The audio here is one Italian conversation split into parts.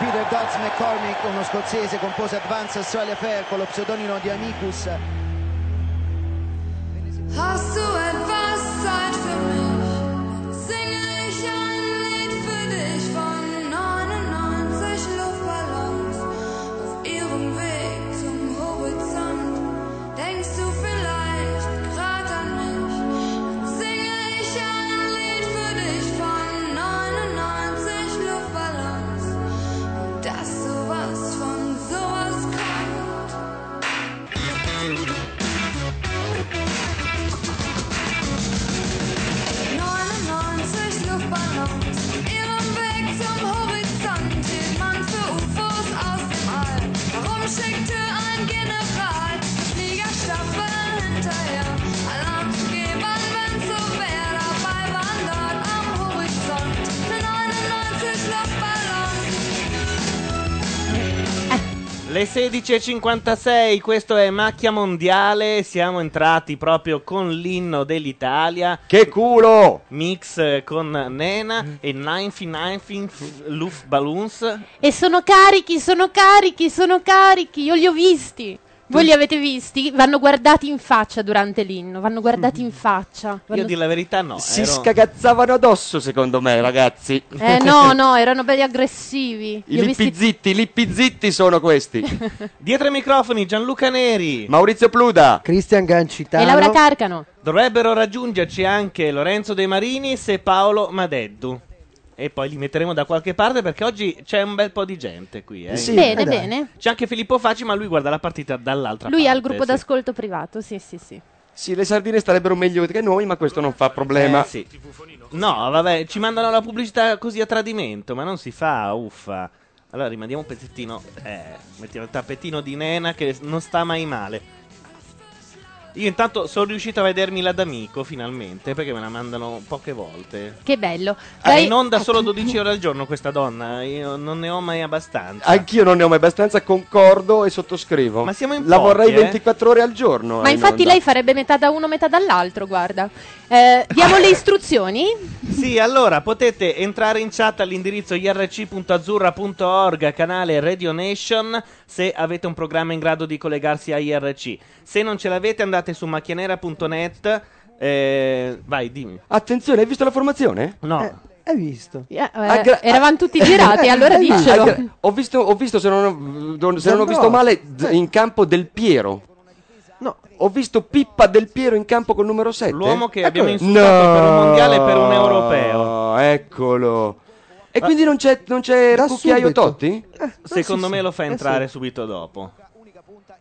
Peter Dodds McCormick, uno scozzese, compose Advance Australia Fair con lo pseudonimo di Amicus. Hast du etwas Zeit für mich? Singe ich ein Lied für dich von 99 Luftballons auf ihrem Weg zum Horizont. Denkst du vielleicht grad an mich? Dann singe ich ein Lied für dich von 99 Luftballons und dass sowas von sowas kommt. Schickte ein General Fliegerstaffeln hinterher, Alarm zu geben, wenn's so wär. Dabei waren dort am Horizont 99 Luftballons. Le 16.56, questo è Macchia Mondiale, siamo entrati proprio con l'inno dell'Italia. Che culo! Mix eh, con Nena e 99 Luftballons. E sono carichi, sono carichi, sono carichi. Io li ho visti. Voi li avete visti? Vanno guardati in faccia durante l'inno. Vanno guardati in faccia. Io Vanno- a dir la verità no. Si ero- scagazzavano addosso, secondo me, ragazzi. Eh no, no, erano belli aggressivi. I Li ho visti lippizitti, i lippizitti sono questi. Dietro ai microfoni Gianluca Neri. Maurizio Pluda. Cristian Gancitano. E Laura Carcano. Dovrebbero raggiungerci anche Lorenzo De Marinis e Paolo Madeddu. E poi li metteremo da qualche parte perché oggi c'è un bel po' di gente qui. Eh. Sì. bene, eh dai. bene. C'è anche Filippo Facci, ma lui guarda la partita dall'altra Lui parte. ha il gruppo sì. d'ascolto privato, sì, sì, sì. Sì, le sardine starebbero meglio che noi, ma questo non fa problema. Eh, sì. No, vabbè, ci mandano la pubblicità così a tradimento, ma non si fa, uffa. Allora rimandiamo un pezzettino, eh, mettiamo il tappetino di Nena che non sta mai male. Io intanto sono riuscito a vedermi la d'amico finalmente, perché me la mandano poche volte. Che bello. È Dai- Ah, in onda solo 12 ore al giorno questa donna, io non ne ho mai abbastanza. Anch'io non ne ho mai abbastanza, concordo e sottoscrivo. Ma siamo in La pochi, vorrei eh? 24 ore al giorno. Ma eh, infatti in lei onda. farebbe metà da uno, metà dall'altro, guarda. Eh, diamo le istruzioni? Sì, allora potete entrare in chat all'indirizzo irc.azzurra.org, canale Radio Nation, se avete un programma in grado di collegarsi a IRC. Se non ce l'avete andate su macchianera.net. eh, vai, dimmi. Attenzione, hai visto la formazione? No. Eh, hai visto? Eh, eh, Aggra- eravamo tutti girati, allora Ah, dicelo. gra- ho visto, ho visto, se non ho, se non ho Zandrotta. visto male, d- in campo Del Piero. No. Ho visto Pippa Del Piero in campo col numero 7. L'uomo che Ecco. abbiamo insultato per un mondiale e per un europeo. Eccolo. E quindi non c'è, non c'è Da Cucchiaio subito. Totti? Eh, no, Secondo sì, me sì. lo fa Eh, sì. entrare subito dopo.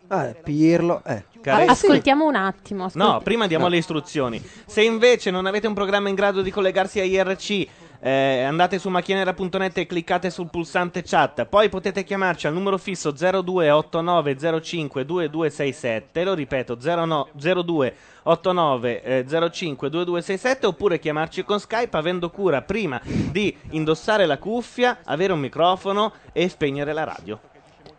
Ah, eh, Pirlo, eh. Care- Ah, Ascoltiamo un attimo. ascolt- No, prima diamo le istruzioni. Se invece non avete un programma in grado di collegarsi a IRC, eh, andate su macchinera.net e cliccate sul pulsante chat. Poi potete chiamarci al numero fisso 0289052267. Lo ripeto, 09 0289052267. Oppure chiamarci con Skype avendo cura prima di indossare la cuffia, avere un microfono e spegnere la radio.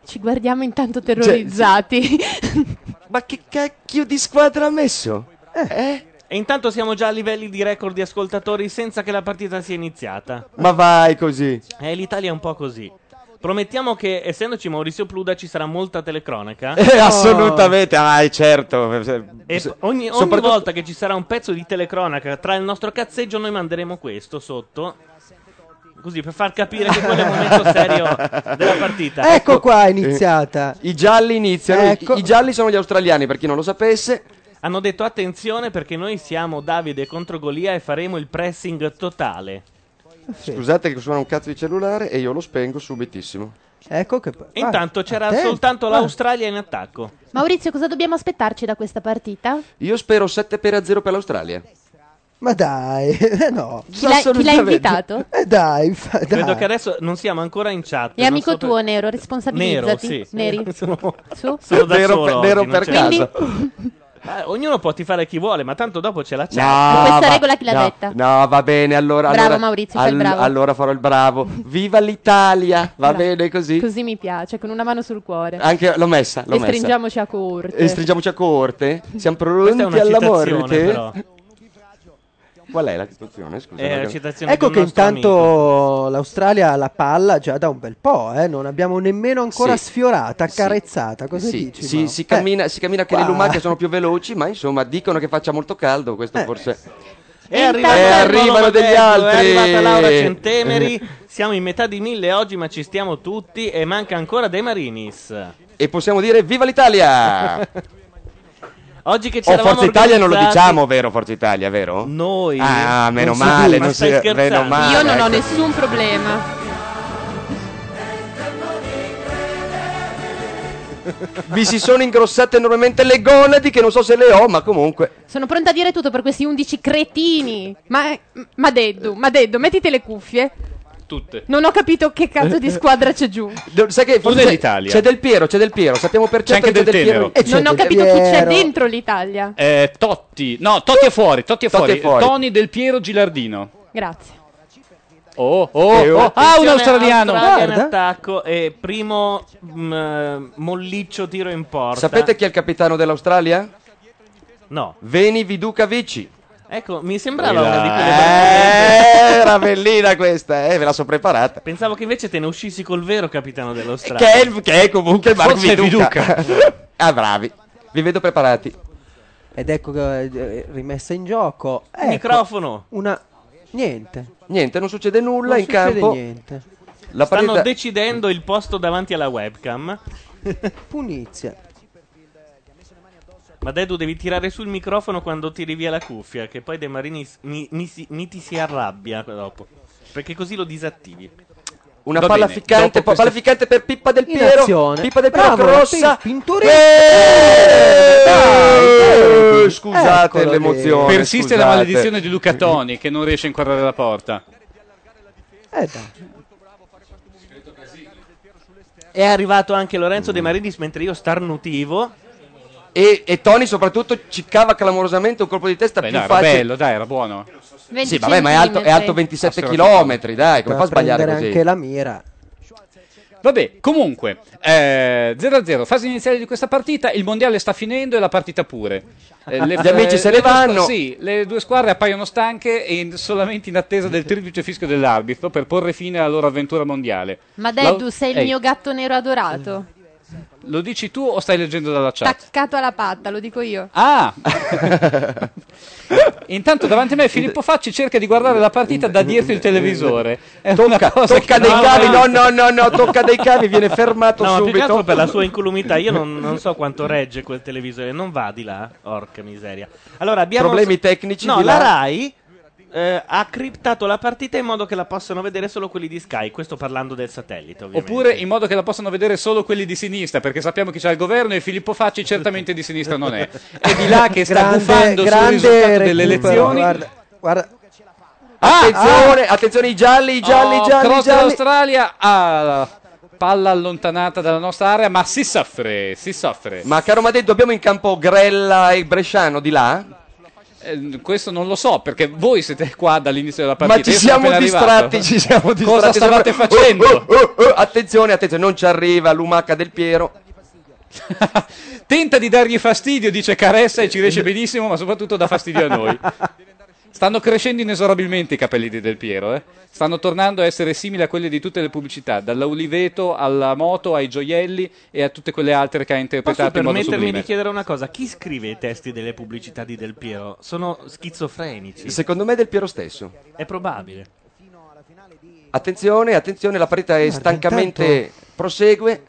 Ci guardiamo intanto terrorizzati. Cioè, Ma che cacchio di squadra ha messo? Eh? E intanto siamo già a livelli di record di ascoltatori senza che la partita sia iniziata. Ma vai così. Eh, l'Italia è un po' così. Promettiamo che, essendoci Maurizio Pluda, ci sarà molta telecronaca. Eh, assolutamente, ah, certo. E Se- ogni, ogni soprattutto- volta che ci sarà un pezzo di telecronaca tra il nostro cazzeggio, noi manderemo questo sotto. Così per far capire che quello è il momento serio della partita. Ecco qua è iniziata. I gialli iniziano. Ecco. Eh, I, I gialli sono gli australiani, per chi non lo sapesse. Hanno detto attenzione perché noi siamo Davide contro Golia e faremo il pressing totale. Scusate che suona un cazzo di cellulare e io lo spengo subitissimo. Ecco che E intanto c'era attento. soltanto Eh. Ah. l'Australia in attacco. Maurizio, cosa dobbiamo aspettarci da questa partita? Io spero 7 per a 0 per l'Australia. Cioè, Ah, Ma dai, eh, no. Chi l'ha, chi l'ha Assolutamente. invitato? Eh dai, fa- dai. Credo che adesso non siamo ancora in chat. È non amico so per- tuo, Nero, Nero, responsabilizzati. sì. Neri. Sono- Su. Sono da Vero solo per- oggi, vero non per c'è- caso. Quindi- Eh, ognuno può tifare chi vuole, ma tanto dopo c'è la chat. Questa regola chi l'ha no, detta? No, va bene, allora. Bravo, allora- Maurizio, fai il bravo. Allora farò il bravo. Viva l'Italia! Va Bravo. bene così? Così mi piace, con una mano sul cuore. Anche l'ho messa. Ah, L'ho e messa. stringiamoci a corte. E stringiamoci a corte? Questa Siamo è pronti una all'amore? citazione, però. Qual è la situazione? Scusa, Eh, la perché- citazione Ecco di che un nostro intanto l'Australia ha la palla già da un bel po', eh? non abbiamo nemmeno ancora Sì. sfiorata, carezzata. Cosa Sì, dici? si, Mao? si Eh. cammina, si cammina che qua- le lumache sono più veloci, ma insomma dicono che faccia molto caldo. Questo Eh. forse E arrivato E Ercolo eh, arrivano Maderno, degli altri. Eh, È arrivata Laura Centemeri. Siamo in metà di mille oggi, ma ci stiamo tutti. E manca ancora De Marinis. E possiamo dire viva l'Italia! Oggi che ci Oh, eravamo Forza Italia non lo organizzati- diciamo, vero Forza Italia, vero? Noi. Ah, meno Non si male, dice. non Ma si, stai scherzando? meno male. Io non ho ecco. nessun problema. Vi si sono ingrossate enormemente le gonadi che non so se le ho, ma comunque. Sono pronta a dire tutto per questi 11 cretini. Ma, ma Deddu, ma Deddu, mettiti le cuffie. Tutte. Non ho capito che cazzo di squadra c'è giù. Do- Sai che forse Cos'è c'è, l'Italia? c'è Del Piero, c'è Del Piero, sappiamo per C'è certo anche che Del Piero- Tenero. E c'è Non ho Del capito chi c'è Piero. dentro l'Italia. Eh, Totti. No, Totti è fuori, Totti è Totti fuori. è fuori. Tony Del Piero Gilardino. Grazie. Oh, oh, Eh, oh. Ah, oh. un Attenzione, australiano. Australia in Guarda. attacco e primo mh, molliccio tiro in porta. Sapete chi è il capitano dell'Australia? No. Veni Viduca Vici. Ecco, mi sembrava una di quelle Eh, era bellina questa, eh, ve la so preparata. Pensavo che invece te ne uscissi col vero capitano dell'Australia. Che è, il- che è comunque Marco Forse è Viduca. ah, bravi. Vi vedo preparati. Ed ecco che eh, rimessa in gioco. Ecco, Microfono. Una... Niente. Niente, non succede nulla non in succede campo. niente. La Stanno partita decidendo il posto davanti alla webcam. Punizia. Ma Dedu devi tirare sul microfono quando tiri via la cuffia, che poi De Marini s- mi, mi si- mi ti si arrabbia dopo. Perché così lo disattivi. una Va palla bene, ficcante, dopo pa- palla ficcante per Pippa del In Piero. azione. Pippa del Piero Bravo, crossa. sì, Pinturino. Eh, Dai, dai. Scusate Eccolo lì. l'emozione. Persiste la scusate. maledizione di Luca Toni che non riesce a inquadrare la porta. Eh, dai. È arrivato anche Lorenzo De Marinis mentre io starnutivo. Mm. E, e Tony soprattutto ciccava clamorosamente un colpo di testa Beh, più dai, era facile. bello, dai, era buono. 20 Sì, vabbè, ma è alto, è alto centimetri. 27 Assolutamente. km, dai, come Poteva fa a sbagliare prendere così? anche la mira. Vabbè, comunque, eh, 0-0, fase iniziale di questa partita, il mondiale sta finendo e la partita pure. Eh, Gli amici se ne due vanno. squa- sì, le due squadre appaiono stanche e in- solamente in attesa del triplice fischio dell'arbitro per porre fine alla loro avventura mondiale. Ma La- Deddu, sei il Ehi, mio gatto nero adorato. Lo dici tu o stai leggendo dalla chat? Attaccato alla patta, lo dico io. Ah! Intanto davanti a me Filippo Facci cerca di guardare la partita da dietro il televisore. È una cosa Tocca che dei non- cavi, no, no, no, no, tocca dei cavi, viene fermato No, ma più che subito. altro per la sua incolumità. Io non, non so quanto regge quel televisore. Non va di là. Orca miseria. Allora, abbiamo... Problemi tecnici No, di la là. Rai eh, ha criptato la partita in modo che la possano vedere solo quelli di Sky. Questo parlando del satellite, ovviamente. Oppure in modo che la possano vedere solo quelli di sinistra, perché sappiamo chi c'è al governo e Filippo Facci certamente di sinistra non è. È di là che sta buffando sul risultato recupero, delle elezioni. Ah, Guarda, guarda. Ah, Ah, Attenzione, attenzione, i gialli, i gialli, i Oh, gialli, i cross gialli. dell'Australia, ah, palla allontanata dalla nostra area, ma si soffre, si soffre. Ma caro Madeddu, abbiamo in campo Grella e Bresciano di là? Eh, questo non lo so, perché voi siete qua dall'inizio della partita. Ma ci io sono siamo appena distratti, arrivato. ci siamo distratti. Cosa stavate Sempre- facendo? Oh, oh, oh, oh, attenzione, attenzione, non ci arriva l'umaca del Piero. Tenta di dargli fastidio, dice Caressa, e ci riesce benissimo, ma soprattutto dà fastidio a noi. Stanno crescendo inesorabilmente i capelli di Del Piero, eh. Stanno tornando a essere simili a quelli di tutte le pubblicità, dall'Uliveto alla moto, ai gioielli e a tutte quelle altre che ha Posso interpretato in modo permettermi sublime. di chiedere una cosa? Chi scrive i testi delle pubblicità di Del Piero? Sono schizofrenici. Secondo me è del Piero stesso. È probabile. Attenzione, attenzione, la partita è stancamente prosegue.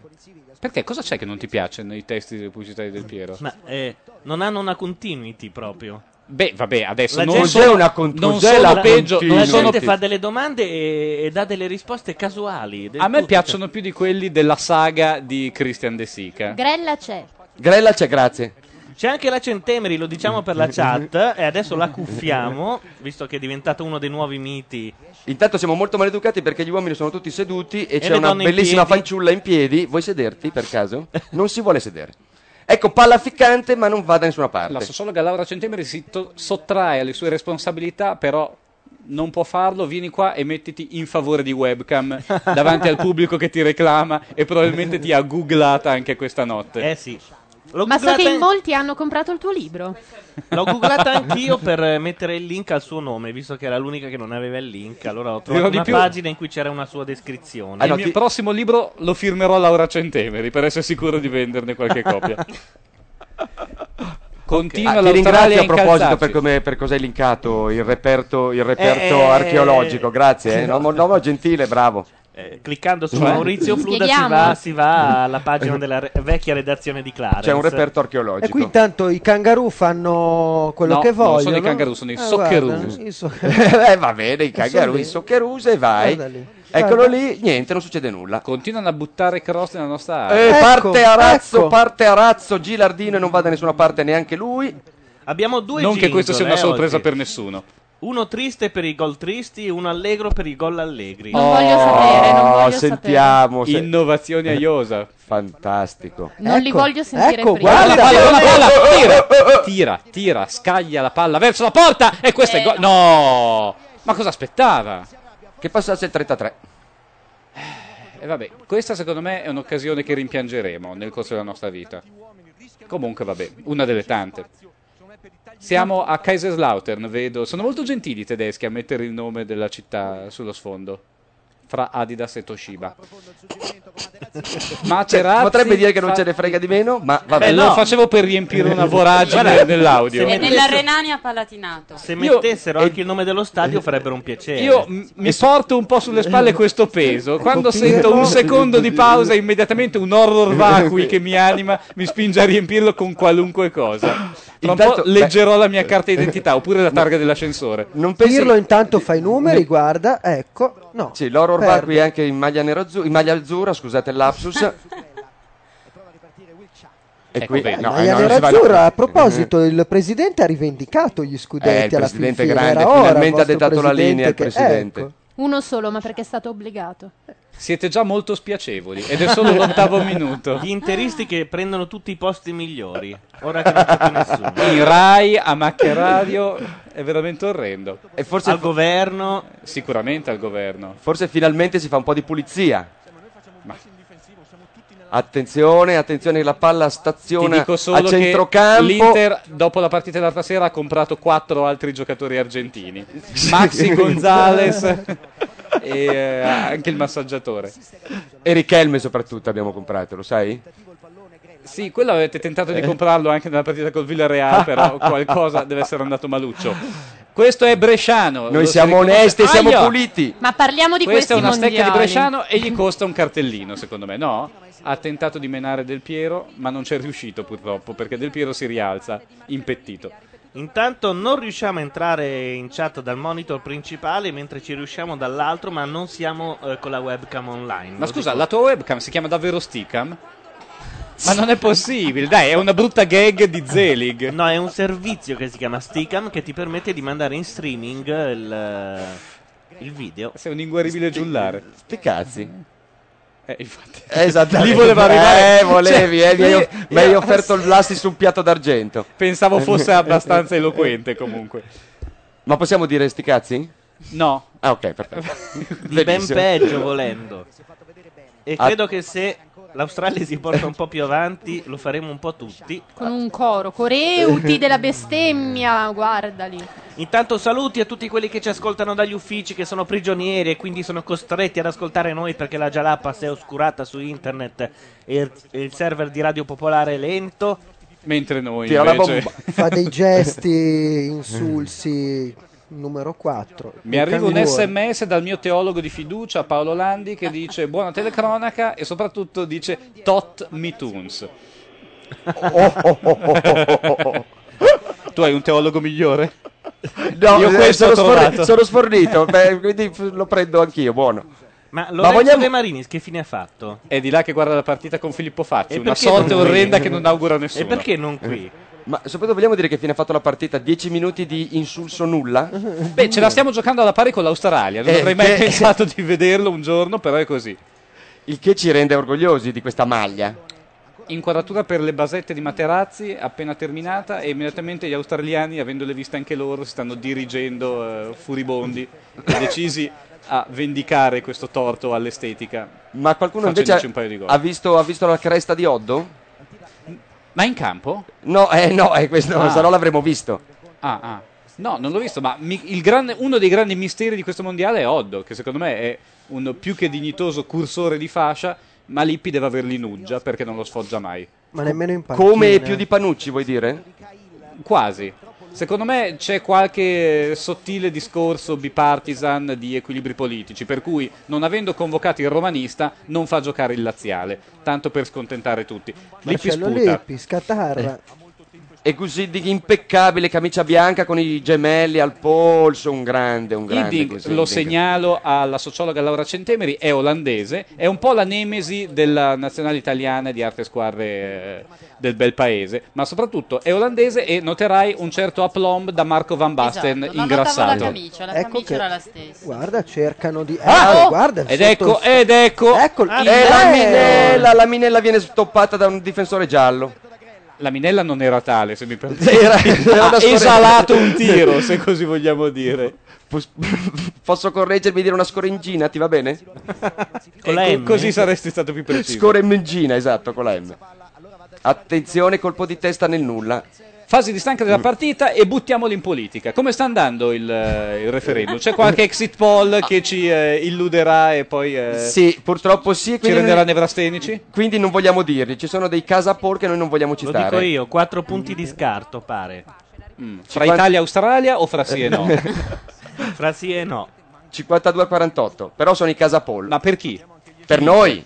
Perché cosa c'è che non ti piace nei testi delle pubblicità di Del Piero? Ma eh, non hanno una continuity proprio. Beh, vabbè, adesso La non gente- sono, Cos'è una cont- non cos'è sono la peggio, continua? non La sono gente fa delle domande e, e dà delle risposte casuali. del A me tutto. piacciono più di quelli della saga di Christian De Sica. Grella c'è. Grella c'è, grazie. C'è anche la Centemeri, lo diciamo per la chat, e adesso la cuffiamo, visto che è diventato uno dei nuovi miti. Intanto siamo molto maleducati perché gli uomini sono tutti seduti e, c'è le una donne in bellissima piedi. fanciulla in piedi. Vuoi sederti per caso? Non si vuole sedere. Ecco, palla ficcante, ma non va da nessuna parte. Allora, so solo che Laura Centemeri si to- sottrae alle sue responsabilità, però non può farlo. Vieni qua e mettiti in favore di webcam davanti al pubblico che ti reclama e probabilmente ti ha googlata anche questa notte. Eh sì. L'ho Ma so googlata che in in- molti hanno comprato il tuo libro. L'ho googlata anch'io per eh, mettere il link al suo nome, visto che era l'unica che non aveva il link. Allora ho trovato Dirò di una più. pagina in cui c'era una sua descrizione. Eh, il mio prossimo libro lo firmerò a Laura Centemeri per essere sicuro di venderne qualche copia. Continua Ah, ti l'Australia ringrazio a a proposito incalzarci. per, come, per cosa hai linkato il reperto, il reperto Eh, archeologico. Grazie, eh. no. Nomo- nomo gentile, bravo. Eh, Cliccando su Cioè- Maurizio Fluda si Spieghiamo. va, si va alla pagina della re- vecchia redazione di Clarence. C'è un reperto archeologico. E qui intanto i kangaroo fanno quello No, che non vogliono. sono i kangaroo, sono i soccheroo. soccheroo. eh, va bene, i kangaroo, i soccheruse e Guarda vai. lì. Eccolo Guarda. lì, niente, non succede nulla. Continuano a buttare cross nella nostra Eh, area. parte a razzo, ecco. parte a razzo, Gilardino e non va da nessuna parte neanche lui. Abbiamo due non che questa sia una jingle, eh, sorpresa oggi. per nessuno. Uno triste per i gol tristi, uno allegro per i gol allegri. Non voglio sapere, non voglio sentiamo. se- Innovazioni a Iosa. Fantastico. Non li voglio sentire ecco, prima. Palla, Guarda, palla, palla, palla, tira, tira, tira, scaglia la palla verso la porta e questo è gol. No! Ma cosa aspettava? Che passasse il 33. E Eh, vabbè, questa secondo me è un'occasione che rimpiangeremo nel corso della nostra vita. Comunque vabbè, una delle tante. Siamo a Kaiserslautern, vedo. Sono molto gentili i tedeschi a mettere il nome della città sullo sfondo. Fra Adidas e Toshiba. Ma Cioè, Materazzi potrebbe dire che non fa- ce ne frega di meno, ma va Vabbè, bene. lo Eh, facevo per riempire una voragine Guarda, nell'audio. Eh, se E nella Renania Palatinato. Se mettessero anche il nome dello stadio farebbero un piacere. Io m- mi porto un po' sulle spalle questo peso. Quando sento un secondo di pausa, immediatamente un horror vacui che mi anima mi spinge a riempirlo con qualunque cosa. Tra un po' Intanto- leggerò la mia carta d'identità oppure la targa dell'ascensore. Non pensi- Pirlo intanto fa i numeri, guarda, ecco. No. Sì, l'Oro Perde. va qui anche in maglia, nero azzu- in maglia azzurra, scusate il lapsus. e qui bene. no, Ma eh, no, non si va- Azzurra, a proposito, il presidente ha rivendicato gli scudetti Eh, il alla presidente fin fine. grande, Era ora il finalmente ha vostro dettato la presidente linea il che- presidente. ecco. Uno solo, ma perché è stato obbligato. Siete già molto spiacevoli ed è solo l'ottavo minuto. Gli interisti che prendono tutti i posti migliori. Ora che non c'è più nessuno. In Rai, a macchia radio, è veramente orrendo. E forse, Al governo. Sicuramente al governo. forse finalmente si fa un po' di pulizia. Ma- Attenzione, attenzione, la palla Ti staziona dico a solo che centrocampo. l'Inter, dopo la partita dell'altra sera, ha comprato quattro altri giocatori argentini. Maxi Gonzales e eh, anche il massaggiatore. E Richelme soprattutto abbiamo comprato, lo sai? Sì, quello avete tentato di Eh. comprarlo anche nella partita col Villarreal, però qualcosa deve essere andato maluccio. Questo è Bresciano. Noi siamo onesti, siamo puliti. Ma parliamo di questi Questa è una mondiali. stecca di Bresciano e gli costa un cartellino, secondo me, no? Ha tentato di menare Del Piero, ma non c'è riuscito purtroppo, perché Del Piero si rialza, impettito. Intanto non riusciamo a entrare in chat dal monitor principale, mentre ci riusciamo dall'altro, ma non siamo eh, con la webcam online. Ma scusa, la tua webcam si chiama davvero Sticam? Ma non è possibile, dai, è una brutta gag di Zelig. No, è un servizio che si chiama Sticam che ti permette di mandare in streaming il, eh, il video. Sei un inguaribile giullare. Sti cazzi. Eh, infatti. Eh, Esattamente. Lì voleva arrivare. Eh, volevi, Cioè, eh, mi, hai, io- mi hai io- offerto il blasti su un piatto d'argento. Eh, Pensavo fosse abbastanza eloquente comunque. Ma possiamo dire sti cazzi? No, Ah, ok, perfetto. Di ben Benissimo. peggio volendo. E Ah. credo che se l'Australia si porta un po' più avanti, lo faremo un po' tutti. Con un coro, coreuti della bestemmia, guardali. Intanto saluti a tutti quelli che ci ascoltano dagli uffici, che sono prigionieri e quindi sono costretti ad ascoltare noi perché la Jalapa si è oscurata su internet e il- e il server di Radio Popolare è lento. mentre noi Tira la invece... bomba. Fa dei gesti, insulsi, numero 4. Mi arriva un sms dal mio teologo di fiducia Paolo Landi che dice buona telecronaca e soprattutto dice tot me tunes. Oh, oh, oh, oh, oh, oh, oh. Tu hai un teologo migliore? No, Io eh, questo ho sono, sforni- trovato. sono sfornito, beh, quindi f- lo prendo anch'io, buono. Ma Lorenzo vogliamo- De Marinis che fine ha fatto? È di là che guarda la partita con Filippo Fazzi, E una perché sorte non qui? orrenda che non augura nessuno. E perché non qui? Eh. Ma soprattutto vogliamo dire che fine ha fatto la partita? 10 minuti di insulso nulla? Beh, ce la stiamo giocando alla pari con l'Australia. Non Eh, avrei mai che- pensato di vederlo un giorno, però è così. Il che ci rende orgogliosi di questa maglia. Inquadratura per le basette di Materazzi appena terminata e immediatamente gli australiani, avendole viste anche loro, si stanno dirigendo eh, furibondi, e decisi a vendicare questo torto all'estetica. Ma qualcuno invece Facendoci un ha, paio di gol. ha visto, ha visto la cresta di Oddo? Ma in campo? No, eh, no, eh, questo Ah. se no l'avremmo visto. Ah, ah. No, non l'ho visto, ma mi- il grande- uno dei grandi misteri di questo mondiale è Oddo, che secondo me è un più che dignitoso cursore di fascia, ma Lippi deve aver l'inuggia perché non lo sfoggia mai. Ma nemmeno in panchina. Come più di Panucci, vuoi dire? Quasi. Secondo me c'è qualche sottile discorso bipartisan di equilibri politici, per cui non avendo convocato il romanista non fa giocare il laziale, tanto per scontentare tutti. Lippi Marcello sputa. Eh. Leppi, Scatarra. E così di impeccabile camicia bianca con i gemelli al polso, un grande, un grande. Hiddink, Gusidink. lo segnalo alla sociologa Laura Centemeri, è olandese, è un po' la nemesi della nazionale italiana di arte e squadre eh, del bel paese, ma soprattutto è olandese e noterai un certo aplomb da Marco Van Basten Esatto, ma notavo la ingrassato. camicia, la Ecco camicia che- era la stessa. Guarda, cercano di... Eh, Ah! guarda, Ed sotto- ecco, ed ecco, Ecco, Ah, il- eh, la eh, minella, la minella viene stoppata da un difensore giallo. la minella non era tale, se mi permetti. Era- era una Ha scorreggia. esalato un tiro, se così vogliamo dire. Pos- Posso correggermi e dire una scorengina, ti va bene? Con la Ecco, M? Così saresti stato più preciso. Scorengina, esatto, con la M. Attenzione, colpo di testa nel nulla. Fasi di stanca della partita e buttiamoli in politica. Come sta andando il, eh, il referendum? C'è qualche exit poll che ci eh, illuderà e poi eh, Ah. Sì, purtroppo sì. e ci Quindi, renderà non, nevrastenici? quindi non vogliamo dirli. Ci sono dei casapol che noi non vogliamo Lo citare. dico io, quattro punti di scarto, pare. Mm. Fra Italia e Australia o fra sì e no? Fra sì e no. 52-48. Però sono i casapol. Ma per chi? Per noi.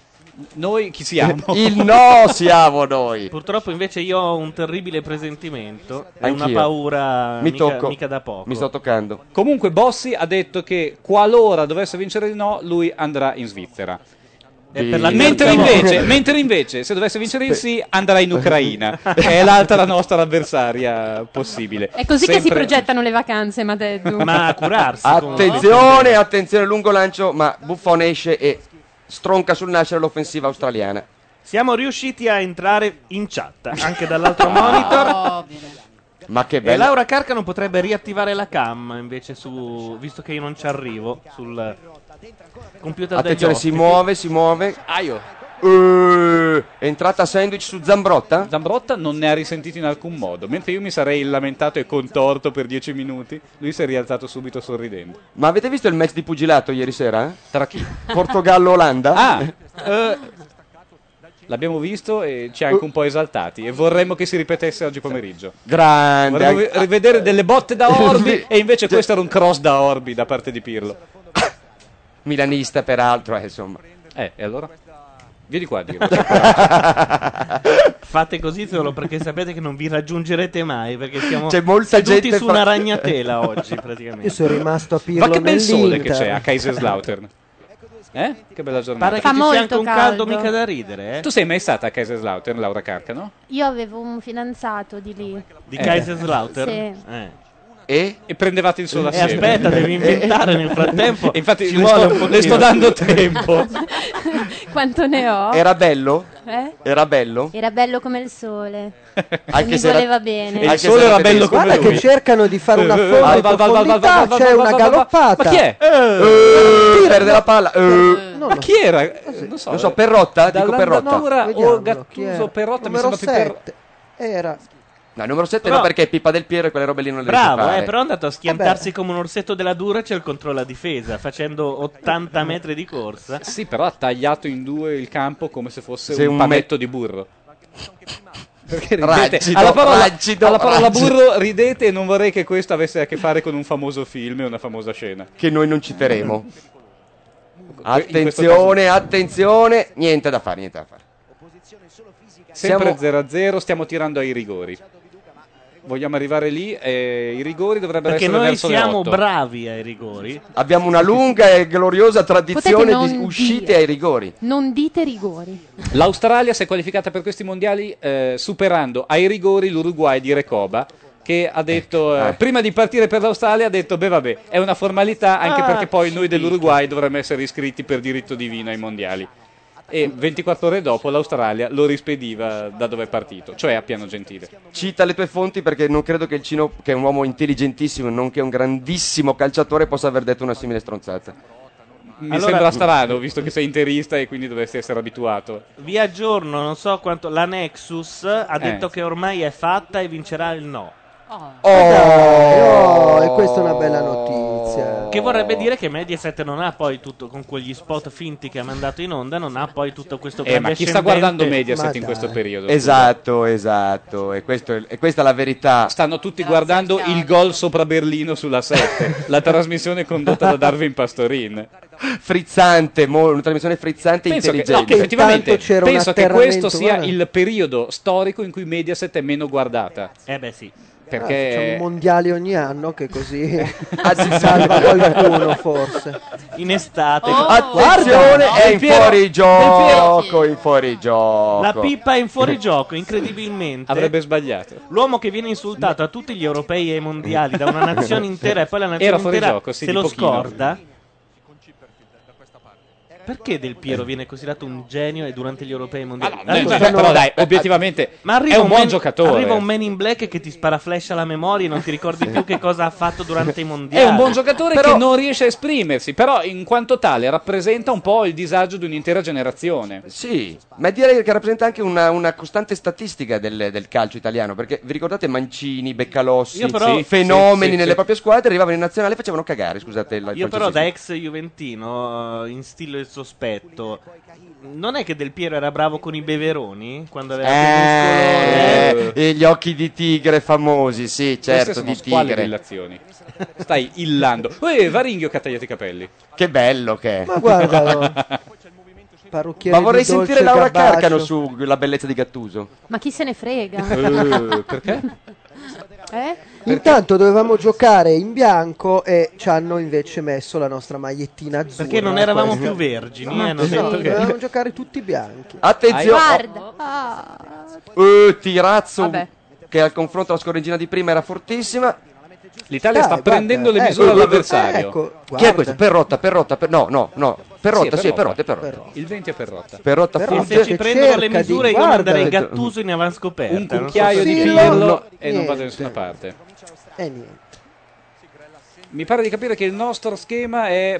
Noi chi siamo? Il no siamo noi. Purtroppo invece io ho un terribile presentimento e una Anch'io. paura Mi mica, tocco. mica da poco. Mi sto toccando. Comunque Bossi ha detto che qualora dovesse vincere il no, lui andrà in Svizzera. Eh, E Eh, per la Mentre terza invece, volta- mentre invece, se dovesse vincere il sì, andrà in Ucraina. È l'altra nostra avversaria possibile. È così che si Sempre- progettano le vacanze, Mateddu. Ma a curarsi. Attenzione, attenzione, lungo lancio. Ma Buffon esce e stronca sul nascere l'offensiva australiana. Siamo riusciti a entrare in chat anche dall'altro monitor. Ma che E bello. Laura Carcano potrebbe riattivare la cam invece su visto che io non ci arrivo sul computer degli Attenzione, si ospiti. muove, si muove. Aio. Eh, entrata sandwich su Zambrotta? Zambrotta non ne ha risentito in alcun modo. Mentre io mi sarei lamentato e contorto per dieci minuti, lui si è rialzato subito sorridendo. Ma avete visto il match di pugilato ieri sera? eh? Tra chi? Portogallo-Olanda? Ah! eh, l'abbiamo visto e ci ha anche un po' esaltati. E vorremmo che si ripetesse oggi pomeriggio. Grande. Cioè- Vorremmo anche- rivedere delle botte da Orbi. Sì. e invece questo era un cross da Orbi da parte di Pirlo. Milanista, peraltro, eh, insomma. Eh, e allora? Vieni qua, Dio. Fate così solo perché sapete che non vi raggiungerete mai perché siamo C'è molta seduti gente su una fa- ragnatela oggi Io praticamente. sono rimasto a Pirlo Ma che bel sole che nell'Inter. c'è a Kaiserslautern. Eh? Che bella giornata. Pare che Fa ci molto sia anche un caldo. caldo, mica da ridere, eh? Tu sei mai stata a Kaiserslautern, Laura Carcano? Io avevo un fidanzato di lì. Di Eh. Kaiserslautern. Sì. Eh. E? E prendevate il sole E assieme. aspetta, Eh. devi inventare nel frattempo. E infatti Ci le vuole sto, un le pochino. sto dando tempo. Quanto ne ho? Era bello? Eh? Era bello? Era bello come il sole. Anche mi se era- voleva bene. E il anche se sole era tedesco. bello come Guarda lui. che cercano di fare una Eh, eh, foto vai, di vai, vai, vai, vai, profondità, vai, vai, c'è vai, una vai, vai, vai. galoppata. Eh. Ma chi è? Eh, Eh, perde la palla. Eh, No, Ma no. Ah, chi era? Non so, Non so, Perrotta? Dico Perrotta. Dall'Andanora o Vediamolo, chi Gattuso era? Perotta mi Numero sembra più per... 7. Era No, il numero 7 no Però- perché è Pippa del Piero e quelle robe lì non le Bravo, riesce a fare. eh, però è andato a schiantarsi come un orsetto della Duracell contro la difesa, facendo 80 metri di corsa. Sì, però ha tagliato in due il campo come se fosse Se un, un panetto di burro. Perché ridete? Ragido, alla parola, ragido, alla parola ragido. burro ridete e non vorrei che questo avesse a che fare con un famoso film e una famosa scena. Che noi non citeremo. In questo caso- Attenzione, attenzione. Niente da fare, niente da fare. Sempre Siamo- 0-0, stiamo tirando ai rigori. Vogliamo arrivare lì e i rigori dovrebbero Perché essere noi verso le siamo 8. bravi ai rigori. Abbiamo una lunga e gloriosa tradizione Potete di non uscite dire. ai rigori. Non dite rigori. L'Australia si è qualificata per questi mondiali eh, superando ai rigori l'Uruguay di Recoba che ha detto eh, eh. prima di partire per l'Australia ha detto beh vabbè è una formalità anche Ah, perché poi noi sì. dell'Uruguay dovremmo essere iscritti per diritto divino ai mondiali e 24 ore dopo l'Australia lo rispediva da dove è partito cioè a Piano Gentile Cita le tue fonti perché non credo che il Cino, che è un uomo intelligentissimo, nonché un grandissimo calciatore, possa aver detto una simile stronzata. mi Allora- sembra strano, visto che sei interista e quindi dovresti essere abituato. Vi aggiorno, non so quanto. La Nexus ha Eh. detto che ormai è fatta e vincerà il no. Eh Oh, e questa è una bella notizia. Che vorrebbe dire che Mediaset non ha poi tutto con quegli spot finti che ha mandato in onda, non ha poi tutto questo Eh, ma chi sta guardando Mediaset Ma in questo periodo? Esatto, esatto. E, questo è- e questa è la verità. Stanno tutti guardando il gol sopra Berlino sulla 7, la trasmissione condotta da Darwin Pastorin. Frizzante, mo- una trasmissione frizzante e Penso che, no, intelligente. che effettivamente penso che questo sia eh. il periodo storico in cui Mediaset è meno guardata. Eh beh sì. Ah, facciamo Perché mondiali ogni anno che così Ah, sì. salva qualcuno forse. In estate. Attenzione, Guarda, è Del in Piero- fuorigioco, in fuorigioco. La pippa è in fuorigioco, incredibilmente. avrebbe sbagliato. L'uomo che viene insultato a tutti gli europei e ai mondiali da una nazione intera e poi la nazione Era fuori intera gioco, sì, se di lo pochino. scorda. Perché Del Piero viene considerato un genio e durante gli europei e i mondiali? No, Arriva- cioè, però dai, obiettivamente Ma arriva è un buon man- giocatore. Arriva un man in black che ti spara flash alla memoria e non ti ricordi più che cosa ha fatto durante i È mondiali. un buon giocatore Però- che non riesce a esprimersi, però in quanto tale rappresenta un po' il disagio di un'intera generazione. Sì, ma direi che rappresenta anche una, una costante statistica del, del calcio italiano, perché vi ricordate Mancini, Beccalossi, Io però- sì, fenomeni sì, sì, nelle sì. proprie squadre, arrivavano in nazionale e facevano cagare, scusate la- il Io però da francesismo. ex Juventino, eh, in stile il sospetto, non è che Del Piero era bravo con i beveroni? Quando Eh, aveva il muscolone? eh, e gli occhi di tigre famosi, sì, Queste certo, sono di squali tigre. illazioni. Stai illando. Poi Varinghio che ha tagliato i capelli. Che bello che è. Ma guardalo. Parrucchiere Ma vorrei di dolce sentire Laura Gabbacio. Carcano sulla bellezza di Gattuso. Ma chi se ne frega? Eh, perché? Eh? Intanto dovevamo giocare in bianco e ci hanno invece messo la nostra magliettina azzurra. Perché non eravamo questa. più vergini, No, eh, hanno detto che- dovevamo giocare tutti bianchi. Attenzione, Guarda. Ah. Eh, tirazzo Vabbè. che al confronto alla scorreggina di prima era fortissima. L'Italia sta Dai, prendendo guarda, le misure ecco, all'avversario. ecco, Chi è guarda. questo? Perrotta, Perrotta, per... no, no, no. Perrotta, sì, Sì, è è Perrotta, è Perrotta. Il 20 è per rotta. Perrotta, Perrotta. fugge. Se ci che prendono le cerca di- misure, io guarda. manderei Gattuso in avanscoperta. Un non so cucchiaio se- di Sì, pirlo no, e non va da niente. nessuna parte. E niente. Mi pare di capire che il nostro schema è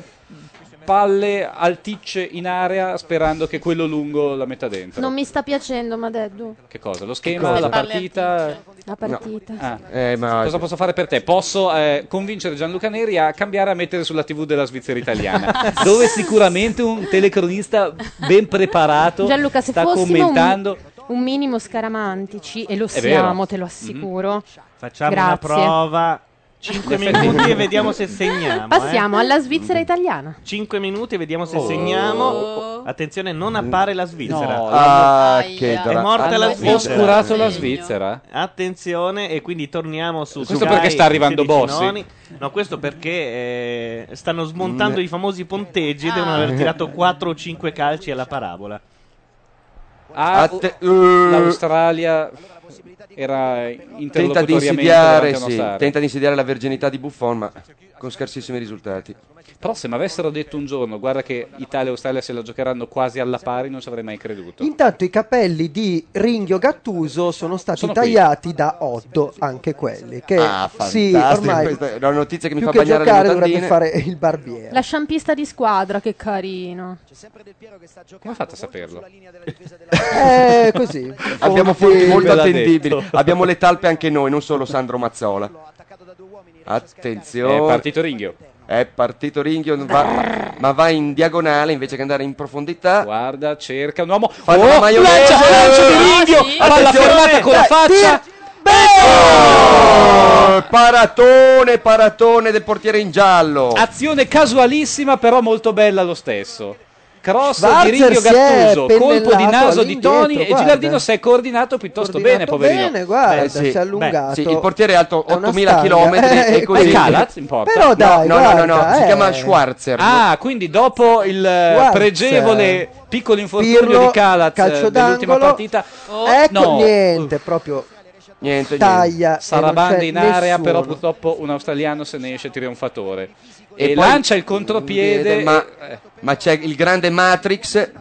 palle alticce in area sperando che quello lungo la metta dentro. Non mi sta piacendo, Madeddu, Che cosa? Lo schema, cosa? la Palle partita... la partita. Ah. Eh, ma... Cosa posso fare per te? Posso eh, convincere Gianluca Neri a cambiare a mettere sulla TV della Svizzera italiana, dove sicuramente un telecronista ben preparato Gianluca, se sta fossimo commentando. un, un minimo scaramantici, e lo È siamo, vero. Mhm. te lo assicuro, Facciamo una Grazie. prova. 5 minuti e vediamo se segniamo. passiamo alla Svizzera italiana. 5 minuti e vediamo se Oh. segniamo. Attenzione, non appare la Svizzera. No, Ah, Aia. che dra- È morta hanno la Svizzera. oscurato Segno. la Svizzera? Attenzione, e quindi torniamo su. Questo Sky perché sta arrivando 16 Bossi? noni. No, questo perché eh, stanno smontando Mm. i famosi ponteggi e devono aver tirato 4 o 5 calci alla parabola. Ah, Atte- eh, L'Australia era tenta di interlocutoriamente davanti insidiare, a sì, Nossara. tenta di insidiare la verginità di Buffon, ma con scarsissimi risultati. Però se mi avessero detto un giorno, guarda che Italia e Australia se la giocheranno quasi alla pari, non ci avrei mai creduto. Certo. Intanto i capelli di Ringhio Gattuso sono stati Sono qui. tagliati da Oddo, anche quelli. Che Ah, sì, fantastico, ormai questa è una notizia che mi più fa che bagnare le giocare dovrebbe mutandine. fare il barbiere. La sciampista di squadra, che carino. Come ha fatto a saperlo? Eh, così. Abbiamo Fonti- fonti molto Ve l'ha attendibili. detto. Abbiamo le talpe anche noi, non solo Sandro Mazzola. Attenzione, È partito Ringhio. È partito Ringhio, va- ma va in diagonale invece che andare in profondità. Guarda, cerca un uomo. Oh, Fanno la maionese. lancia, lancio di Ringhio. Sì. Palla Attenzione. fermata con la Dai, faccia. Ecco. Oh! Paratone, paratone del portiere in giallo. Azione casualissima, però molto bella lo stesso. Cross Schwarzer di Ringhio si è Gattuso, colpo di pennellato naso di all'indietro, Toni e guarda. Gilardino si è coordinato piuttosto bene, Coordinato poverino. Bene, guarda, Beh, Eh, sì. si è allungato. Sì, il portiere è alto È una 8000 stanga. km e Eh, così. E Calat in porta. Però dai, no, no, no, no, guarda, si eh. chiama Schwarzer. Ah, quindi dopo il eh, Guarda. pregevole piccolo infortunio Pirlo, di Calat eh, calcio dell'ultima d'angolo. partita, ecco, no. niente, proprio Niente, niente. taglia. e non Sarabanda c'è in area, nessuno. però purtroppo un australiano se ne esce trionfatore. E, poi- lancia il contropiede. Ma, eh, ma c'è il grande Matrix.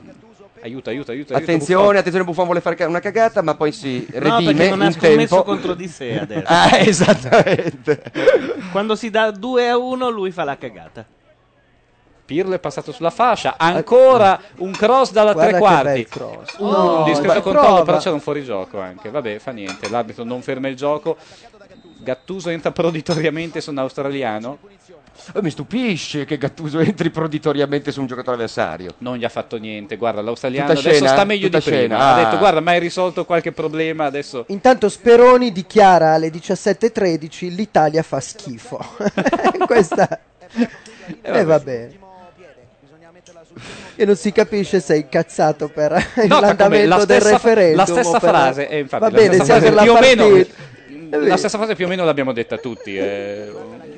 aiuto, aiuto, aiuto. Attenzione, aiuto, attenzione, Buffon vuole fare ca- una cagata, ma poi si No, redime perché non ha in scommesso tempo. contro di sé adesso. Ah, esattamente. Quando si dà 2 a 1, lui fa la cagata. Pirlo è passato sulla fascia, Ah, ancora un cross dalla Guarda tre che quarti. bel cross. Un Oh, No, discreto dai, controllo, prova. però c'era un fuorigioco anche. Vabbè, fa niente, l'arbitro non ferma il gioco. Gattuso entra proditoriamente su un australiano. Eh, mi stupisce che Gattuso entri proditoriamente su un giocatore avversario. Non gli ha fatto niente, guarda, l'australiano Tutta adesso scena? sta meglio Tutta di prima. scena, Ha ah. detto, guarda, ma hai risolto qualche problema, adesso Intanto Speroni dichiara alle 17.13 l'Italia fa schifo. Questa... Eh, E va bene. E non si capisce se è incazzato per come l'andamento del referendum. la stessa o per- frase, eh, infatti, va la bene, stessa sia per frase la più o meno- partita- la stessa frase più o meno l'abbiamo detta tutti. eh,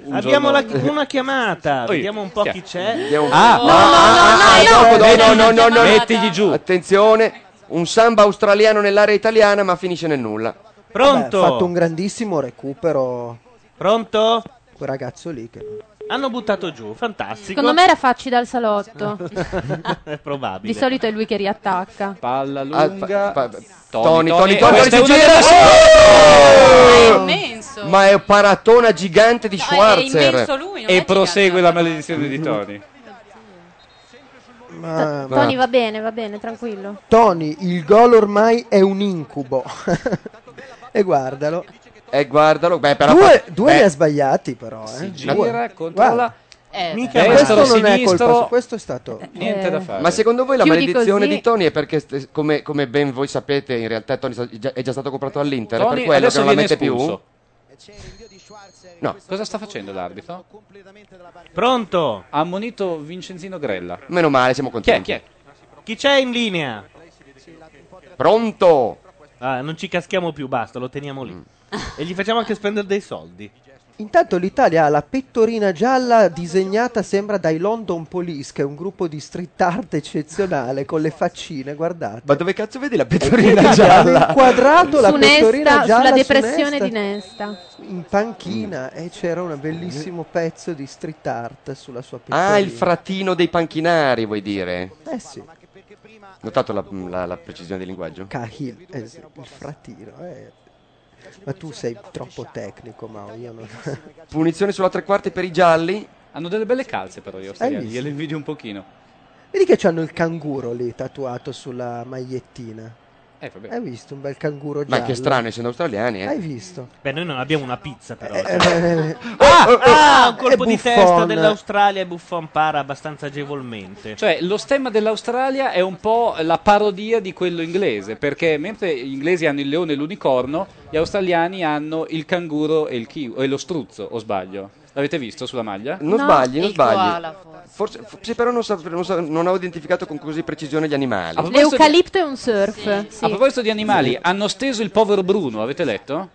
un Abbiamo giorno- la- una chiamata, Ah, Oi, vediamo un po' chi è? chi c'è. Andiamo- Ah, Ah, ah, no, ah, eh, no, dopo, no, no, no, no, no, Mettigli giù. Attenzione, un samba australiano nell'area italiana ma finisce nel nulla. Vabbè, Ha fatto Pronto? un grandissimo recupero Pronto? quel ragazzo lì. Che... Hanno buttato giù, fantastico. Secondo me era facci dal salotto. è probabile. Di solito è lui che riattacca. Palla Ah, lunga. fa- fa- Tony, Tony, Tony, eh, Tony, questa si è una gira. delle È Oh! immenso. Ma è un paratona gigante di No, è- è immenso Schwarzer. lui. non è e gigante. prosegue la maledizione di Tony. Ma- Tony va bene, va bene, tranquillo. Tony, il gol ormai è un incubo. e guardalo. E guardalo, beh, Eh, però Due, fa- due beh, ne ha sbagliati però. Eh. Si Due. gira, controlla. Eh, Mica Eh, male. Questo non è sinistro. colpa sua, questo è stato... Niente Eh. da fare. Ma secondo voi la Chiudi maledizione così. di Tony è perché, st- come, come ben voi sapete, in realtà Tony sta- già- è già stato comprato all'Inter? è Tony per quello che adesso non la viene mette espulso. più? No. Cosa sta facendo l'arbitro? Pronto? Ha ammonito Vincenzino Grella. Meno male, siamo Chi è? contenti. Chi è? Chi c'è in linea? Pronto? Ah, non ci caschiamo più, basta, lo teniamo Mm. lì. E gli facciamo anche spendere dei soldi. Intanto l'Italia ha la pettorina gialla disegnata sembra dai London Police, che è un gruppo di street art eccezionale con le faccine, guardate. Ma dove cazzo vedi la pettorina Hanno gialla? inquadrato la Su pettorina Nesta, gialla sulla su depressione Nesta, di Nesta. in panchina e c'era un bellissimo pezzo di street art sulla sua pettorina. Mm. Ah, il fratino dei panchinari, vuoi dire? Eh sì, Notato la, la- la precisione del linguaggio? Cahill, eh sì, il fratino. eh. Ma tu sei troppo tecnico, Mao, io non... Punizione sulla tre quarti per i gialli. Hanno delle belle calze però gli australiani, visto? gliele invidio un pochino. Vedi che c'hanno il canguro lì tatuato sulla magliettina. Eh, vabbè. Hai visto un bel canguro giallo? Ma che strano, essendo australiani, Hai eh. visto? Beh, noi non abbiamo una pizza, però. Eh, eh, eh, Ah, un eh, colpo di Buffon. testa dell'Australia e Buffon para abbastanza agevolmente. Cioè, lo stemma dell'Australia è un po' la parodia di quello inglese, perché mentre gli inglesi hanno il leone e l'unicorno, gli australiani hanno il canguro e, il kiwi, e lo struzzo, o sbaglio. L'avete visto sulla maglia? Non No, sbagli, non Il sbagli. koala, forse. Forse, f- sì, però non, sa- non sa- non ho identificato con così precisione gli A animali. proposito di- L'eucalipto è un surf. A Sì. proposito di animali, hanno steso il povero Bruno, avete letto?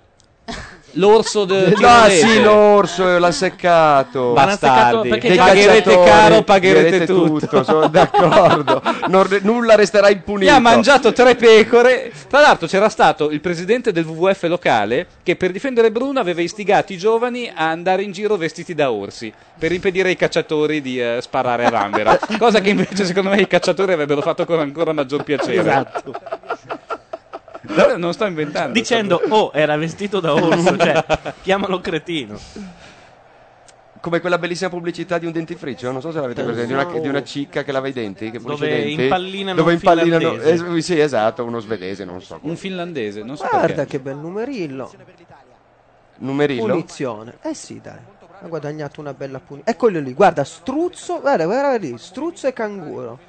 L'orso del Ah, sì, l'orso eh, l'ha seccato. Ma- Bastardi. perché Dei pagherete cacciatori, caro, pagherete tutto. Sono d'accordo. Non re- nulla resterà Gli impunito. ha mangiato tre pecore. Tra l'altro c'era stato il presidente del WWF locale che per difendere Bruno aveva istigato i giovani a andare in giro vestiti da orsi per impedire ai cacciatori di eh, sparare a Vanvera. cosa che invece secondo me i cacciatori avrebbero fatto con ancora maggior piacere. Esatto. No, Non sto inventando. Dicendo, oh, era vestito da orso, cioè, chiamalo cretino. Come quella bellissima pubblicità di un dentifricio, non so se l'avete presente, di una, di una cicca che lava i denti, che pulisce Eh, Dove i denti. impallinano dove un impallinano finlandese. eh, sì, esatto, uno svedese, non so. Un finlandese, non so Guarda perché. che bel numerillo. Numerillo. Punizione. Eh sì, dai. Ha guadagnato una bella punizione. Eccolo lì, guarda, struzzo, guarda, guarda lì, struzzo e canguro.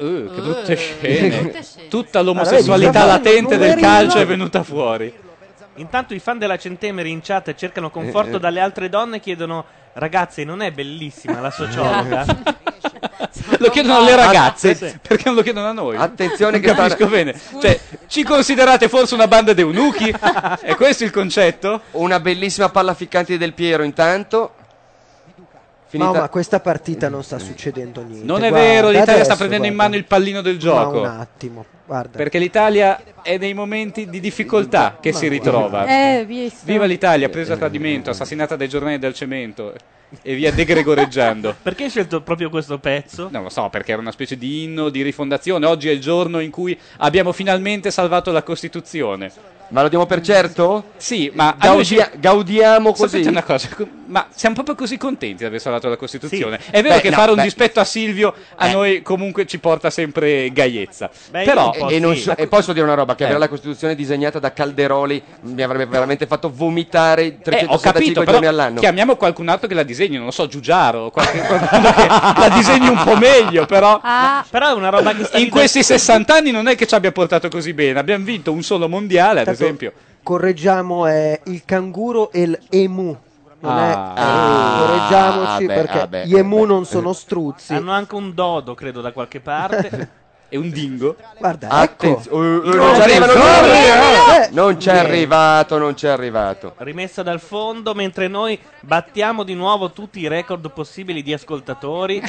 Eh, che brutte Eh, scene. brutte scene. Tutta l'omosessualità Allora, Ah, vedi, latente del numerino. calcio è venuta fuori. Intanto i fan della Centemeri in chat cercano conforto Eh, eh. dalle altre donne e chiedono, ragazzi, non è bellissima la sociologa? Lo chiedono alle ragazze, Ah, Sì. perché non lo chiedono a noi? Attenzione Non che sta- capisco bene. Cioè, ci considerate forse una banda di eunuchi? È questo il concetto? Una bellissima palla ficcante di Del Piero intanto. Finita. No, ma questa partita non sta succedendo niente. Non è guarda, vero, l'Italia sta adesso, prendendo in guarda. mano il pallino del Ma un gioco. attimo, guarda. Perché l'Italia è nei momenti di difficoltà che si ritrova. Eh, visto. Viva l'Italia, presa a tradimento, assassinata dai giornali del cemento e via degregoreggiando. Perché hai scelto proprio questo pezzo? Non lo so, perché era una specie di inno, di rifondazione. Oggi è il giorno in cui abbiamo finalmente salvato la Costituzione. Ma lo diamo per certo? Sì, ma a noi ci- Gaudia- Gaudiamo Sapete così. una cosa? ma siamo proprio così contenti di aver salvato la Costituzione. È vero Beh, che no, fare un beh. dispetto a Silvio a Eh. noi comunque ci porta sempre gaiezza. Beh, Però Eh. e, e non so- e posso dire una roba: che avere la Costituzione disegnata da Calderoli mi avrebbe veramente fatto vomitare Eh, ho 365 capito, però giorni all'anno. chiamiamo qualcun altro che la disegni, non lo so, Giugiaro, qualche- qualcuno che la disegni un po' meglio, però Però è una roba che sta lì Ah. in da- questi 60 anni non è che ci abbia portato così bene, abbiamo vinto un solo mondiale, ad Tanto- esempio. Correggiamo è il canguro e l'emu. Non Ah. è, eh, Ah, correggiamoci ah, beh, perché ah, beh, gli emu eh, beh. non sono struzzi. Ah, Hanno anche un dodo, credo, da qualche parte. e un dingo. oh, Guarda, ecco. Eh, Attenz- eh, eh, non ci arriva, non, non ci è arrivato, non ci è arrivato. Rimessa dal fondo, mentre noi battiamo di nuovo tutti i record possibili di ascoltatori.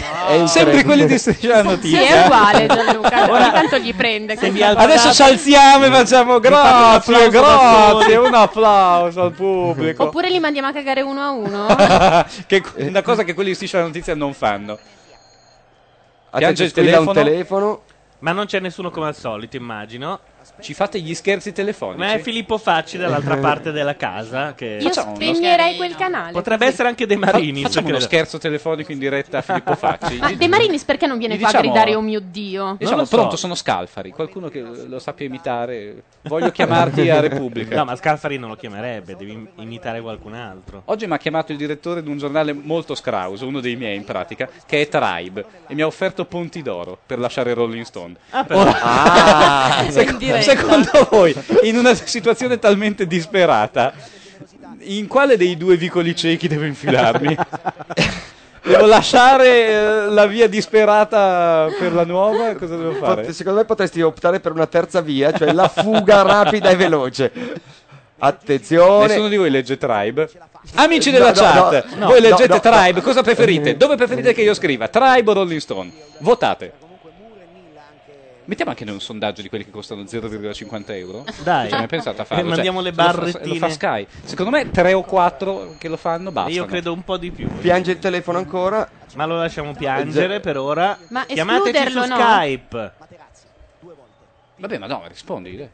Sempre quelli di Striscia la Sì, notizia. è uguale Gianluca. Ora- Ogni tanto gli prende. Se vi alzate- Adesso ci alziamo e facciamo grazie, Mi fate un applauso da grazie, soli. un applauso al pubblico. Oppure li mandiamo a cagare uno a uno. Eh, che è una cosa che quelli di Striscia la notizia non fanno. Piange il squilla telefono. un telefono. Ma non c'è nessuno come al solito, immagino. Ci fate gli scherzi telefonici? Ma è Filippo Facci dall'altra parte della casa. Che Io spegnerei quel canale. Potrebbe essere anche De Marini. Facciamo cioè, credo. uno scherzo telefonico in diretta a Filippo Facci. Ma De Marinis perché non viene Gli qua a diciamo- gridare oh mio Dio? Diciamo, pronto, sono Scalfari. Qualcuno che lo sappia imitare. Voglio chiamarti a Repubblica. No, ma Scalfari non lo chiamerebbe, devi im- imitare qualcun altro. Oggi mi ha chiamato il direttore di un giornale molto scrauso, uno dei miei in pratica, che è Tribe, e mi ha offerto Ponti d'Oro per lasciare Rolling Stone. Ora- Ah. Seco- In diretta. secondo voi, in una situazione talmente disperata, in quale dei due vicoli ciechi devo infilarmi? Devo lasciare eh, la via disperata per la nuova? Cosa devo Pot- fare? secondo me potresti optare per una terza via, cioè la fuga rapida e veloce. Attenzione. Nessuno di voi legge Tribe? Amici della No, no, chat, no, voi no, leggete no, Mm. Tribe, no. cosa preferite? Dove preferite che io scriva? Tribe o Rolling Stone? Votate. Mettiamo anche noi un sondaggio di quelli che costano 0,50 euro. Dai. Ci hai mai pensato a E farlo? Cioè, mandiamo le lo fa- Lo barrettine. fa, Sky. Secondo me 3 o 4 che lo fanno basta. Io credo un po' di più. Piange il telefono ancora. Ma lo lasciamo piangere per ora. Ma Chiamateci su escluderlo, no? Skype. Vabbè, ma no, rispondi. dai.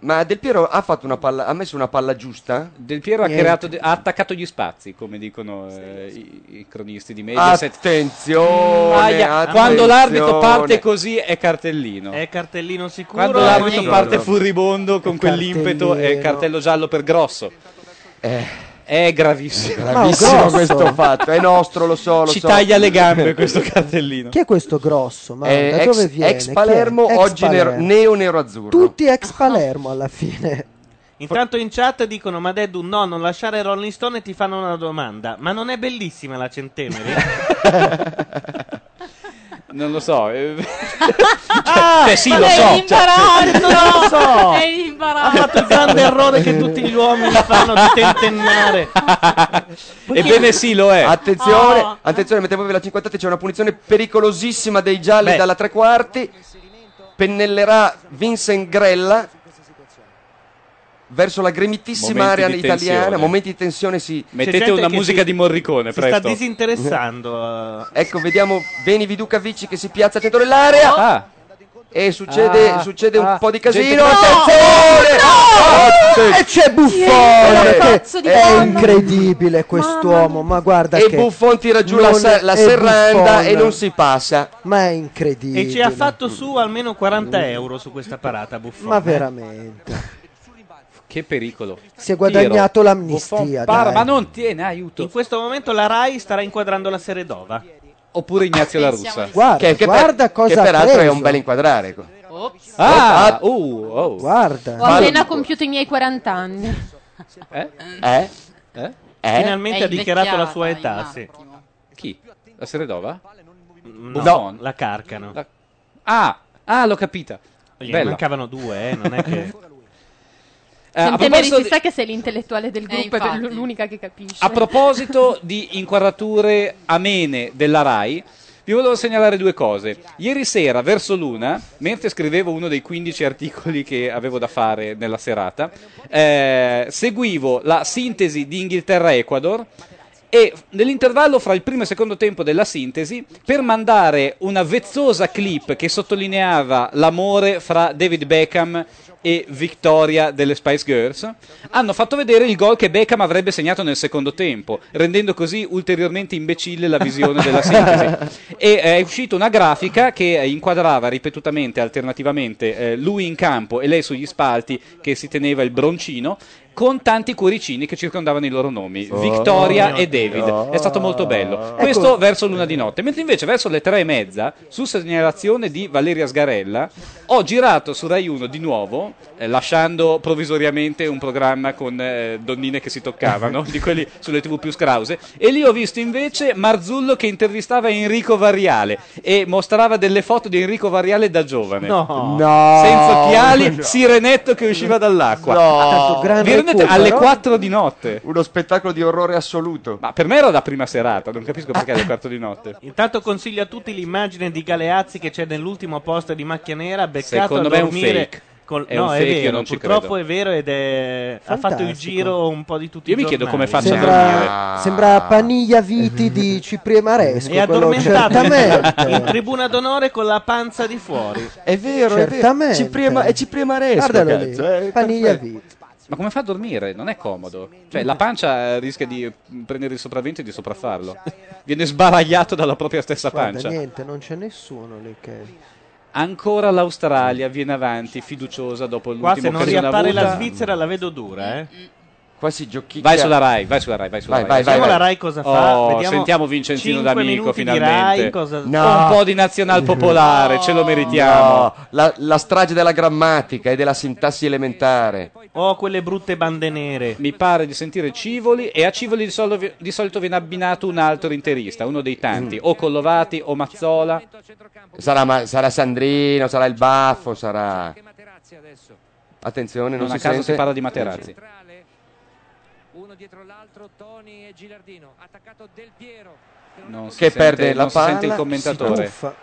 Ma Del Piero ha fatto una palla ha messo una palla giusta? Del Piero ha, Niente. creato de- ha attaccato gli spazi, come dicono eh, i, i cronisti di Mediaset. Attenzione, Aia, quando attenzione. l'arbitro parte così è cartellino. È cartellino Eh, sicuro. eh, Quando l'arbitro Sì. parte furibondo con È quell'impeto è cartellino. cartello giallo per grosso. È gravissimo. Eh, Bravissimo grosso. questo fatto, è nostro, lo so, lo Ci so. taglia le gambe questo cartellino. Chi è questo grosso? Ma Eh, da ex, dove viene? ex Palermo, Chi è? Ex oggi nero- Palermo. neo nero azzurro. Tutti ex Palermo alla fine. Intanto in chat dicono: Ma Deddu, no, non lasciare Rolling Stone e ti fanno una domanda. Ma non è bellissima la centenere? Non lo so. eh. Ah, cioè, sì, lo È so. Cioè, imbarazzo! non lo so. È ha imbarazzo! fatto il grande errore che tutti gli uomini fanno di tentennare. ebbene sì, lo è. Attenzione, Oh. attenzione, mettetevi la 50 c'è una punizione pericolosissima dei gialli Beh. dalla tre quarti. Pennellerà Vincent Grella verso la gremitissima Momenti area di italiana, tensione. momenti di tensione sì. C'è Mettete gente una che musica si- di Morricone, Si sta presto. disinteressando. eh. Ecco, vediamo Beni Viducavici che si piazza a centro dell'area Ah, e succede, Ah. succede un Ah. po' di Gente- casino. No! Attenzione! Eh, E Eh, c'è Che Buffon! cazzo di È mamma. incredibile quest'uomo, ma guarda E che... Buffon tira giù la, non ser- la è serranda Buffon. e non si passa. Ma è incredibile. E ci ha fatto su almeno 40 euro su questa parata, eh? Buffon. Ma veramente. che pericolo. Si è guadagnato l'amnistia, Buffon, para, Eh, dai. ma non tiene eh, aiuto. In questo momento la Rai starà inquadrando la Seredova. Oppure Ignazio La Russa. Guarda, Che, che per- guarda cosa che ha peraltro è preso. un bel inquadrare. ecco. Ah, uh, oh. Ho Guarda. appena compiuto i miei 40 anni. Eh? Eh? Eh? Eh? Finalmente È ha dichiarato la sua invecchiata, età, sì. Chi? La Seredova? No, Buffon. la carcano. La- Ah, ah, l'ho capita. Gli Bella. mancavano due, eh, non è che... Eh, a Centemeri proposito si di- Cioè, sa che sei l'intellettuale del gruppo, è infatti. l'unica che capisce. A proposito di inquadrature amene della RAI, vi volevo segnalare due cose. Ieri sera, verso l'una, mentre scrivevo uno dei 15 articoli che avevo da fare nella serata, eh, seguivo la sintesi di Inghilterra-Ecuador e f- nell'intervallo fra il primo e il secondo tempo della sintesi, per mandare una vezzosa clip che sottolineava l'amore fra David Beckham e vittoria delle Spice Girls, hanno fatto vedere il gol che Beckham avrebbe segnato nel secondo tempo, rendendo così ulteriormente imbecille la visione della sintesi. E eh, è uscita una grafica che eh, inquadrava ripetutamente, alternativamente, eh, lui in campo e lei sugli spalti che si teneva il broncino. Con tanti cuoricini che circondavano i loro nomi, Victoria e David. È stato molto bello. Questo verso l'una di notte. Mentre invece verso le tre e mezza, su segnalazione di Valeria Sgarella, ho girato su Rai 1 di nuovo, eh, lasciando provvisoriamente un programma con eh, donnine che si toccavano, di quelli sulle tv più scrause, e lì ho visto invece Marzullo che intervistava Enrico Variale e mostrava delle foto di Enrico Variale da giovane. No. No. Senza occhiali, No. sirenetto che usciva dall'acqua. No. Tanto grande Vi rendete recupero. alle 4 di notte. Uno spettacolo di orrore assoluto. Ma per me era da prima serata, non capisco perché alle 4 di notte. Intanto consiglio a tutti l'immagine di Galeazzi che c'è nell'ultimo post di Macchia Nera, beccato Secondo a me è un dormire fake. col- È no, un è fake, io vero, non ci purtroppo credo. è vero ed è... ha fatto il Fantastico. giro un po' di tutti Io i mi chiedo giornali. come faccia a Sembra, sembra Paniglia Viti di Ciprie Maresco. È quello addormentato in, in certamente. tribuna d'onore con la panza di fuori. È vero, Certamente. è vero. Cipria Ma- è Cipria Maresco, Guardalo lì, cazzo, eh, Paniglia perfetto. Viti. Ma come fa a dormire? Non è comodo. Cioè, la pancia eh, rischia di eh, prendere il sopravvento e di sopraffarlo. Viene sbaragliato dalla propria stessa Guarda, pancia. niente, non c'è nessuno lì che... Ancora l'Australia viene avanti, fiduciosa dopo Qua se l'ultima non occasione riappare la avuta. Svizzera la vedo dura, eh. Qua si giochicchia. Vai sulla Rai, vai sulla Rai, vai sulla Vai, Rai. vai, vai, Vediamo la vai. Rai cosa fa. Oh, Vediamo sentiamo Vincenzino cinque D'Amico, minuti di finalmente. Rai, cosa- No. Un po' di nazional popolare, ce lo meritiamo. No, la, la strage della grammatica e della sintassi elementare. Oh, quelle brutte bande nere. Mi pare di sentire Civoli e a Civoli di, solo- di solito viene abbinato un altro interista, uno dei Mm. tanti, o Collovati o Mazzola. Sarà, ma- sarà Sandrino, sarà il baffo, sarà... Attenzione, non, Non a si caso sente. si parla di Materazzi. Uno dietro l'altro, Toni e Gilardino. Attaccato Del Piero. Non si Che sente- perde la non si sente il palla, Si commentatore. tuffa.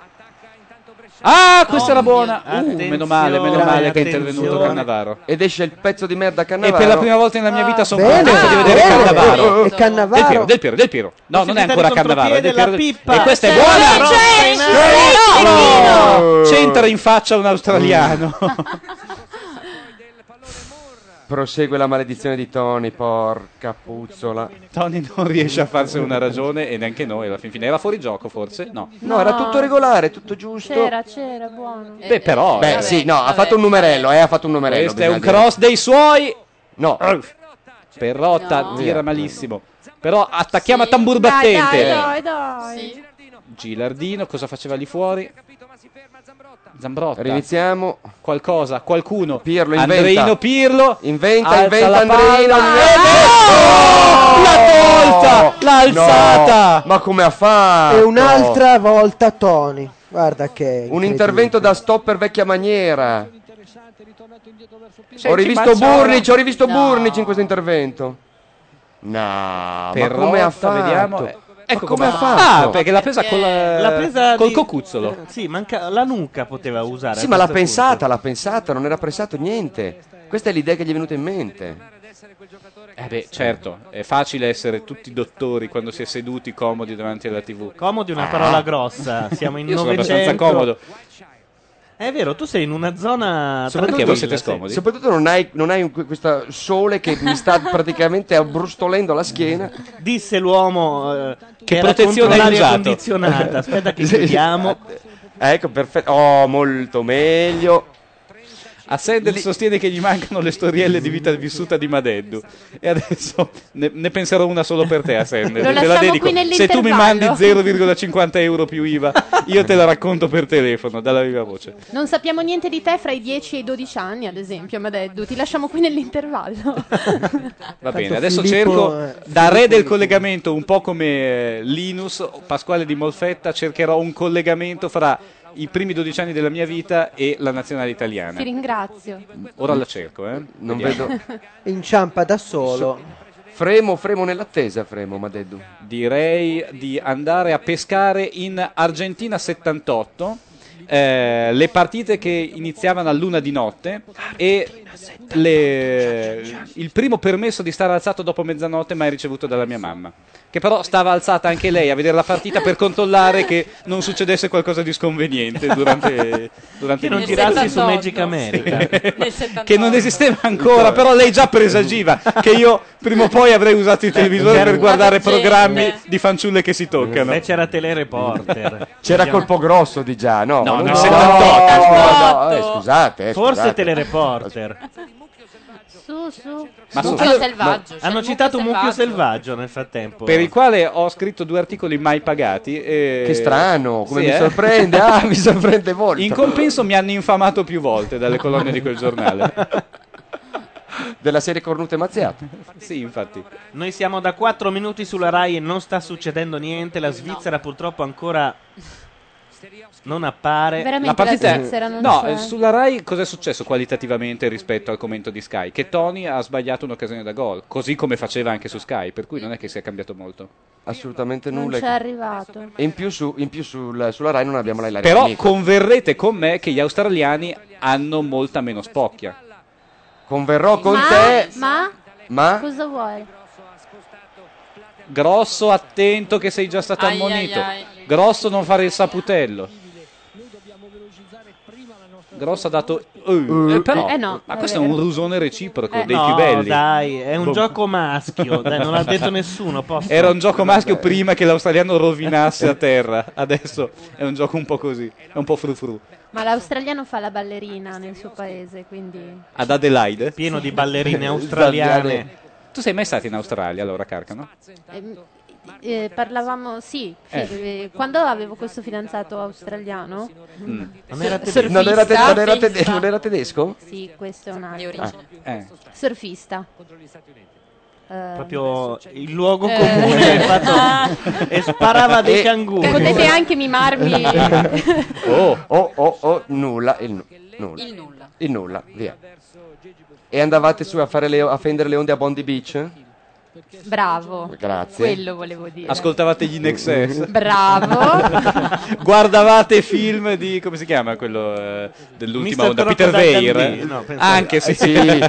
Ah, questa era mia. buona. Uh, meno male, meno male che è intervenuto Attenzione. Cannavaro. Ed esce il pezzo di merda E Cannavaro. per la prima volta nella mia vita sono Bene, Ah, contento di vedere bene, Cannavaro. E Del Piero, Cannavaro. Del Piero, Del Piero. No, non è Possibilità ancora di Cannavaro. è Del Piero, contropiede, la pippa. Del Piero. E questa è C'è buona. Cioè, la rossa in aria. Oh. C'entra in faccia un australiano. Prosegue la maledizione di Tony, porca puzzola. Tony non riesce a farsene una ragione e neanche noi alla fin fine. Era fuori gioco forse? No. No, era tutto regolare, tutto giusto. C'era, c'era, buono. Beh, però. Beh, eh, sì, no, ha fatto un numerello, eh, ha fatto un numerello. Questo è bisogna un dire. cross dei suoi. No, Perrotta No. tira malissimo. Però attacchiamo a tambur Dai, battente. eh. dai, dai, dai. Gilardino, cosa faceva lì fuori? Zambrotta. riniziamo. Qualcosa, qualcuno. Pirlo inventa. Andreino Pirlo. Inventa, Alza inventa la Andreino. palla. inventa- No! La tolta! L'ha Oh! No! alzata! Ma come ha fatto? E un'altra volta Tony. Guarda che... è Un incredibile. intervento da stopper vecchia maniera. Senti, ho rivisto Mazzola. Burnic, ho rivisto Burnic in questo intervento. No, Perrotta, ma come ha fatto? vediamo. Eh, Ecco come ha Ah, fatto? perché l'ha presa col, L'ha presa col di- cocuzzolo. Sì, manca la nuca poteva usare. Sì, a ma l'ha questo pensata, l'ha pensata, non era pressato niente. Questa è l'idea che gli è venuta in mente. Eh beh, certo, è facile essere tutti dottori quando si è seduti comodi davanti alla TV. punto. Comodi è una parola grossa, siamo in Io sono 900. abbastanza comodo. È vero, tu sei in una zona So perché voi siete scomodi. Soprattutto non hai, non hai un- questo sole che mi sta praticamente abbrustolendo la schiena. Disse l'umo eh, che, era protezione contro hai l'aria usato? condizionata. Aspetta che Sì. chiudiamo. Ecco, perfetto. Oh, molto meglio. A Sender sostiene che gli mancano le storielle di vita vissuta di Madeddu. E adesso ne, ne penserò una solo per te, a Sender. Lo te la lasciamo dedico. qui Se tu mi mandi nell'intervallo. 0,50 euro più IVA, io te la racconto per telefono, dalla viva voce. Non sappiamo niente di te fra i 10 e i 12 anni, ad esempio, Madeddu. Ti lasciamo qui nell'intervallo. Va Tanto bene, adesso Filippo, cerco eh, da re del collegamento, un po' come eh, Linus o Pasquale di Molfetta, cercherò un collegamento fra i primi 12 anni della mia vita e la nazionale italiana. Ti ringrazio. Ora la cerco, eh. Non Vediamo. vedo. Inciampa da solo. Fremo, fremo nell'attesa, fremo, Madeddu. Direi di andare a pescare in Argentina 78. eh, le partite che iniziavano a luna di notte e le- il primo permesso di stare alzato dopo mezzanotte mai ricevuto dalla mia mamma, che però stava alzata anche lei a vedere la partita per controllare che non succedesse qualcosa di sconveniente durante, durante Che non il- girassi su Magic America. che non esisteva ancora, però lei già presagiva che io prima o poi avrei usato il Cioè, televisore per guardare programmi di fanciulle che si toccano. Beh, c'era Telereporter. C'era diciamo colpo grosso di già, no? No, non- nel 78. no, no, eh, Oh. scusate. eh, Forse scusate. Telereporter. Su, su. Allora, selvaggio. cioè, Hanno citato Mucchio Selvaggio nel frattempo. Per il quale ho scritto due articoli mai pagati. e- Che strano, come Sì, mi eh? sorprende. Ah, mi sorprende molto. In compenso mi hanno infamato più volte dalle colonne di quel giornale. Della serie Cornute Mazziate. Sì, infatti. Noi siamo da 4 minuti sulla Rai e non sta succedendo niente. La Svizzera purtroppo ancora non appare. la partita Svizzera non no, c'è. eh, sulla Rai cosa è successo qualitativamente rispetto al commento di Sky? Che Tony ha sbagliato un'occasione da gol, così come faceva anche su Sky, per cui non è che sia cambiato molto. Assolutamente Non nulla. c'è arrivato. E in più, su- in più sul- sulla Rai non abbiamo la Ilaria Però D'Amico. converrete con me che gli australiani hanno molta meno spocchia. Converrò con ma, te, ma, ma cosa vuoi? grosso attento che sei già stato Ai, ammonito. ai, ai. Grosso non fare il saputello. Grosso ha dato... Eh, però- Eh no, ma è questo è vero. un rusone reciproco Eh. dei No, più belli. dai, è un Boh. gioco maschio, dai, non l'ha detto nessuno, posso? Era un gioco maschio Vabbè. prima che l'australiano rovinasse a terra. Adesso è un gioco un po' così, è un po' frufru. Ma l'australiano fa la ballerina nel suo paese, quindi... Ad Adelaide. Esatto. Pieno di ballerine australiane. Tu sei mai stato in Australia allora, Carcano? Ehm, eh, parlavamo, sì, fi- Eh. eh, quando avevo questo fidanzato australiano, Mm. mm, Non Sur- era tedesco? Non era te- non era tede- non era tedesco? Ah, eh. Sì, questo è un altro. origini. Surfista. Eh, Proprio il luogo Eh. comune fatto- e sparava dei Eh, canguri. Potete anche mimarmi. oh, oh, oh, oh, nulla, il nu- nulla. Il nulla. Il nulla, via. E andavate su a, fare le, a fendere le onde a Bondi Beach? Bravo. Grazie. Quello volevo dire. Ascoltavate gli Nexus. Bravo. Guardavate film di come si chiama quello eh, dell'ultima Mr. onda? Crocodile Peter Weir. Eh? Ah, Dundee, no, pensavo- Anche sì. Eh, Sì,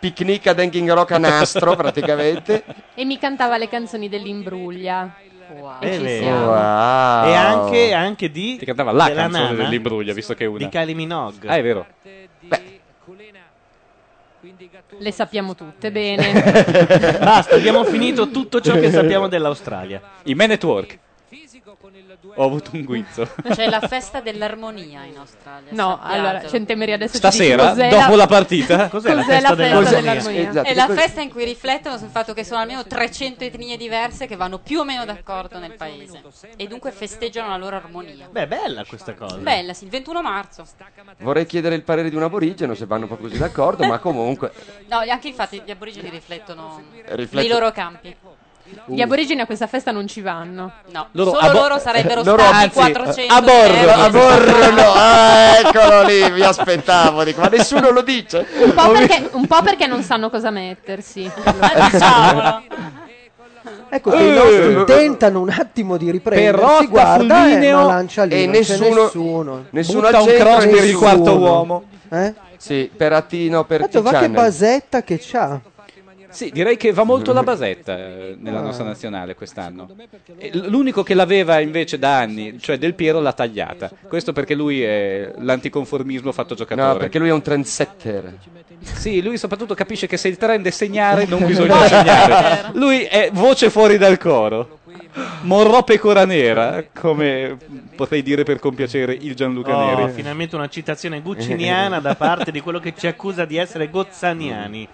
picnic ad Hanging Rock a nastro, praticamente. E mi cantava le canzoni dell'imbruglia. E ci vero. siamo. Wow. E anche, anche di. Ti cantava la della canzone nana dell'imbruglia, visto che è una. Di Kylie Minogue. Ah, è vero. Le sappiamo tutte bene. Basta, abbiamo finito tutto ciò che sappiamo dell'Australia. I Men at Work. Ho avuto un guizzo. Cioè, C'è la festa dell'armonia in Australia. No, sappiatelo. allora, Centemeri adesso ci Stasera, dice cos'è dopo la partita, Cos'è la cos'è la festa festa dell'armonia? dell'armonia? Esatto, È la cos'è- festa in cui riflettono sul fatto che sono almeno 300 etnie diverse che vanno più o meno d'accordo nel paese e dunque festeggiano la loro armonia. Beh, bella questa cosa. Bella, sì, il 21 marzo. Vorrei chiedere il parere di un aborigeno se vanno proprio così d'accordo, ma comunque No, e anche infatti gli aborigeni riflettono Rifletto- i loro campi. Uh. Gli aborigeni a questa festa non ci vanno. No, Loro solo abo- loro sarebbero loro- stati anzi, 400 Eh, Aborrono, euro. aborrono, ah, eccolo lì, mi aspettavo, dico, ma nessuno lo dice. Un po' perché, un po' perché non sanno cosa mettersi. Ecco Eh. che i nostri tentano un attimo di riprendersi, Perotta, guarda, e Fulmineo, una lancia lì, e non c'è nessuno- nessuno. nessuno Butta al un centro, cross per il nessuno. quarto uomo. Eh? Sì, Peratino, per Tanto va che basetta che c'ha. Sì, direi che va molto la basetta eh, nella Ah. nostra nazionale quest'anno. E l- L'unico che l'aveva invece da anni, cioè Del Piero, l'ha tagliata. Questo perché lui è l'anticonformismo fatto giocatore. No, perché lui è un trendsetter. Sì, lui soprattutto capisce che se il trend è segnare, non bisogna segnare. Lui è voce fuori dal coro. Monrò pecora nera, come potrei dire per compiacere il Gianluca Oh, Neri. finalmente una citazione gucciniana da parte di quello che ci accusa di essere gozzaniani.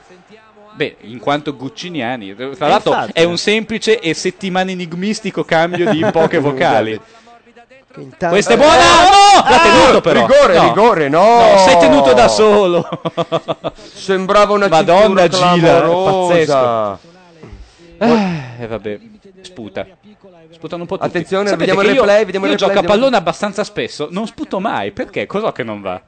Beh, in quanto Gucciniani, tra Eh, l'altro infatti. è un semplice e settimana enigmistico cambio di poche vocali. Questa è buona! No! L'ha tenuto però! Eh, Rigore, No. rigore, no! No, sei tenuto da solo! Sembrava una Madonna cintura Gila, clamorosa. pazzesco. Ah, E vabbè, sputa. Sputano un po' tutti. Attenzione, Sapete vediamo che il io- replay, vediamo il io replay, gioco a vediamo- pallone abbastanza spesso, non sputo mai, perché? Cos'ho che non va?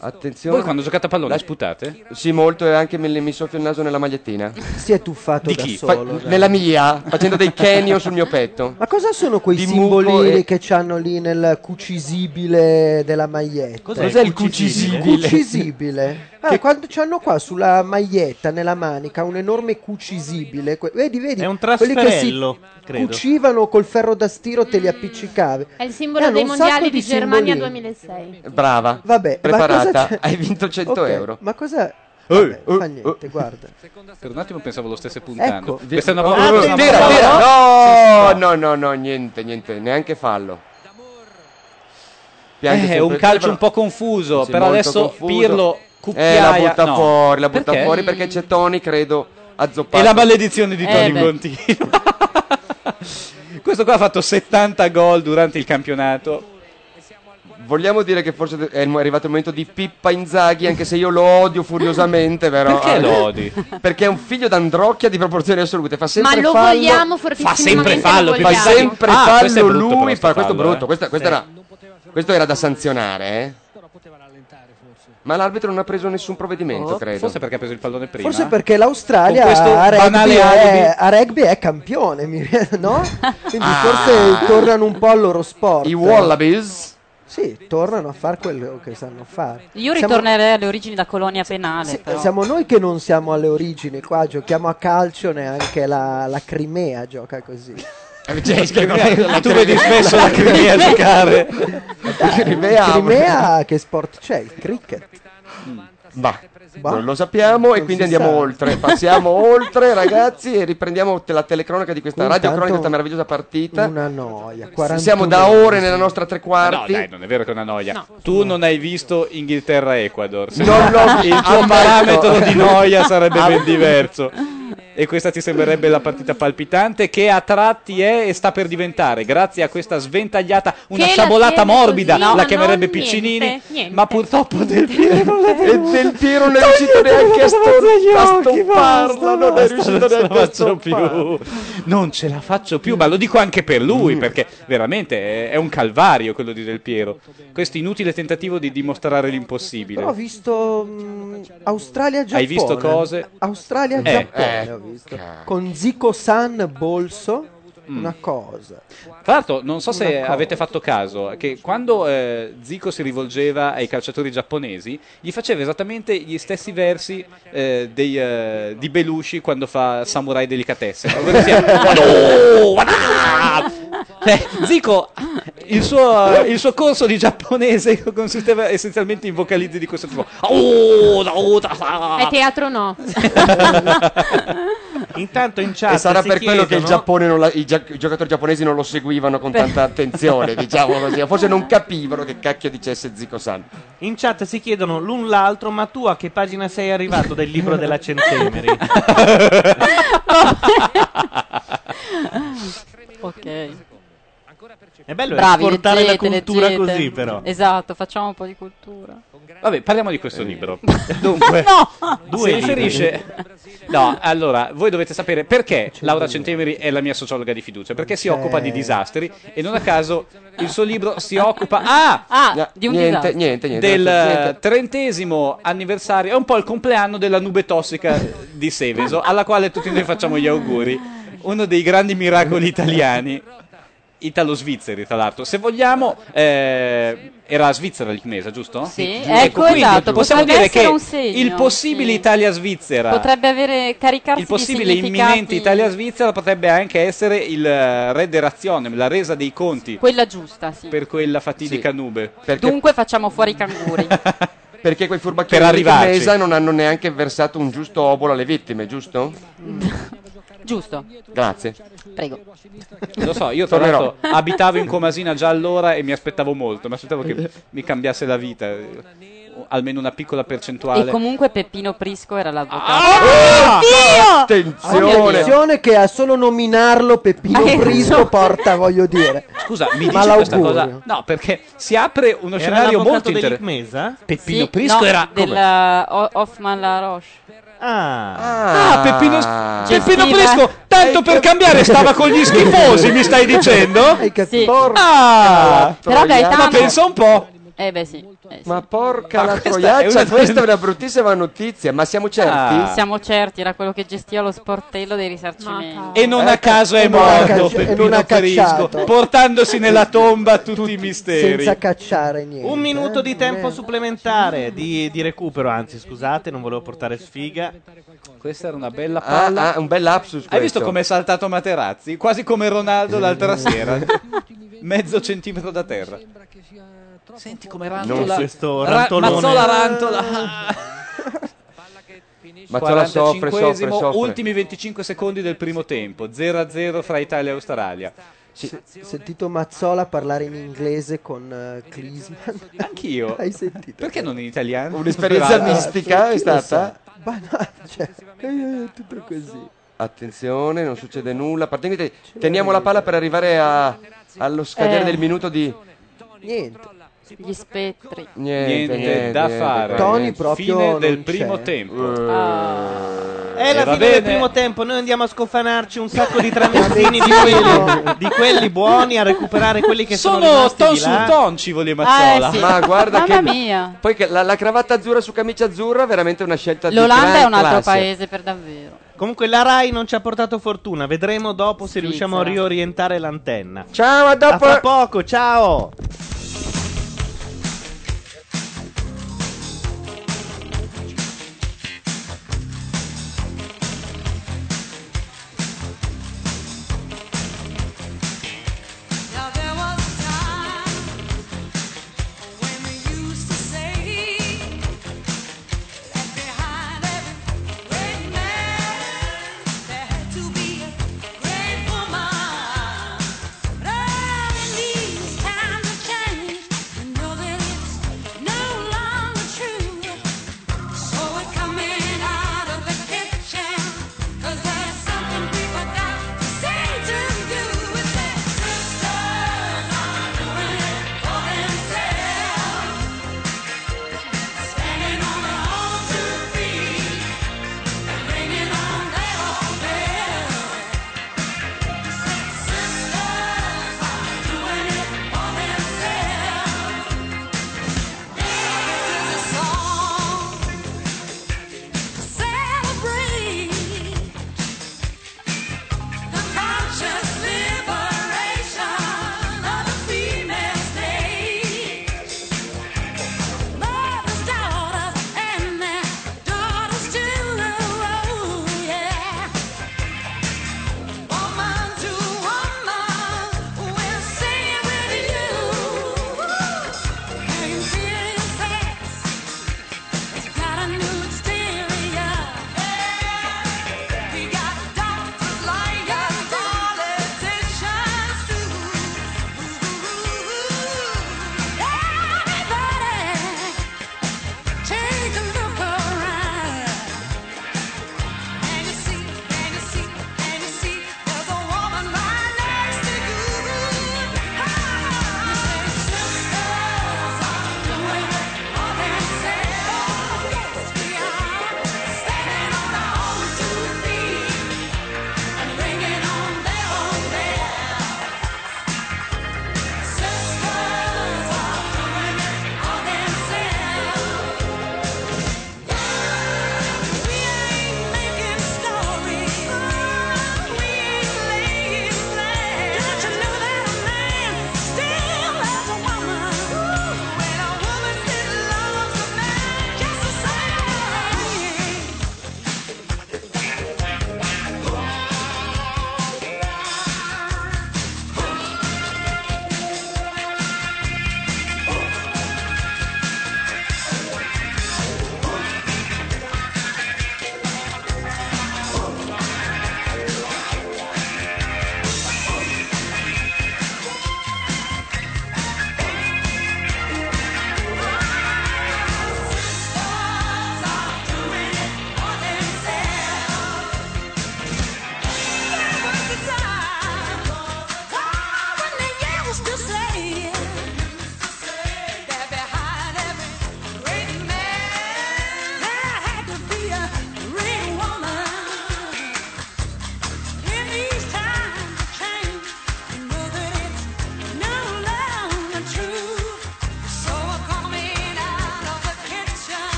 Attenzione. Voi quando giocate a pallone La- sputate? Sì, molto, e anche me- mi soffio il naso nella magliettina. Si è tuffato Di da chi? solo. Fa- nella mia, Ah, facendo dei canyon sul mio petto. Ma cosa sono quei Di muco simbolini e- che c'hanno lì nel cucisibile della maglietta? Cos'è Cos'è il cucisibile? cucisibile? Cucisibile. Ah, quando c'hanno qua sulla maglietta, nella manica, un enorme cucisibile. que- vedi, vedi? È un quelli che si trasferello, credo. cucivano col ferro da stiro, te li appiccicavi. È il simbolo Eh, hanno dei un mondiali sacco di, di Germania simbolini. 2006. Brava. Vabbè, ma cosa preparata. c'è? Hai vinto 100 Ok, euro. Ma cosa... Eh, Vabbè, fa niente, guarda. Per un attimo pensavo lo stesse puntando. Ecco. Questa è una Oh, cosa- tira, tira, No, no, no, no, niente, niente, neanche fallo. Piange Eh, sempre. un calcio Però- un po' confuso, Sì, però molto adesso confuso. Pirlo cucchiaia. Eh, la butta no. fuori, la butta Perché? fuori perché c'è Toni, credo, azzoppato. E la maledizione di Eh, Toni beh. Contino. Questo qua ha fatto 70 gol durante il campionato. Vogliamo dire che forse è il- è arrivato il momento di Pippa Inzaghi, anche se io lo odio furiosamente, però. eh. Perché lo odi? Perché è un figlio d'Androcchia di proporzioni assolute. Fa sempre Ma lo fallo. vogliamo fortissimamente. lo fa vogliamo. sempre Ah, questo è fallo brutto però, lui. sto Fa questo fallo, brutto, eh. questa- questa Sì. era- questo era da sanzionare, eh. Ma l'arbitro non ha preso nessun provvedimento, credo. Oh, Forse perché ha preso il pallone prima. Forse perché l'Australia Con questo a rugby, banale è, alibi. a rugby è campione, mi viene- no? Quindi Ah. forse tornano un po' al loro sport. I Wallabies? Sì, tornano a fare quello che sanno fare. Io Siamo- ritornerei alle origini da colonia penale. però. Siamo noi che non siamo alle origini qua, giochiamo a calcio, neanche la, la Crimea gioca così. Eh, Cioè, che non è la Tu vedi Crimea. spesso la Crimea giocare. La Crimea- Crimea, che sport c'è? Il cricket. Bah, Bah. non lo sappiamo e Non quindi si andiamo sa. oltre. Passiamo oltre, ragazzi, e riprendiamo te- la telecronaca di questa Intanto- radio cronaca di questa meravigliosa partita. Una noia. 41 Siamo da ore nella nostra tre No, quarti. dai, non è vero che è una noia. Tu non hai visto Inghilterra-Ecuador. Se Non no, l'ho- Ah. il tuo ammetto. parametro di noia sarebbe ben Ammetto. diverso. E questa ti sembrerebbe la partita palpitante che a tratti è e sta per diventare, grazie a questa sventagliata, una Che la sciabolata tiene morbida, così, la no, chiamerebbe no, Piccinini, niente, niente. ma purtroppo Del Piero non la E Del Piero non è riuscito neanche a, sto- a stopparla, non è riuscito non ce la neanche a faccio più. Non ce la faccio più, ma lo dico anche per lui, Mm. perché veramente è, è un calvario quello di Del Piero. Questo inutile tentativo di dimostrare l'impossibile. Però ho visto mm, mh, Australia-Giappone. Hai visto cose? Australia-Giappone Eh, ho visto. Con Zico-san bolso, Mm. una cosa. Tra l'altro, non so se Una cosa. avete fatto caso che quando eh, Zico si rivolgeva ai calciatori giapponesi, gli faceva esattamente gli stessi versi eh, dei, eh, di Belushi quando fa Samurai Delicatesse. Ovvero sia, "Wano! Wana!" Eh, Zico, il suo, il suo corso di giapponese consisteva essenzialmente in vocalizzi di questo tipo. "Ao, dao, Oh, da, sa." È teatro no. Intanto in chat E sarà si per quello che il chiedono- Giappone non la- i, gia- i giocatori giapponesi non lo seguivano con tanta attenzione, diciamo così. Forse non capivano che cacchio dicesse Zico San. In chat si chiedono l'un l'altro, ma tu a che pagina sei arrivato del libro della Centemeri? ok. È bello Bravi, esportare la leggete, cultura leggete. così, però. Esatto, facciamo un po' di cultura. Vabbè, parliamo di Eh. questo libro. Dunque, Due si libri. riferisce. No, allora, voi dovete sapere perché Laura Centemeri è la mia sociologa di fiducia. Perché si occupa di disastri e non a caso il suo libro si occupa. Ah! Ah, di un niente, disastro. niente, niente. Del eh, niente. trentesimo anniversario, è un po' il compleanno della nube tossica di Seveso, alla quale tutti noi facciamo gli auguri. Uno dei grandi miracoli italiani, italo-svizzeri tra l'altro. Se vogliamo, eh, era Svizzera l'Icmesa, giusto? Sì, ecco, quindi esatto, Possiamo potrebbe dire che essere un segno, il possibile sì. Italia-Svizzera Potrebbe avere caricarsi il possibile di significati- imminente Italia-Svizzera potrebbe anche essere il eh, rederazione, la resa dei conti Quella giusta, sì. per quella fatidica nube. Perché, Dunque facciamo fuori i canguri. perché Per quei furbacchioni di arrivarci. Mesa non hanno neanche versato un giusto obolo alle vittime, giusto? Giusto. Grazie. Prego. Lo so, io tra Tornerò. l'altro abitavo in Comasina già allora e mi aspettavo molto, mi aspettavo che mi cambiasse la vita, eh, o almeno una piccola percentuale. E comunque Peppino Prisco era Ah! l'avvocato. Ah, Attenzione! Attenzione che a solo nominarlo Peppino Ah, Hai esatto. Prisco ragione. porta, voglio dire. Scusa, mi dici Malaugurio. questa cosa? No, perché si apre uno Era scenario l'avvocato molto interessante. dell'Icmesa? Peppino Sì, Prisco no, era della O- Hoffman La Roche. Ah, Ah, Peppino, Peppino Gestiva. Prisco, tanto per cambiare stava con gli schifosi, mi stai dicendo? Hai capito? Sì. Porca Ah! Però Troia. Gaetano, Ma pensa un po'. Eh beh sì. eh sì. Ma porca Ma la questa troiaccia, è questa, una- è una bruttissima notizia, ma siamo certi? Ah. Siamo certi, era quello che gestiva lo sportello dei risarcimenti. E non a caso è e non ha morto cacci- e non Peppino ha Prisco, cacciato. portandosi nella tomba tutti i misteri. senza cacciare niente. Un minuto di tempo supplementare, di, di recupero, anzi scusate, non volevo portare sfiga. Questa era una bella palla. Ah, ah, un bel lapsus Hai visto come è saltato Materazzi? Quasi come Ronaldo Eh. l'altra sera. Mezzo centimetro da terra. Senti come Non rantola. questo Ra- Eh, rantolone. Mazzola rantola. Eh. Mazzola soffre, soffre, 45esimo, soffre. Ultimi 25 secondi del primo tempo. 0-0 fra Italia e Australia. Ho sentito Mazzola parlare in inglese con eh, Klinsmann. Anch'io. Hai sentito? Perché non Esatto. in italiano? Un'esperienza Brava. mistica è stata? Ma no, cioè, eh, tutto così. Attenzione, non succede nulla. Partite- teniamo la palla per arrivare a- allo scadere Eh. del minuto di... Niente. Gli spettri. Niente, Niente da niente, fare. qua Tony niente. proprio Fine non del c'è. primo tempo. È la Eh, va fine del bene. primo tempo, noi andiamo a scofanarci un sacco di tramezzini di, quelli, di quelli buoni, a recuperare quelli che sono, Sono rimasti ton di su là. ton, ci vuole Mazzola. Eh, sì. Ma guarda Mamma che... mia. Poi che la, la cravatta azzurra su camicia azzurra è veramente una scelta di L'Olanda gran è un altro classe. paese per davvero. Comunque la Rai non ci ha portato fortuna, vedremo dopo se Svizzera. riusciamo a riorientare l'antenna. Ciao, a dopo! A fra poco, ciao! Now there was a time when we used to say that behind every great man there had to be a great woman. But all these times have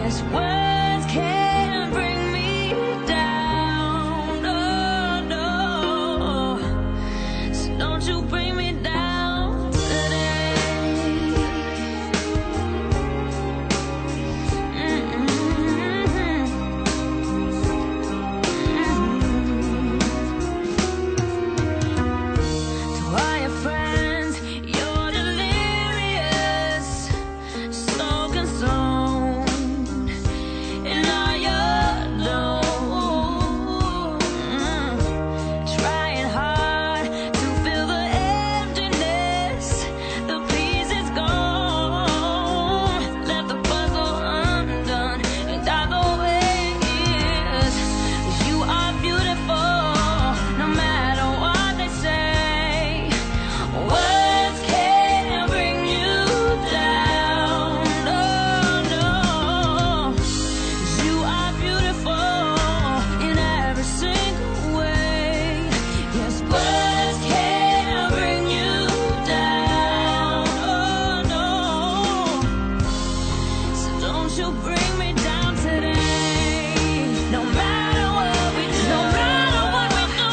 Cause words can't bring me down. No, no. So don't you bring me down today. Mm-mm. To all your friends, you're delirious, so consumed in all your doom. Trying hard to fill the emptiness, the piece is gone. Left the puzzle undone, and I know it is. You are beautiful, no matter what they say. Words can bring you down. No, no. You are beautiful in every single way. Yes, words can bring you down. Oh no. So don't you bring me down today. No matter what we do. No matter what we do.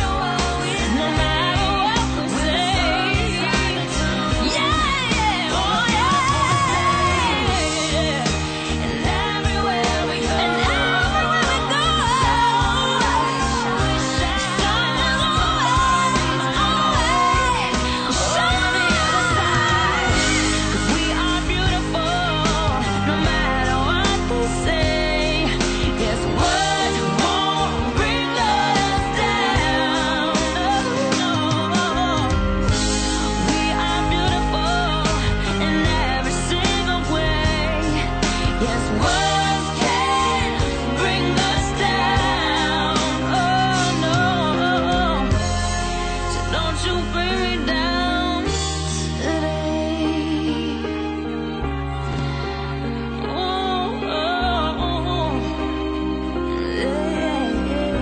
No matter what we do. No matter what we say. Yeah, yeah. Oh yeah. yeah. And everywhere we go. And everywhere we go. We are beautiful, no matter what they say. Yes, words won't bring us down. We are beautiful in every single way. Yes, words can bring us down. Oh no, so don't you bring me down today. Oh, yeah,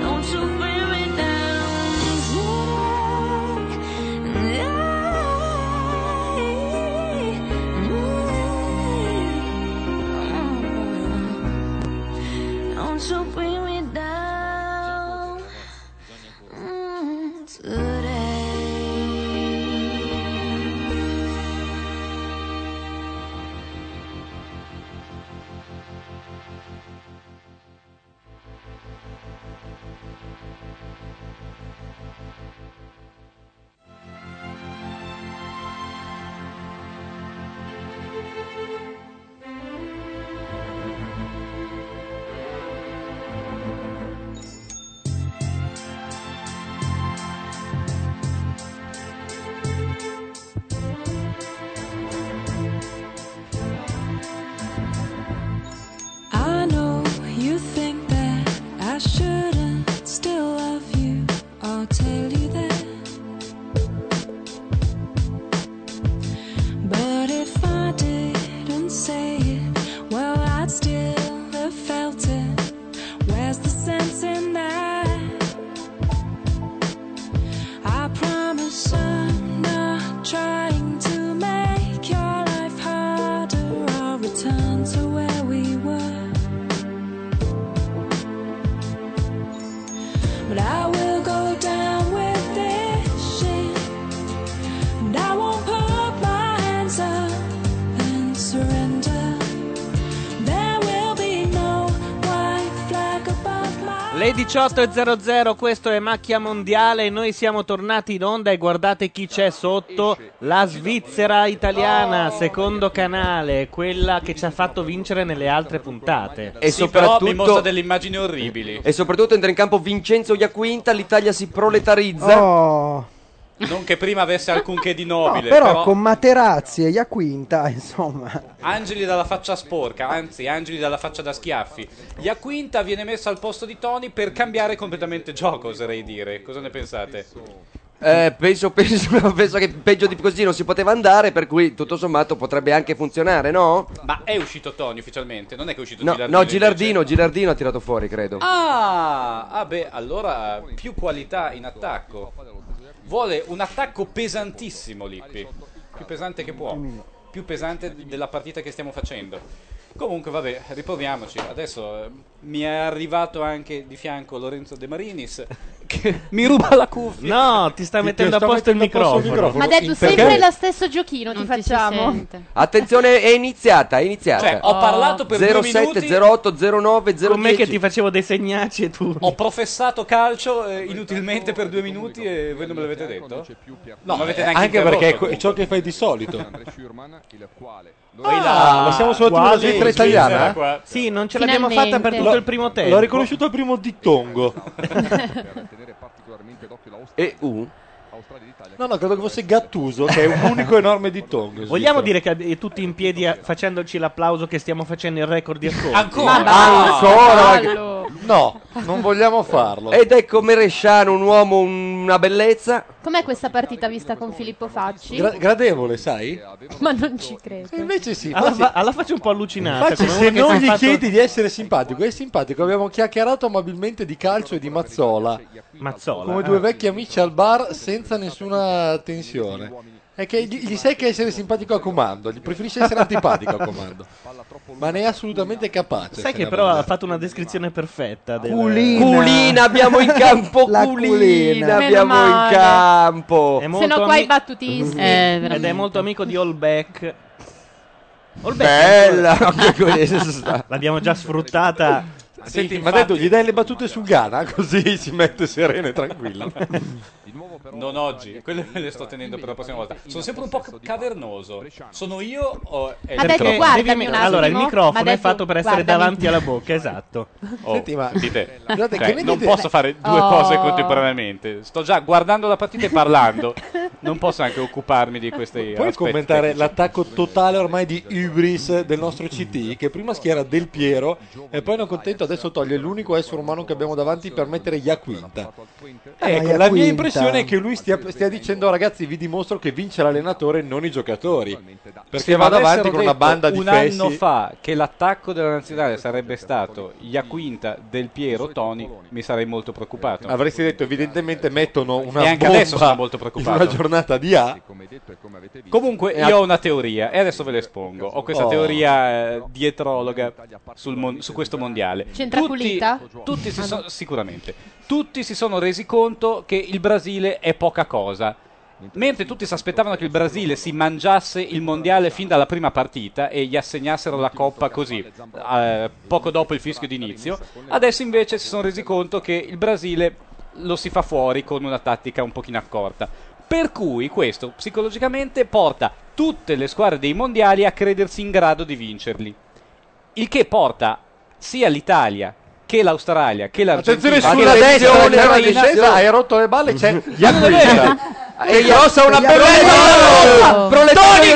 don't you bring me down Don't you bring me down mm, today. I know you think that I shouldn't still love you. I'll tell you that. But if I didn't say it, well, I'd still have felt it. Where's the sense in that? I promise I'm not trying to make your life harder. I'll return to where we were. But I will go down with this ship. And I won't put my hands up and surrender. There will be no white flag above my Le 18.00, questo è Macchia Mondiale. Noi siamo tornati in onda e guardate chi c'è sotto. La Svizzera italiana, secondo canale, quella che ci ha fatto vincere nelle altre puntate. E Sì, soprattutto- però mi mostra delle immagini orribili. E soprattutto entra in campo Vincenzo Iaquinta, l'Italia si proletarizza. Oh. Non che prima avesse alcunché di nobile, però, però, con Materazzi e Iaquinta, insomma, Angeli dalla faccia sporca, anzi, Angeli dalla faccia da schiaffi. Iaquinta viene messa al posto di Tony per cambiare completamente gioco, oserei dire. Cosa ne pensate? Eh, penso, penso- penso che peggio di così non si poteva andare, per cui tutto sommato potrebbe anche funzionare, no? Ma è uscito Tony ufficialmente? Non è che è uscito No, Gilardino? no, Gilardino, Gilardino ha tirato fuori, credo. Ah, ah beh, allora più qualità in attacco. Vuole un attacco pesantissimo Lippi. Più pesante che può. Più pesante della partita che stiamo facendo. Comunque, vabbè, riproviamoci. Adesso eh, mi è arrivato anche di fianco Lorenzo De Marinis che mi ruba la cuffia. No, ti sta mettendo a posto il microfono. Ma detto sempre lo stesso giochino ti facciamo. Attenzione, è iniziata, è iniziata. Cioè, ho parlato per due 07, minuti. 08, 09, 010. Con me che ti facevo dei segnacci e tu. Ho professato calcio eh, inutilmente per due minuti e voi non me l'avete detto? No, non avete Eh, neanche anche perché è que- interrotto. è ciò che fai di solito. Ah, ma siamo sulla quasi. tecnologia italiana? Svizzera eh? qua. Sì, non ce l'abbiamo Finalmente. fatta per tutto L'ho- il primo tempo. L'ho riconosciuto al primo dittongo. e U. No, no, credo che fosse Gattuso, che è un unico enorme dittongo. Vogliamo dire che è tutti in piedi a- facendoci l'applauso che stiamo facendo il record di ascolto? Ancora? Ancora? No, non vogliamo farlo. Ed ecco Meresciano, un uomo, una bellezza. Com'è questa partita vista con Filippo Facci? Gra- gradevole, sai? Ma non ci credo. Invece sì, Alla, infatti- fa- alla faccia un po' allucinata. Infatti, Ah, cioè, come se uno che non si è gli fatto- chiedi di essere simpatico, è simpatico. Abbiamo chiacchierato amabilmente di calcio e di Mazzola, Mazzola. ah. come due vecchi amici al bar, senza nessuna tensione. È che gli, gli sai che essere simpatico a comando, gli preferisce essere antipatico a comando. Ma ne è assolutamente capace. Sai che però ha fatto una descrizione perfetta. Del... Culina. Culina, abbiamo in campo La culina, culina. abbiamo in campo. È Se molto no qua ami- i battutisti. Eh, Ed è veramente. molto amico di All Back. All Back è Bella! ancora- L'abbiamo già sfruttata. Senti, ma detto, gli dai le battute su Ghana così si mette sereno e tranquillo. Non oggi, quelle me le sto tenendo per la prossima volta. Sono sempre un po' cavernoso. Sono io o è il Perché microfono? Eh, devi- Allora, il microfono è fatto per essere davanti alla bocca, esatto. Oh, Senti, ma- dite. Guardate, Cioè, che mi non dite- posso fare due Oh. cose contemporaneamente. Sto già guardando la partita e parlando. non posso anche occuparmi di questi Puoi aspetti commentare tecnici. l'attacco totale ormai di Ibris del nostro CT che prima schiera Del Piero e poi non contento adesso toglie l'unico essere umano che abbiamo davanti per mettere Iaquinta. Ah, Eh, Ecco, la mia impressione è che lui stia, stia dicendo ragazzi vi dimostro che vince l'allenatore e non i giocatori. Perché Se va davanti avessero con una detto banda di un fessi. anno fa che l'attacco della nazionale sarebbe stato Iaquinta, Del Piero, Toni, mi sarei molto preoccupato. Avresti detto evidentemente mettono una e anche bomba adesso sono molto preoccupato. in una giornata di A. Comunque, E io a- ho una teoria e adesso ve l'espongo. Ho questa Oh. teoria eh, dietrologa sul mon- su questo mondiale. C'entra pulita? Tutti si sono, sicuramente, tutti si sono resi conto che il Brasile è poca cosa. Mentre tutti si aspettavano che il Brasile si mangiasse il mondiale fin dalla prima partita e gli assegnassero la coppa così, eh, poco dopo il fischio d'inizio, adesso invece si sono resi conto che il Brasile lo si fa fuori con una tattica un pochino accorta. Per cui questo psicologicamente porta tutte le squadre dei mondiali a credersi in grado di vincerli. Il che porta sia l'Italia che l'Australia che l'Argentina Attenzione sulla che destra, l'Argentina- c'è una discesa, hai rotto le balle, c'è Iaquinta. E grossa una bella proletario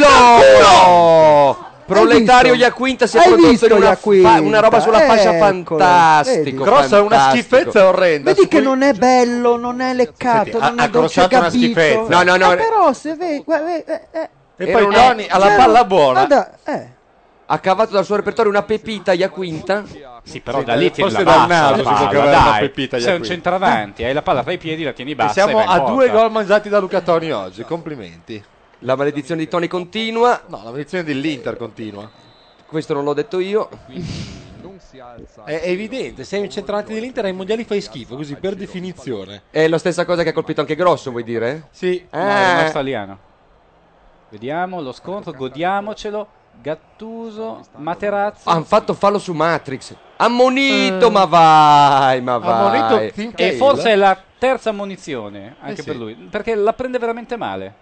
no! Proletario visto? Iaquinta si è Hai prodotto visto in una, Iaquinta? fa- una roba sulla fascia Eccolo, vedi. fantastico. Grossa è una fantastico. schifezza orrenda. Vedi che non è bello, non è leccato, Senti, ha- non ha è dolce crociato una gabito. schifezza. No, no, no. Ah, però se vedi, guarda, vedi, eh, eh. E Era poi un- Doni alla c'era- palla buona. guarda, eh. Ha cavato dal suo repertorio una pepita Iaquinta. Sì, però da lì tieni la eh, forse bassa, dal naso la si palla, giocava dai. una pepita Sei un Iaquinta. centravanti, hai la palla tra i piedi, la tieni E bassa siamo e vai in a porta. due gol mangiati da Luca Toni oggi, complimenti. La maledizione di Toni continua. No, la maledizione dell'Inter continua. Questo non l'ho detto io. È è evidente, sei un centravanti dell'Inter ai mondiali fai schifo, così per definizione. È la stessa cosa che ha colpito anche Grosso, vuoi dire? Eh. Sì. No, è rimasto alieno. Vediamo lo scontro, godiamocelo. Gattuso, Materazzi. Hanno fatto fallo su Matrix. Eh. Ammonito, ma vai, ma vai. e forse è la terza munizione anche sì. per lui, perché la prende veramente male.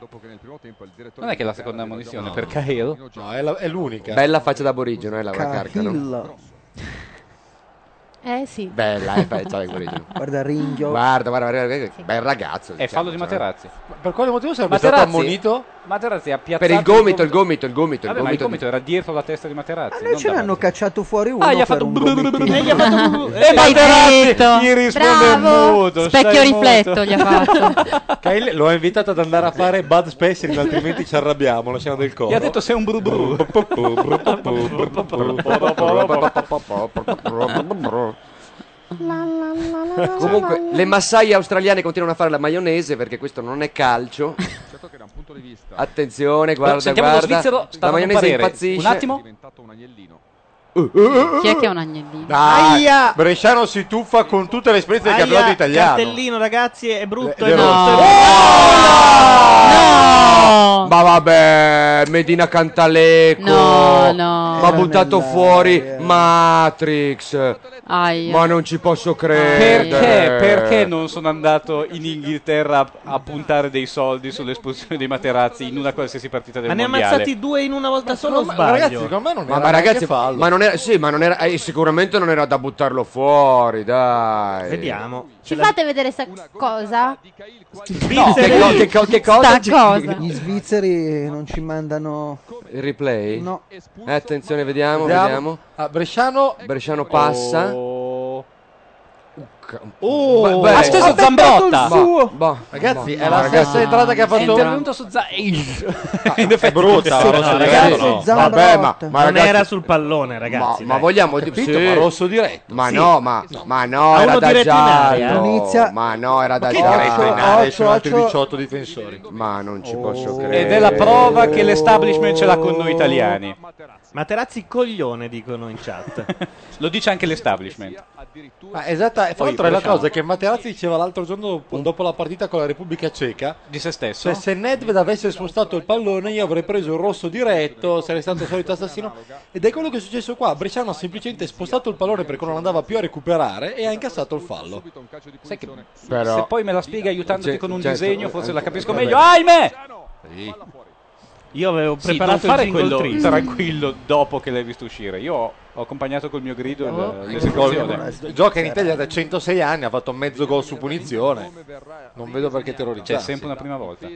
Non è che è la seconda munizione No. per Cahill. No, è, la- è l'unica. Bella faccia d'aborigeno, eh, Laura Carcano. Eh sì. Bella, eh, faccia d'aborigeno. Guarda Ringhio. Guarda, guarda, guarda, guarda, bel ragazzo. diciamo, cioè. È fallo di Materazzi. Per quale motivo sarebbe Materazzi- stato ammonito? Materazzi ha piazzato Per il gomito, il gomito, il gomito, il Vabbè, ma il gomito. gomito era dietro la testa di Noi Materazzi. non Eh, ce davanti. l'hanno cacciato fuori uno Ah, gli ha per fatto un blu, blu, blu, blu, gomitino. gli ha fatto blu, blu. Dai, Eh, Materazzi, zitto. gli risponde Bravo. muto, Specchio stai rifletto muto. gli ha fatto. Kyle lo ha invitato ad andare a fare Bud Spencer, altrimenti ci arrabbiamo, lasciamo del coro. Gli ha detto sei un bru bru. Comunque, le massaie australiane continuano a fare la maionese perché questo non è calcio. Attenzione, guarda, Sentiamo lo guarda. svizzero, sta la dando un maionese parere. impazzisce. Un attimo. Chi è che ha un agnellino? Dai, Aia! Bresciano si tuffa con tutte le esperienze del Aia, campionato italiano. Cartellino, ragazzi, è brutto. Le- è le brutto, rosse. Oh! Ma vabbè, Medina Cantaleco. No, no. eh. Ma ha buttato fuori Matrix. Aia. Ma non ci posso credere. Eh. Perché, perché non sono andato in Inghilterra a, a puntare dei soldi sull'espulsione dei materazzi in una qualsiasi partita del Ma ne ha mondiale? ammazzati due in una volta solo o sbaglio? ma, ma ragazzi, ma non era, sì, ma non era, eh, sicuramente non era da buttarlo fuori, dai. Vediamo. Ci fate vedere sta cosa? No, che, co- che co- che cosa? Sta cosa. Gli svizzeri non ci mandano Il replay? No. Eh, attenzione, vediamo, Vediamo. vediamo. Ah, Bresciano. Bresciano passa. Oh, Beh, ha steso aspettato Zambrotta. il suo. Boh, Ragazzi, boh, è no, la ragazzi. stessa entrata che ha fatto È intervenuto su Za- In effetti, brutta la rossa ragazzi, diretta, no. Zambrotta. Vabbè, ma- ma non ragazzi- era sul pallone, ragazzi. ma dai. vogliamo di- Capito? sì. Ma rosso- diretto. Ma Sì. no, ma, ma no, Ma era uno da diretto in giallo. area? Inizia- eh. Ma no, era da Che giallo. diretto in area, sono altri Ocho, ocho. 18 difensori. Ma non ci posso credere. Ed è la prova che l'establishment ce l'ha con noi italiani. Materazzi coglione, dicono in chat. Lo dice anche l'establishment. Ma esatta, e diciamo- fra Poi l'altro è la Bresciano. cosa che Materazzi diceva l'altro giorno dopo, dopo la partita con la Repubblica Ceca. Di se stesso. Cioè, se Nedved avesse spostato il pallone io avrei preso il rosso diretto, sarei stato il solito assassino. Ed è quello che è successo qua. Bresciano ha semplicemente spostato il pallone perché non andava più a recuperare e ha incassato il fallo. Sai che Però- se poi me la spiega aiutandoti Cioè, con un cioè, disegno, forse la capisco vabbè. meglio. Ahimè! Io avevo Sì, preparato non il fare jingle quello triste. tranquillo dopo che l'hai visto uscire. Io ho, ho accompagnato col mio grido il- Oh. l'esecuzione. Gioca in Italia da 106 anni, ha fatto mezzo gol su punizione. Non vedo perché terrorizzarsi. C'è Cioè, sempre una prima volta.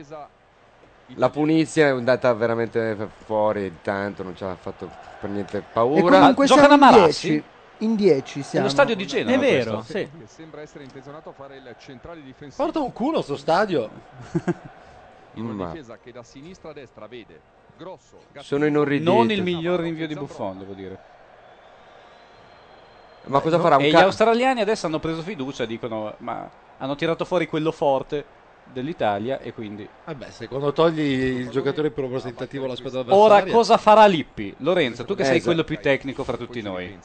La punizia è andata veramente fuori di tanto, non ci ha fatto per niente paura. E comunque siamo in 10. In 10 È siamo. lo stadio di Genova, È vero, questo. sì. Che sembra essere intenzionato a fare il centrale difensivo. Porta un culo sto stadio. In una Ma- difesa che da sinistra a destra vede Grosso, Sono inorridito. Non il miglior rinvio di Buffon, devo dire. Ma cosa farà un E gli ca- australiani adesso hanno preso fiducia, dicono, ma hanno tirato fuori quello forte dell'Italia e quindi... Vabbè, secondo togli il giocatore più rappresentativo alla squadra avversaria. Ora cosa farà Lippi? Lorenzo, tu che sei Esatto. quello più tecnico fra tutti noi.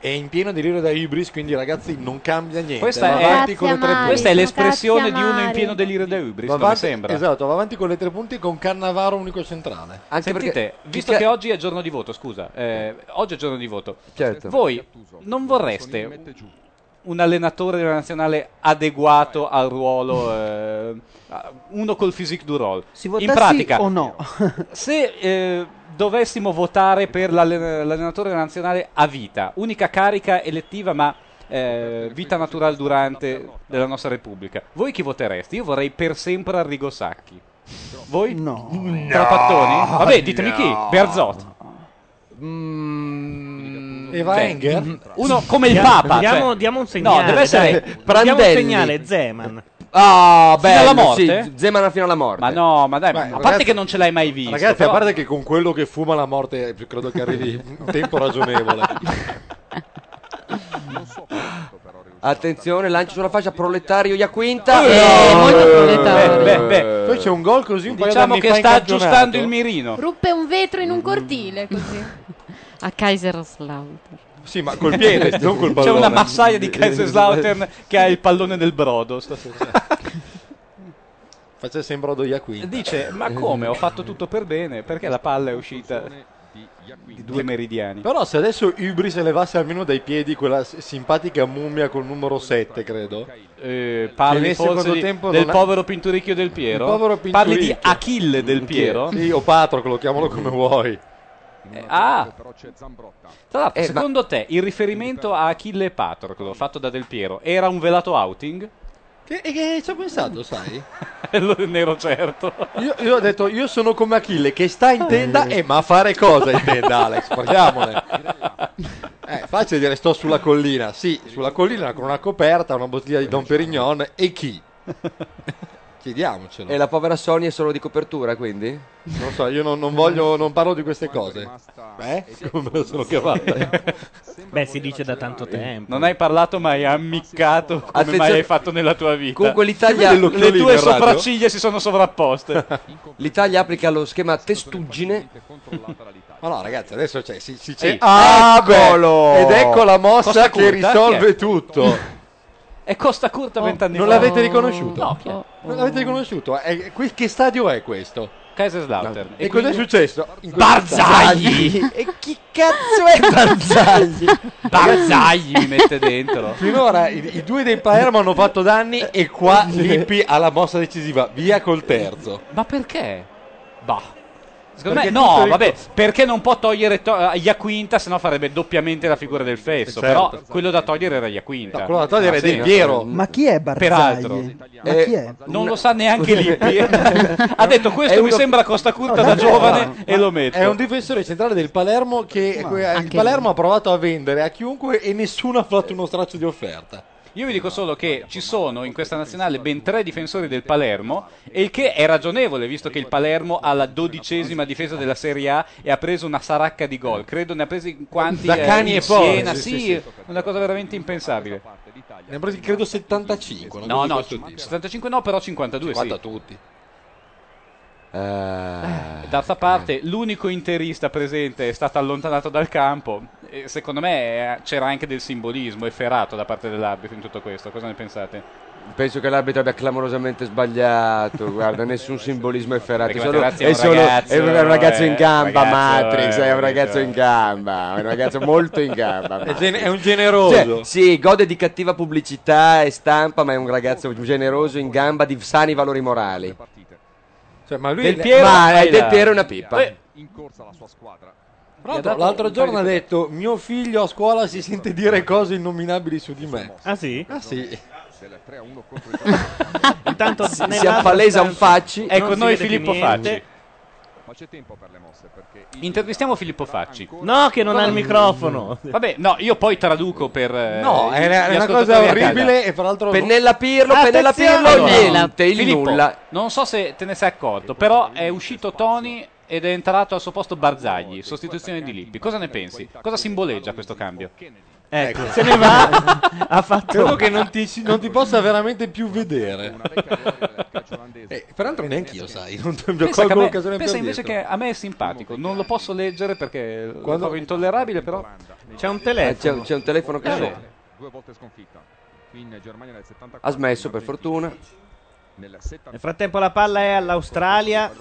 È in pieno delirio da Ibris, quindi ragazzi non cambia niente. Questa Va è, avanti con le tre punte. questa è l'espressione di uno in pieno delirio da Va Ubris, avanti- come sembra. Esatto, va avanti con le tre punti con Cannavaro unico centrale. Sentite, visto che oggi è giorno di voto, scusa, eh, oggi è giorno di voto, Certo. voi non vorreste un allenatore della nazionale adeguato al ruolo, eh, uno col physique du role? In pratica, o no? se eh, dovessimo votare per l'allen- l'allenatore della nazionale a vita, unica carica elettiva ma eh, vita naturale durante della nostra Repubblica, voi chi votereste? Io vorrei per sempre Arrigo Sacchi. Voi? No. Trapattoni? Vabbè, ditemi No. chi? Berzot. E Cioè, Wenger? mm, uno come il Papa. Diamo, cioè. diamo un segnale. No, deve essere dai. Diamo un segnale, Zeman. Ah, Fino bello, alla morte? sì, Zeman fino alla morte. Ma no, ma dai, Beh, ma- a parte ragazzi- che non ce l'hai mai visto. Ragazzi, però- a parte che con quello che fuma la morte eh, credo che arrivi in tempo ragionevole. Attenzione, lancio sulla faccia proletario Iaquinta. eh, Eh, molto proletario. Beh, beh, beh. Poi c'è un gol così un paio Diciamo d'anni che fa in sta campionato. aggiustando il mirino. Ruppe un vetro Mm. in un cortile così. A Kaiserslautern. Sì, ma col piede, non col C'è pallone. una massaia di Kaiserslautern che ha il pallone del brodo stasera. Facesse in brodo Iaquinta. Dice, ma come? Ho fatto tutto per bene, perché la palla è uscita di due meridiani. Però se adesso Ibris elevasse almeno dai piedi quella s- simpatica mummia col numero 7, credo. Eh, parli Cioè, nel forse secondo di- tempo del non ha- povero Pinturicchio del Piero? Il povero Parli di Pinturicchio. Achille del Piero? Sì, o Patroclo, chiamalo come vuoi. Eh, ah, però c'è Zambrotta. tra l'altro, Eh, secondo te il riferimento a Achille e Patroclo fatto da Del Piero era un velato outing? Che, e che ci ho pensato, sai? Lo- ne ero certo. Io, io ho detto, io sono come Achille che sta in tenda e ma a fare cosa in tenda, Alex? Parliamone. Eh, facile dire sto sulla collina. Sì, sulla collina con una coperta, una bottiglia di Don Perignon e chi? Chiediamocelo. E la povera Sony è solo di copertura, quindi? Non so, io non, non voglio, non parlo di queste cose. Eh? Come me lo sono cavata? Beh, si dice da tanto tempo. Non hai parlato mai ammiccato come mai Attenzione- hai fatto nella tua vita. Comunque l'Italia- le Dell'occhiolino tue in radio? sopracciglia si sono sovrapposte. L'Italia applica lo schema testuggine Ma no, ragazzi, adesso c'è, si, si c'è. Eh, ah, Eccolo! Ed ecco la mossa Costa che curta, chi risolve è? tutto. È Costa Curta vent'anni non fa. l'avete riconosciuto? No, chi è? Non l'avete riconosciuto? Eh, eh, que- che stadio è questo? Kaiserslautern. E, cosa è successo? In Barzagli! Barzagli. E chi cazzo è Barzagli? Barzagli mi mette dentro. Finora i, i due dei Palermo hanno fatto danni e qua Lippi ha la mossa decisiva. Via col terzo. Ma perché? Bah. Secondo Perché me, tutto no, il- vabbè, perché non può togliere to- a Iaquinta, sennò farebbe doppiamente la figura del fesso. Certo. Però quello da togliere era Iaquinta. No, quello da togliere è Ah, sì? Del Piero. Ma chi è Barzagli? Peraltro. Ma Eh, chi è? Non lo sa neanche Lippi. ha detto questo È mi uno- sembra Costa Curta da giovane e lo metto. È un difensore centrale del Palermo che Ma que- il anche Palermo ha provato a vendere a chiunque e nessuno ha fatto uno straccio di offerta. Io vi dico solo che ci sono in questa nazionale ben tre difensori del Palermo, e il che è ragionevole visto che il Palermo ha la dodicesima difesa della Serie A e ha preso una saracca di gol. Credo ne ha presi quanti Da eh, cani in e poi, Siena, sì, sì, sì, sì. una cosa veramente impensabile. Ne ha presi credo 75. No, una cosa di no, questo tipo. 75 no, però 52 50 sì. tutti. Eh, D'altra parte, l'unico interista presente è stato allontanato dal campo. E secondo me eh, c'era anche del simbolismo efferato da parte dell'arbitro in tutto questo. Cosa ne pensate? Penso che l'arbitro abbia clamorosamente sbagliato. Guarda, nessun simbolismo efferato. Perché Solo, Materazzi è un solo- ragazzo, è un è un ragazzo in eh, gamba, ragazzo, Matrix. eh, È un ragazzo capito. in gamba. È un ragazzo molto in gamba. È, Matrix. gen- è un generoso. Cioè, sì, gode di cattiva pubblicità e stampa, ma è un ragazzo generoso in gamba di sani valori morali. Cioè, ma lui Del Piero- Ma, eh, Del Piero è una pippa. Eh. In corsa la sua squadra. Tra l'altro, l'altro giorno ha detto: Mio figlio a scuola si sente dire cose innominabili su di me. Ah, sì? Ah, sì. Del 3-1 contro Intanto Si- si nell'altra appalesa un stanza Facci. non È con si noi vede più Filippo niente. Ah! Facci. Ma c'è tempo per le mosse perché Intervistiamo Filippo Facci. No, che non ha il microfono. Vabbè, no, io poi traduco per. eh, No, è gli una- è una ascoltatori cosa a casa. orribile e fra l'altro- Pennella Pirlo, Pennella Pirlo, niente, il Filippo, nulla. Non so se te ne sei accorto, però è uscito Tony ed è entrato al suo posto Barzagli, sostituzione di Lippi. Cosa ne pensi? Cosa simboleggia questo cambio? Ecco, se ne va. ha fatto Credo che non ti, si- non ti possa veramente più vedere. Eh, peraltro neanche io, sai. Non non Pensa, che a colgo me- l'occasione pensa per invece dietro. che a me è simpatico, non lo posso leggere perché è Quando- intollerabile, però c'è un telefono. Ah, c'è- c'è un telefono Eh. che c'è. suona. due volte sconfitta. Qui in Germania nel 74. Ha smesso, per fortuna. Nel 70 Nel frattempo la palla è all'Australia.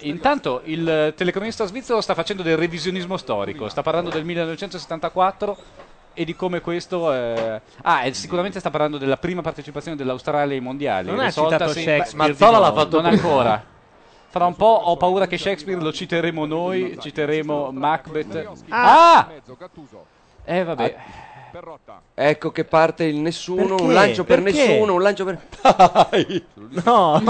Intanto il eh, telecronista svizzero sta facendo del revisionismo storico, sta parlando del 1974 e di come questo... eh, Ah, e sicuramente sta parlando della prima partecipazione dell'Australia ai mondiali. Non ha risolta citato sen- Shakespeare Ma Mazzola di l'ha nuovo. fatto non prima. ancora. Fra un po' ho paura che Shakespeare lo citeremo noi, citeremo Macbeth. Ah! Eh vabbè. Ah! Ecco che parte il nessuno, Perché? un lancio per Perché? nessuno, un lancio per... Dai! No!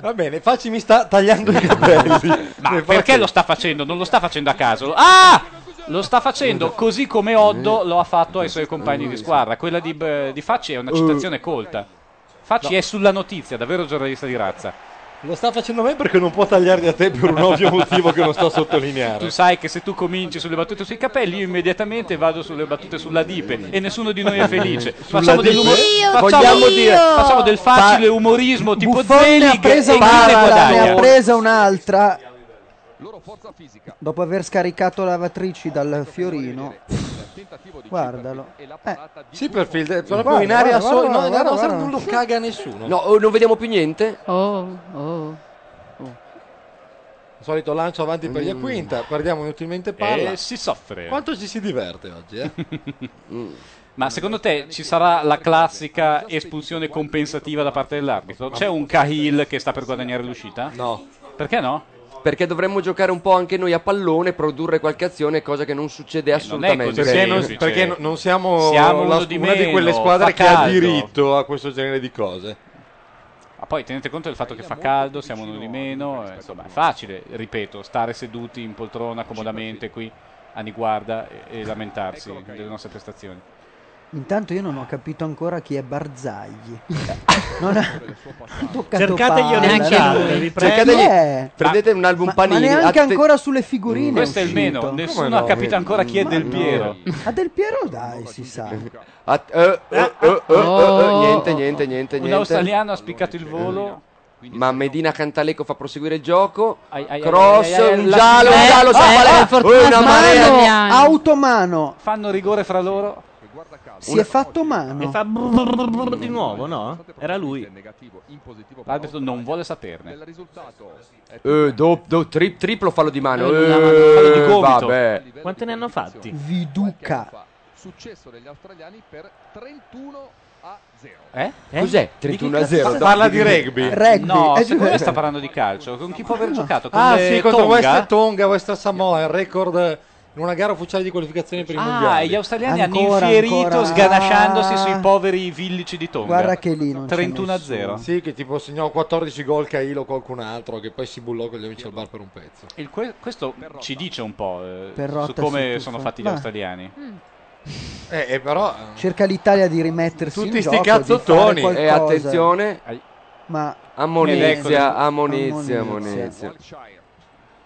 Va bene, Facci mi sta tagliando i capelli. Ma perché lo sta facendo? Non lo sta facendo a caso. Ah! Lo sta facendo così come Oddo lo ha fatto ai suoi compagni di squadra. Quella di, eh, di Facci è Eh. una citazione colta. Facci è sulla notizia, davvero giornalista di razza. Lo sta facendo a me perché non può tagliarli a te per un ovvio motivo che non sto a Tu sottolineare. sai che se tu cominci sulle battute sui capelli, io immediatamente vado sulle battute sulla dipe e nessuno di noi è felice. Sulla Facciamo, dipe? dell'umor- Io, facciamo, vogliamo dire- facciamo del facile umorismo tipo Buffon ne ha Zelig e presa Grande un'altra, ne ha Guadagna. presa un'altra. Dopo aver scaricato lavatrici dal Fiorino, guardalo. Sì, per Field, Eh, è proprio Guarda, in area guarda, sola. guarda, No, in guarda, area sola guarda. non lo caga nessuno. No, oh, non vediamo più niente. Oh, oh. Il solito lancio avanti per gli quinta, perdiamo inutilmente palla. E si soffre. Quanto ci si diverte oggi, eh? Ma secondo te ci sarà la classica espulsione compensativa da parte dell'arbitro? C'è un Cahill che sta per guadagnare l'uscita? No. Perché no? Perché dovremmo giocare un po' anche noi a pallone, produrre qualche azione, cosa che non succede assolutamente. Perché, non, perché non- non eh, siamo, la- una di quelle squadre che ha diritto a questo genere di cose. Ma Ah, poi tenete conto del fatto che fa caldo, siamo uno di meno, eh, insomma è facile, ripeto, stare seduti in poltrona comodamente qui a niguarda e, e lamentarsi delle nostre prestazioni. Intanto io non ho capito ancora chi è Barzagli. Non ha non ha toccato Cercateglielo in palla, chat, ragazzi. vi prego. Cercategli- Chi Cioè, è? Prendete un album Ma- panini, Ma neanche atte- ancora sulle figurine. Questo è il uscito. meno, nessuno ha capito ancora chi è Del Piero. A Del Piero dai, si sa. eh, Att- eh, eh, eh, eh, eh, eh, niente, niente, niente, Un niente. australiano ha spiccato il volo. Ma Medina Cantaleco fa proseguire il gioco. ai, Cross, ai, ai, ai, un la- giallo, un Eh, giallo, oh, sulla eh, palla- fortuna Eh, una marea. Mano, automano. Fanno rigore fra loro. Si è fatto mano. E fa brrrr di nuovo, no? Era lui. L'arbitro non vuole saperne. Eh, do- do- tri- triplo fallo di mano. Eh, Eh, no, no, fallo di gomito. vabbè. Quante ne hanno fatti? Viduca. Successo degli australiani per 31 a 0. Eh? Eh? Cos'è? Di chi 31 a cazzo 0? parla? Parla di Di- rugby. Rugby. No, Eh, secondo giù- me sta parlando di calcio. Con chi può aver giocato? Con Ah, eh, sì, contro Tonga? West Tonga, West Samoa, il record in una gara ufficiale di qualificazione per i Ah, mondiali. e gli australiani Ancora, hanno infierito ancora. sganasciandosi Ah. sui poveri villici di Tonga. Guarda che lì non c'è 31 a 0. Sì, che tipo segnò 14 gol Cailo o qualcun altro che poi si bullò con gli amici al bar per un pezzo. Il que- questo ci dice un po' eh, su Perrotta si come tuffa. sono fatti gli Ma- australiani. Eh, eh, però Cerca l'Italia di rimettersi in Tutti sti gioco, di fare E cazzottoni. qualcosa. eh, attenzione. Ma Ecco. Ammonizia, ammonizia, ammonizia.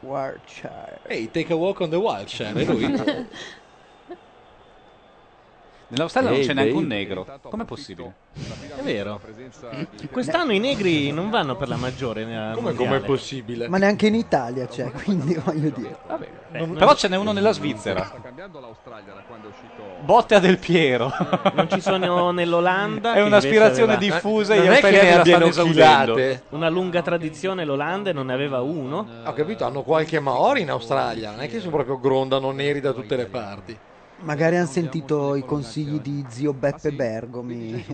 Warshire. Ehi, take a walk on the Wiltshire, è lui. Nell'Australia non Ehi, c'è neanche baby. un negro. Com'è possibile? È vero. Quest'anno i negri non vanno per la maggiore. nella Come- mondiale. com'è possibile? Ma neanche in Italia c'è, quindi voglio dire. Beh, Non- non- Però ce n'è uno nella Svizzera. Botta del Piero. Non ci sono nell'Olanda. È che invece un'aspirazione aveva- diffusa e gli australiani la stanno esaudendo. Una lunga tradizione l'Olanda e non ne aveva uno. Ho capito, hanno qualche Maori in Australia, non è che sono proprio grondano neri da tutte le parti. Magari hanno sentito i consigli di zio Beppe Bergomi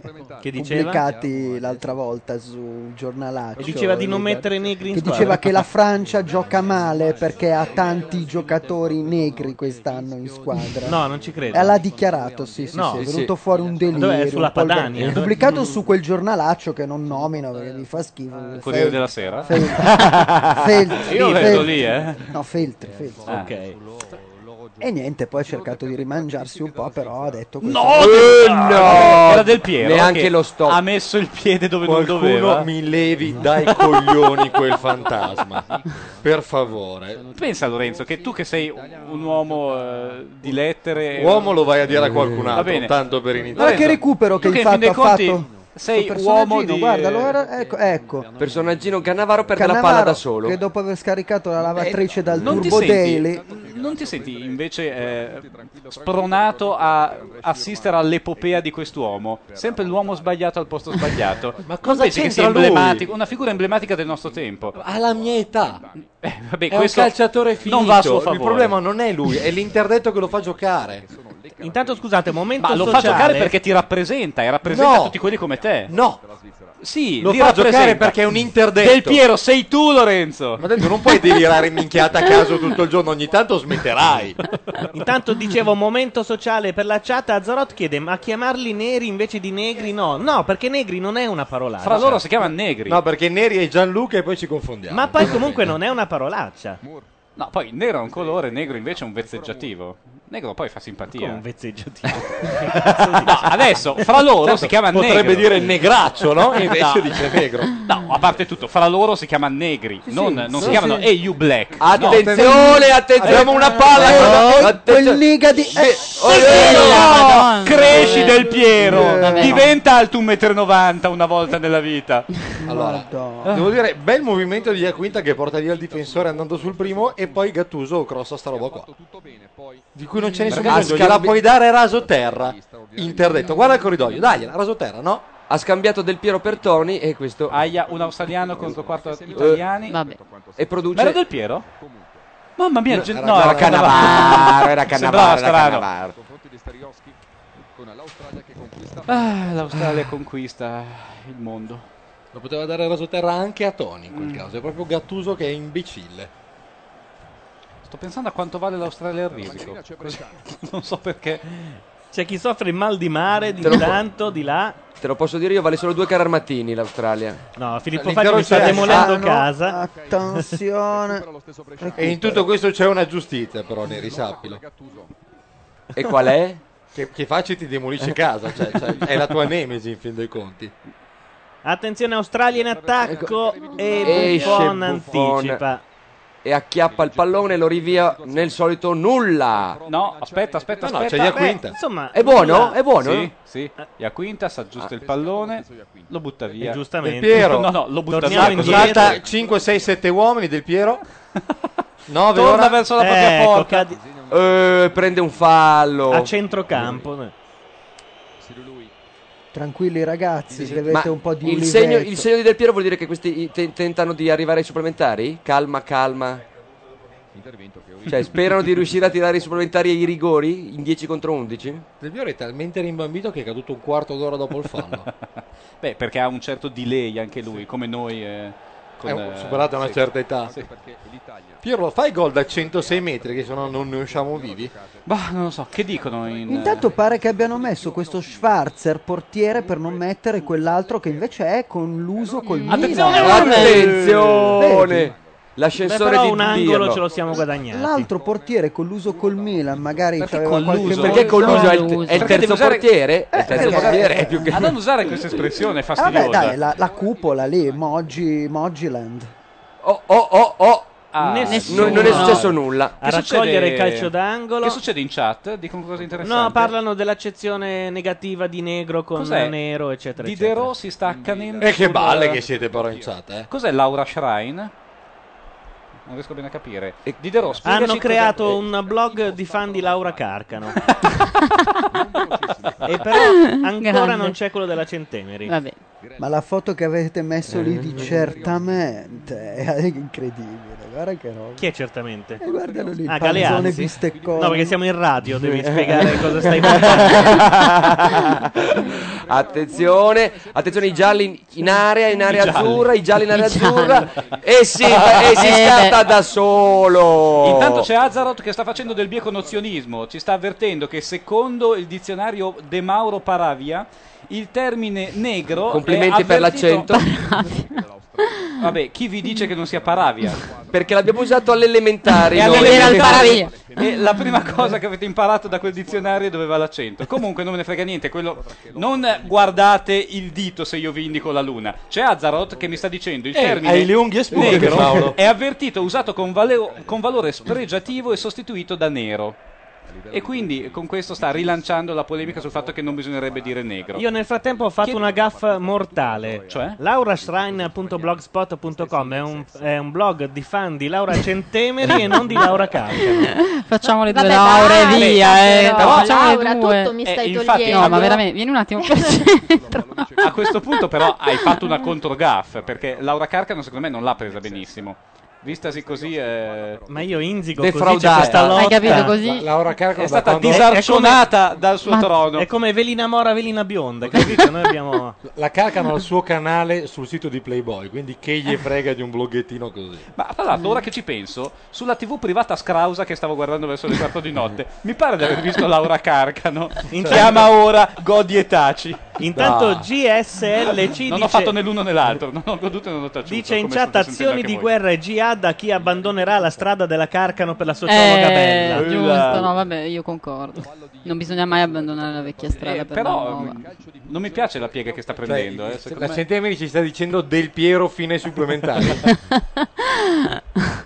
Che diceva? pubblicati l'altra volta sul giornalaccio. E diceva di non mettere i negri in Che squadra. diceva che la Francia gioca male perché ha tanti giocatori negri quest'anno in squadra. No, non ci credo. E l'ha dichiarato, sì, sì, No. sì, è Sì, venuto sì. fuori un delirio. Dov'è? Sulla un po' il- Padania, dov'è? Pubblicato su quel giornalaccio che non nomino perché mi fa schifo. Eh, Corriere Fel- della Sera? Fel- Feltri. Io Feltri. vedo lì, eh. No, Feltri, Feltri. Ah. E niente, poi ha cercato di rimangiarsi un po', però ha detto questo. Ah, No, Eh, del- no! no! Era del Piero. Neanche che lo stop. Ha messo il piede dove non doveva. Qualcuno mi levi dai coglioni quel fantasma. Per favore. Pensa Lorenzo che tu che sei un uomo eh, di lettere Uomo lo vai a dire a qualcun Va altro, bene. tanto per iniziare. Guarda che Lorenzo, recupero che tu che hai in fatto, fin dei ha conti fatto. sei Sto uomo personaggino, di- Guarda, lo era- ecco, ecco. Personaggino Cannavaro perde la palla Cannavaro, da solo. Che dopo aver scaricato la lavatrice dal Eh, non ti Turbo senti- Daily, Non ti senti invece eh, spronato a assistere all'epopea di quest'uomo? Sempre l'uomo sbagliato al posto sbagliato. Ma cosa invece che sia c'entra lui? emblematico, una figura emblematica del nostro tempo. Alla mia età. Eh, Vabbè, è un questo calciatore finito. Non va a suo favore. Il problema non è lui, è l'interdetto che lo fa giocare. Intanto scusate, momento Ma lo fa sociale. giocare perché ti rappresenta e rappresenta No. tutti quelli come te. No. Sì, Lo li fa rappresenta. giocare perché è un interdetto. Del Piero sei tu Lorenzo. Ma dentro non puoi delirare minchiata a caso tutto il giorno, ogni tanto smetterai. Intanto dicevo momento sociale per la chat. Azzarot chiede: ma chiamarli neri invece di negri? No, no, perché negri non è una parolaccia. Fra loro si chiama negri. No, perché Neri è Gianluca e poi ci confondiamo. Ma poi comunque non è una parolaccia. No, poi nero è un colore, negro invece è un vezzeggiativo. Negro poi fa simpatia. Come un vezzeggiativo. no, adesso fra loro Certo, si chiama negro. potrebbe dire negraccio, no? E invece dice negro. No, a parte tutto, fra loro si chiama negri, non, non sì, si chiamano sì. Hey You Black. Attenzione, No. attenzione. Abbiamo una Eh, palla. quel liga di... eh, No, cresci del Eh, Piero, diventa alto 1,90 m una volta nella vita. Allora, Ah. devo dire, bel movimento di Iaquinta che porta via il difensore andando sul primo e poi Gattuso crossa sta roba qua. Di cui non c'è nessun Perché bisogno, ha gliela scambi- puoi dare raso terra. Interdetto, guarda il corridoio, dai, raso terra, no? Ha scambiato Del Piero per Toni e questo... Aia, un australiano contro quattro italiani. vabbè. E produce... Ma era del Piero? Mamma mia, No, gen- era- no, no, era Cannavaro, era Sembrava Cannavaro, era strano. Cannavaro. Ah, l'Australia conquista il mondo. Lo poteva dare raso terra anche a Tony in Mm. quel caso, è proprio Gattuso che è imbecille. Sto pensando a quanto vale l'Australia al risico. Così- non so perché. C'è chi soffre il mal di mare, di Te lo po- tanto, di là. Te lo posso dire io, vale solo due cararmatini l'Australia. No, Filippo Faggi mi sta Ah, demolendo casa. Attenzione. E in tutto questo c'è una giustizia però, Neri, sappilo. E qual è? Che, che facci ti demolisce casa, cioè, cioè, è la tua nemesi in fin dei conti. Attenzione, Australia in attacco. E Esce Buffon Buffon. anticipa. e acchiappa il pallone e lo rinvia nel solito nulla. No, aspetta, aspetta, No, no, aspetta. c'è Iaquinta. Beh, insomma, È buono? È buono? Sì, sì. Iaquinta si aggiusta il pallone, lo butta via. E giustamente. Ah. Del Piero. No, no, lo butta Torniamo via. così. Salta 5, 6, 7 uomini Del Piero. 9 Torna verso la propria Ecco, porta. Eh, prende un fallo. A centrocampo. Tranquilli ragazzi, se Ma avete un po' di il segno, universo. il segno di Del Piero vuol dire che questi i- te- tentano di arrivare ai supplementari? Calma, calma. Cioè, sperano di riuscire a tirare i supplementari e i rigori in 10 contro 11? Del Piero è talmente rimbambito che è caduto un quarto d'ora dopo il fallo. Beh, perché ha un certo delay anche lui, come noi. eh, con, È un- eh, superato una sì. certa età. Sì. Pirlo, fai gol da 106 metri, che sennò non ne usciamo vivi. Bah, non lo so, che dicono in. Intanto pare che abbiano messo questo Schwarzer portiere per non mettere quell'altro che invece è con l'uso col Milan. Attenzione, Vedi? Attenzione! L'ascensore Beh, però di un angolo Pirlo. ce lo siamo guadagnati. L'altro portiere con l'uso col Milan, magari c'aveva qualche Perché Eh, Colluso è il, è il Perché terzo deve usare- portiere? Eh, È il terzo perché- portiere, è più che... Eh, A non usare questa espressione è Ah, vabbè, fastidiosa. dai, la, la cupola lì, Moggi, Moggiland. Oh, oh, oh, oh. Ah, Nessuno. non- non è successo nulla. A raccogliere calcio d'angolo. Che succede in chat? Dicono cose interessanti. No, parlano dell'accezione negativa di negro con Cos'è? nero, eccetera. Di eccetera. De Rossi sta accanendo. E Eh, che sul- balle che siete però in chat, eh. Cos'è Laura Shrine? Non riesco bene a capire. Di De Rossi. Hanno spiegaci creato cosa- un blog di fan di Laura Carcano. e però ancora Grande. non c'è quello della Centeneri. Ma la foto che avete messo lì di certamente è incredibile, Eh, guarda che roba. Chi è certamente? guardalo lì, il ah, panzone Galeazzi. bisteccone. No, perché siamo in radio, devi Eh. spiegare cosa stai facendo. attenzione, attenzione i gialli in, in area, in area I gialli. azzurra, i gialli in area I gialli. azzurra e si, e si Eh, scatta beh. da solo. Intanto c'è Azzarot che sta facendo del bieco nozionismo, ci sta avvertendo che secondo il dizionario De Mauro Paravia il termine negro Complimenti è per avvertito- l'accento. Vabbè, chi vi dice che non sia Paravia? Perché l'abbiamo usato all'elementare. E noi. all'elementare- e la prima cosa che avete imparato da quel dizionario doveva l'accento. Comunque non me ne frega niente, quello- non guardate il dito se io vi indico la luna. C'è Azzarot che mi sta dicendo il Eh, termine hai le unghie spute, Paolo. negro è avvertito, usato con, valeo- con valore spregiativo e sostituito da nero. E quindi con questo sta rilanciando la polemica sul fatto che non bisognerebbe dire negro. Io nel frattempo ho fatto una gaffa mortale. Cioè? laurashrine.blogspot.com è un, è un blog di fan di Laura Centemeri e non di Laura Carcano. Facciamo le due Vabbè, lauree, dai, via. dai, eh. però, Facciamo Laura, le due. tutto Eh, mi stai No, togliendo. ma veramente, vieni un attimo per A questo punto però hai fatto una controgaff perché Laura Carcano secondo me non l'ha presa benissimo. Vistasi così... eh, Ma io inzigo cioè così c'è questa Defraudata. lotta. Hai capito così? Laura Carcano È da stata quando- disarcionata dal suo trono. È come Velina Mora, Velina Bionda, capito? Noi abbiamo... La carcano al suo canale sul sito di Playboy, quindi che gli frega di un bloggettino così. Ma Ah, tra l'altro, ora che ci penso, sulla TV privata scrausa che stavo guardando verso le 4 di notte, mi pare di aver visto Laura Carcano. Cioè, Chiama ora Godi e Taci. Cioè, Intanto GSLC Ah. Non ho dice- fatto né l'uno né l'altro, non ho goduto e non ho taciuto. Dice in come chat state sentendo azioni anche di voi. guerra e jihad a chi abbandonerà la strada della Carcano per la sua Eh, bella. Esatto. giusto, no, vabbè, io concordo. Non bisogna mai abbandonare la vecchia strada Eh, per la però nuova. mh, non mi piace la piega che sta prendendo. eh, secondo La me- Centemeri ci sta dicendo Del Piero fine ai supplementari.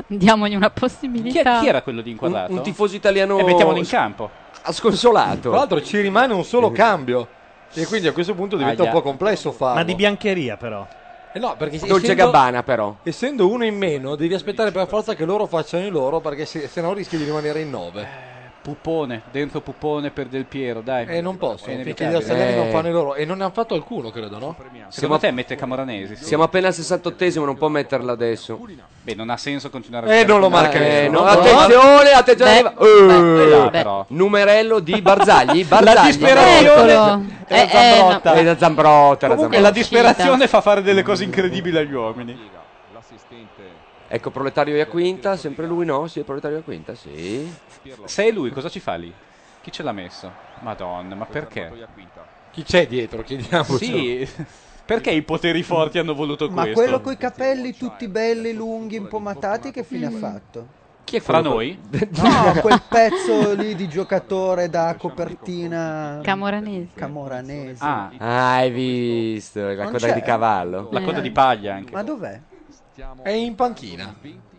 Diamogli una possibilità. chi era quello di inquadrato? Un, un tifoso italiano... E mettiamolo in campo. Ha sconsolato. Eh. Tra l'altro ci rimane un solo cambio. E quindi a questo punto diventa Aia. un po' complesso farlo. Ma di biancheria però. Eh no, perché se- Dolce essendo- Gabbana però. Essendo uno in meno, devi aspettare per forza che loro facciano i loro, perché se, se no rischi di rimanere in nove. Eh, Pupone, dentro Pupone per Del Piero, dai. E Eh, non posso, È perché gli inevitabile. australiani non Eh. fanno i loro. E non ne hanno fatto alcuno, credo, no? Secondo te mette Camoranesi? sì. Siamo appena al 68esimo, non può metterla adesso. Beh, non ha senso continuare Eh, giocare non lo con- marca Eh, nessuno. no, Attenzione, attenzione. Beh, arriva- beh, Eh, là, però. Numerello di Barzagli. Barzagli. La disperazione Eccolo. Era Eh, eh, Zambrotta. no. Era Zambrotta. era Comunque Zambrotta. la disperazione fa fare delle cose incredibili agli uomini. Ecco, proletario e quinta, sempre lui, no? Sì, è proletario e quinta, sì. Se è lui, cosa ci fa lì? Chi ce l'ha messo? Madonna, ma perché? Chi c'è dietro? Chiediamocelo. Sì, perché i poteri forti hanno voluto Ma questo? quello coi capelli tutti belli, lunghi, impomatati, che fine ha fatto? Chi è Fra quello? noi? No, quel pezzo lì di giocatore da copertina... Camoranese. Camoranese. Ah, hai visto la Non coda c'è. di cavallo? La coda di paglia anche. Ma dov'è? È in panchina.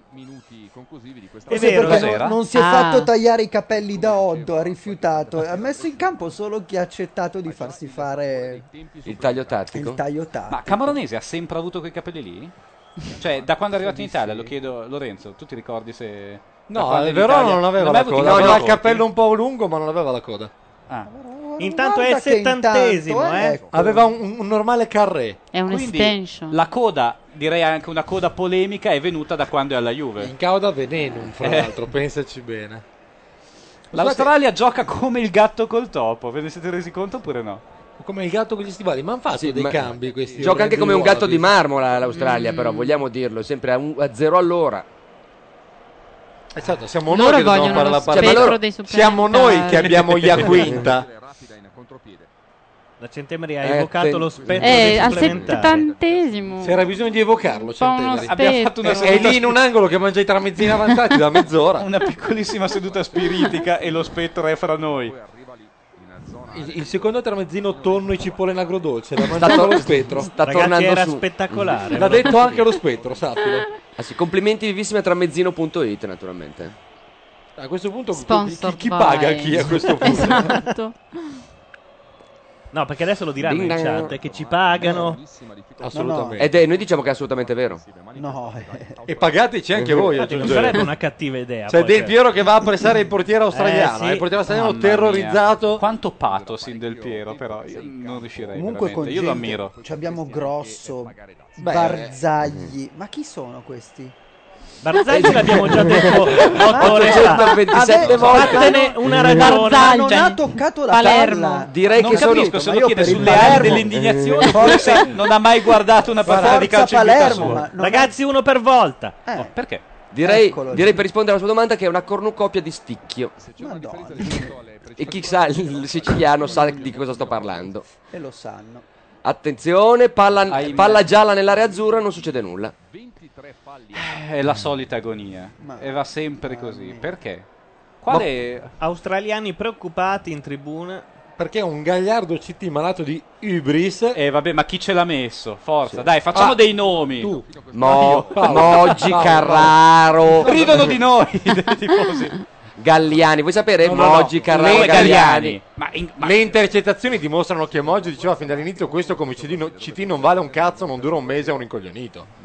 minuti conclusivi di questa Forse perché non, non Ah. si è fatto tagliare i capelli da Oddo, ha rifiutato. Ha messo in campo solo chi ha accettato di farsi fare Il taglio tattico. il taglio tattico. Ma Camaronese ha sempre avuto quei capelli lì? Cioè, da quando è arrivato in Italia, lo chiedo Lorenzo, tu ti ricordi se... da No, quando è in però Italia- non aveva ha mai la avuto Ah. i coda. Aveva il capelli corti? cappello un po' lungo, ma non aveva la coda. Intanto è il settantesimo, eh. Aveva un, un normale carré. È un Quindi, extension. La coda, direi anche una coda polemica, è venuta da quando è alla Juve. Eh. In cauda venenum, fra l'altro, pensaci bene. L'Australia gioca come il gatto col topo, ve ne siete resi conto oppure no? Come il gatto con gli stivali, ma hanno fatto Sì, dei ma- cambi questi. Gioca anche come un gatto orenzuoli. di marmola l'Australia, Mm. però vogliamo dirlo, sempre a, un- a zero all'ora. Esatto, siamo noi che dobbiamo fare la Cioè, ma partita. loro- Siamo noi che abbiamo Iaquinta. La Centemeri ha Eh, evocato ten- lo spettro Eh, dei al supplementari. settantesimo. C'era bisogno di evocarlo. po' uno Centemeri. Abbiamo spettro. fatto una È seduta- lì in un angolo che mangia i tramezzini avanzati da mezz'ora. Una piccolissima seduta spiritica e lo spettro è fra noi. Il, il secondo tramezzino tonno e cipolle in agrodolce. L'ha mandato tor- lo spettro. sta Ragazzi, tornando era su. spettacolare. L'ha detto anche lo spettro, sappilo. Ah, sì, complimenti vivissimi a tramezzino.it, naturalmente. A questo punto chi, Sponsor chi- chi by- paga chi a questo punto? Esatto. No, perché adesso lo diranno Ding in dang. chat che ci pagano. Assolutamente. Ed è, noi diciamo che è assolutamente vero. No, eh. E pagateci anche voi. Infatti, non aggiungerei. sarebbe una cattiva idea. C'è poi, Del cioè. Piero che va a pressare il portiere australiano. Eh, sì. eh, Il portiere australiano Mamma terrorizzato. mia. Quanto patos in Del Piero, però. Io non riuscirei. Comunque con veramente. Io lo ammiro. eh, gente- cioè abbiamo Grosso, Beh, Barzagli. Ma chi sono questi? Barzagli Eh, l'abbiamo già detto otto ore fa. 827 volte. Fattene una ragione. Barzagli. Barzagli. Non ha toccato la Palermo. palla. Direi Non che capisco, capisco, se ma lo io chiede per il sulle ali Palermo- dell'indignazione, forse non ha mai guardato una partita di calcio in vita sua. Ragazzi, uno per volta. Oh, perché? Direi, Eccolo. direi per rispondere alla sua domanda che è una cornucopia di sticchio. e chi sa il siciliano sa di cosa sto parlando. E lo sanno. Attenzione, palla, palla gialla nell'area azzurra, non succede nulla. È la solita agonia. E va sempre così. Perché? Quale... Australiani preoccupati in tribuna. Perché un gagliardo CT malato di Ibris. Eh vabbè, ma chi ce l'ha messo? Forza, dai, facciamo dei nomi. Tu. Mo- Paolo. Moggi Paolo. Carraro. Ridono di noi, dei tifosi. Galliani, vuoi sapere? No, no, no. Moggi Carraro Le- Galliani. Ma in- Le intercettazioni dimostrano che Moggi diceva fin dall'inizio questo come CT, no- CT non vale un cazzo, non dura un mese, è un incoglionito.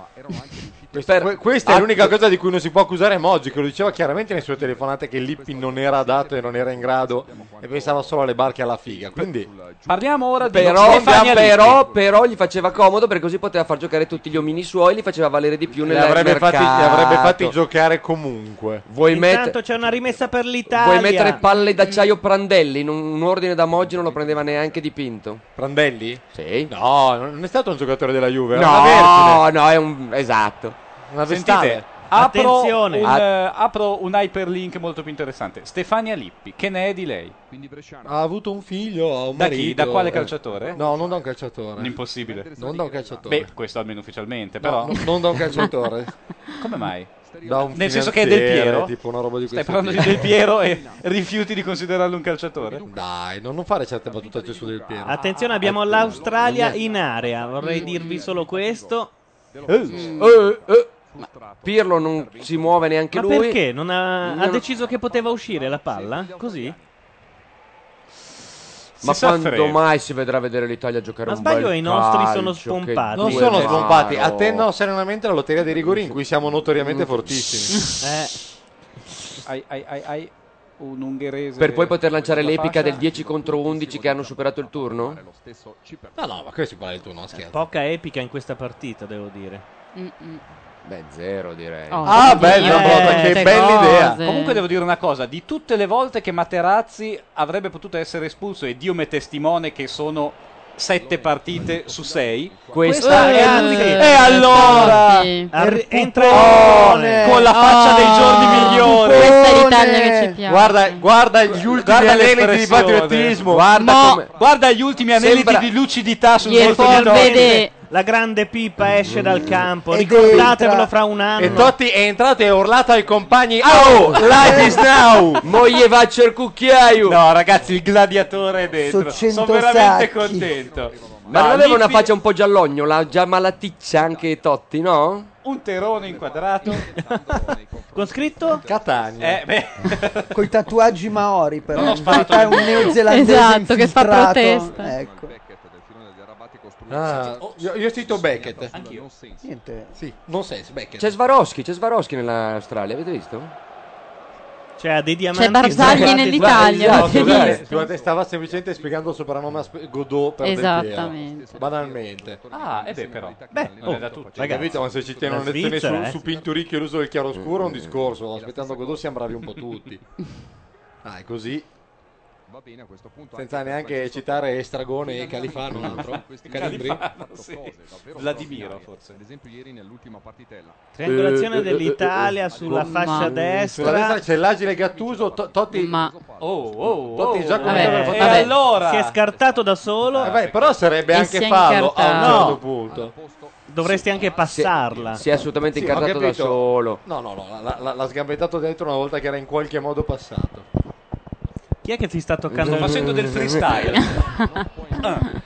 Questo- que- questa è Atto- l'unica cosa di cui non si può accusare Moggi, che lo diceva chiaramente nelle sue telefonate che Lippi non era adatto e non era in grado e pensava solo alle barche e alla figa. Quindi Parliamo ora di Però, Stefania Lippi. però, però gli faceva comodo perché così poteva far giocare tutti gli omini suoi, li faceva valere di più le nel avrebbe fatti, mercato. le avrebbe fatti giocare comunque. Vuoi, met- Intanto c'è una rimessa per l'Italia. vuoi mettere palle d'acciaio Prandelli in un, un ordine da Moggi non lo prendeva neanche dipinto. Prandelli? Sì. No, non è stato un giocatore della Juve, era una No, vergine. no, è un esatto. Una Ah, Sentite, apro un, eh, apro un hyperlink molto più interessante. Stefania Lippi, che ne è di lei? Ha avuto un figlio, ha un Da chi? marito. Da quale Eh, calciatore? No, non da un calciatore. Impossibile. Non da un calciatore. Beh, questo almeno ufficialmente, No, però. no, non da un calciatore. Come mai? Da un Nel senso che è Del finanziere, Piero? tipo una roba di Stai questo parlando di tipo. Del Piero e rifiuti di considerarlo un calciatore? Dai, non, non fare certe battute su Del Piero. Ah, ecco, Attenzione, abbiamo l'Australia in area. Ah, Vorrei dirvi solo questo. Eh, eh. Ma Pirlo non si muove neanche Ma lui. perché? Non ha, ha Non- deciso che poteva uscire la palla? Così? Ma Si sa quando freddo. mai si vedrà vedere l'Italia giocare Ma un sbaglio, bel i nostri calcio, sono che spompati. Non due sono mani. sbombati. Attendono serenamente la lotteria dei rigori in cui siamo notoriamente Mm. fortissimi. Eh. Hai, hai- hai- hai un ungherese. Per poi poter lanciare sulla l'epica fascia? del 10 contro 11 che hanno superato il turno? No, no, ma questo si parla del turno, scherzo. Poca epica in questa partita, devo dire. Beh, zero direi. Oh, Ah, bello, eh, Botta, che queste bella cose. idea. Comunque devo dire una cosa, di tutte le volte che Materazzi avrebbe potuto essere espulso e Dio mi è testimone che sono sette partite su sei, Questa- questa è Eh, l'unica. eh, E allora sì. Arri- Il entra pupone. con la faccia dei giorni migliori. Questa è l'Italia che ci piace. Guarda, guarda gli ultimi Guarda anelli di l'espressione. patriottismo. Guarda Mo- come- guarda gli ultimi anelli Sembra- di lucidità sul Gli volto di esorvede. Totti. La grande pipa esce Mm. dal campo. Ed Ricordatevelo entra. fra un anno. E Totti è entrato e ha urlato ai compagni Au! Oh, life is now! Moglie faccio il cucchiaio! No, ragazzi, il gladiatore è dentro. So cento Sono veramente sacchi. contento. Ma No, non aveva una Lippi- faccia un po' giallognola, già malaticcia anche Totti, no? un terone inquadrato con scritto Catania eh, beh, Con i tatuaggi maori, però. Non ho sparato È un nessuno. neozelandese Esatto, che fa infiltrato. protesta. Ecco. Ah, io, io ho scritto Beckett anch'io niente sì non senso Beckett C'è Svaroschi, c'è Svaroschi nell'Australia, avete visto? Cioè, ha dei diamanti. C'è Barzagli Guarda, nell'Italia, guarda, avete guarda, visto? guardate, stava semplicemente spiegando il soprannome a Sp- Godot per Del Piero. Esattamente. banalmente Ah, e beh, però. Beh, oh, non è da tutti. capito, ma se ci tiene La una lezione su, Svizzera, eh. su Pinturicchio e l'uso del chiaroscuro è un discorso. Aspettando Godot siamo bravi un po' tutti. Ah, è così. Va bene a questo punto. Senza neanche citare Estragone e Califano, un altro. Calibri. Vladimiro, forse. Ad esempio ieri nell'ultima partitella. Eh, Triangolazione dell'Italia sulla fascia destra. Sulla destra c'è l'agile Gattuso, To- Totti. Ma... Oh, oh, Totti già come Vabbè, aveva e fatto- allora si è scartato da solo. Eh, Vabbè, però sarebbe E anche si è fallo a un incartato. certo punto. Dovresti anche passarla. si è assolutamente Sì, ho incartato da capito. solo. No, no, no, la- la- l'ha sgambettato dentro una volta che era in qualche modo passato. Chi è che ti sta toccando? Ah, Sto facendo del freestyle. Stai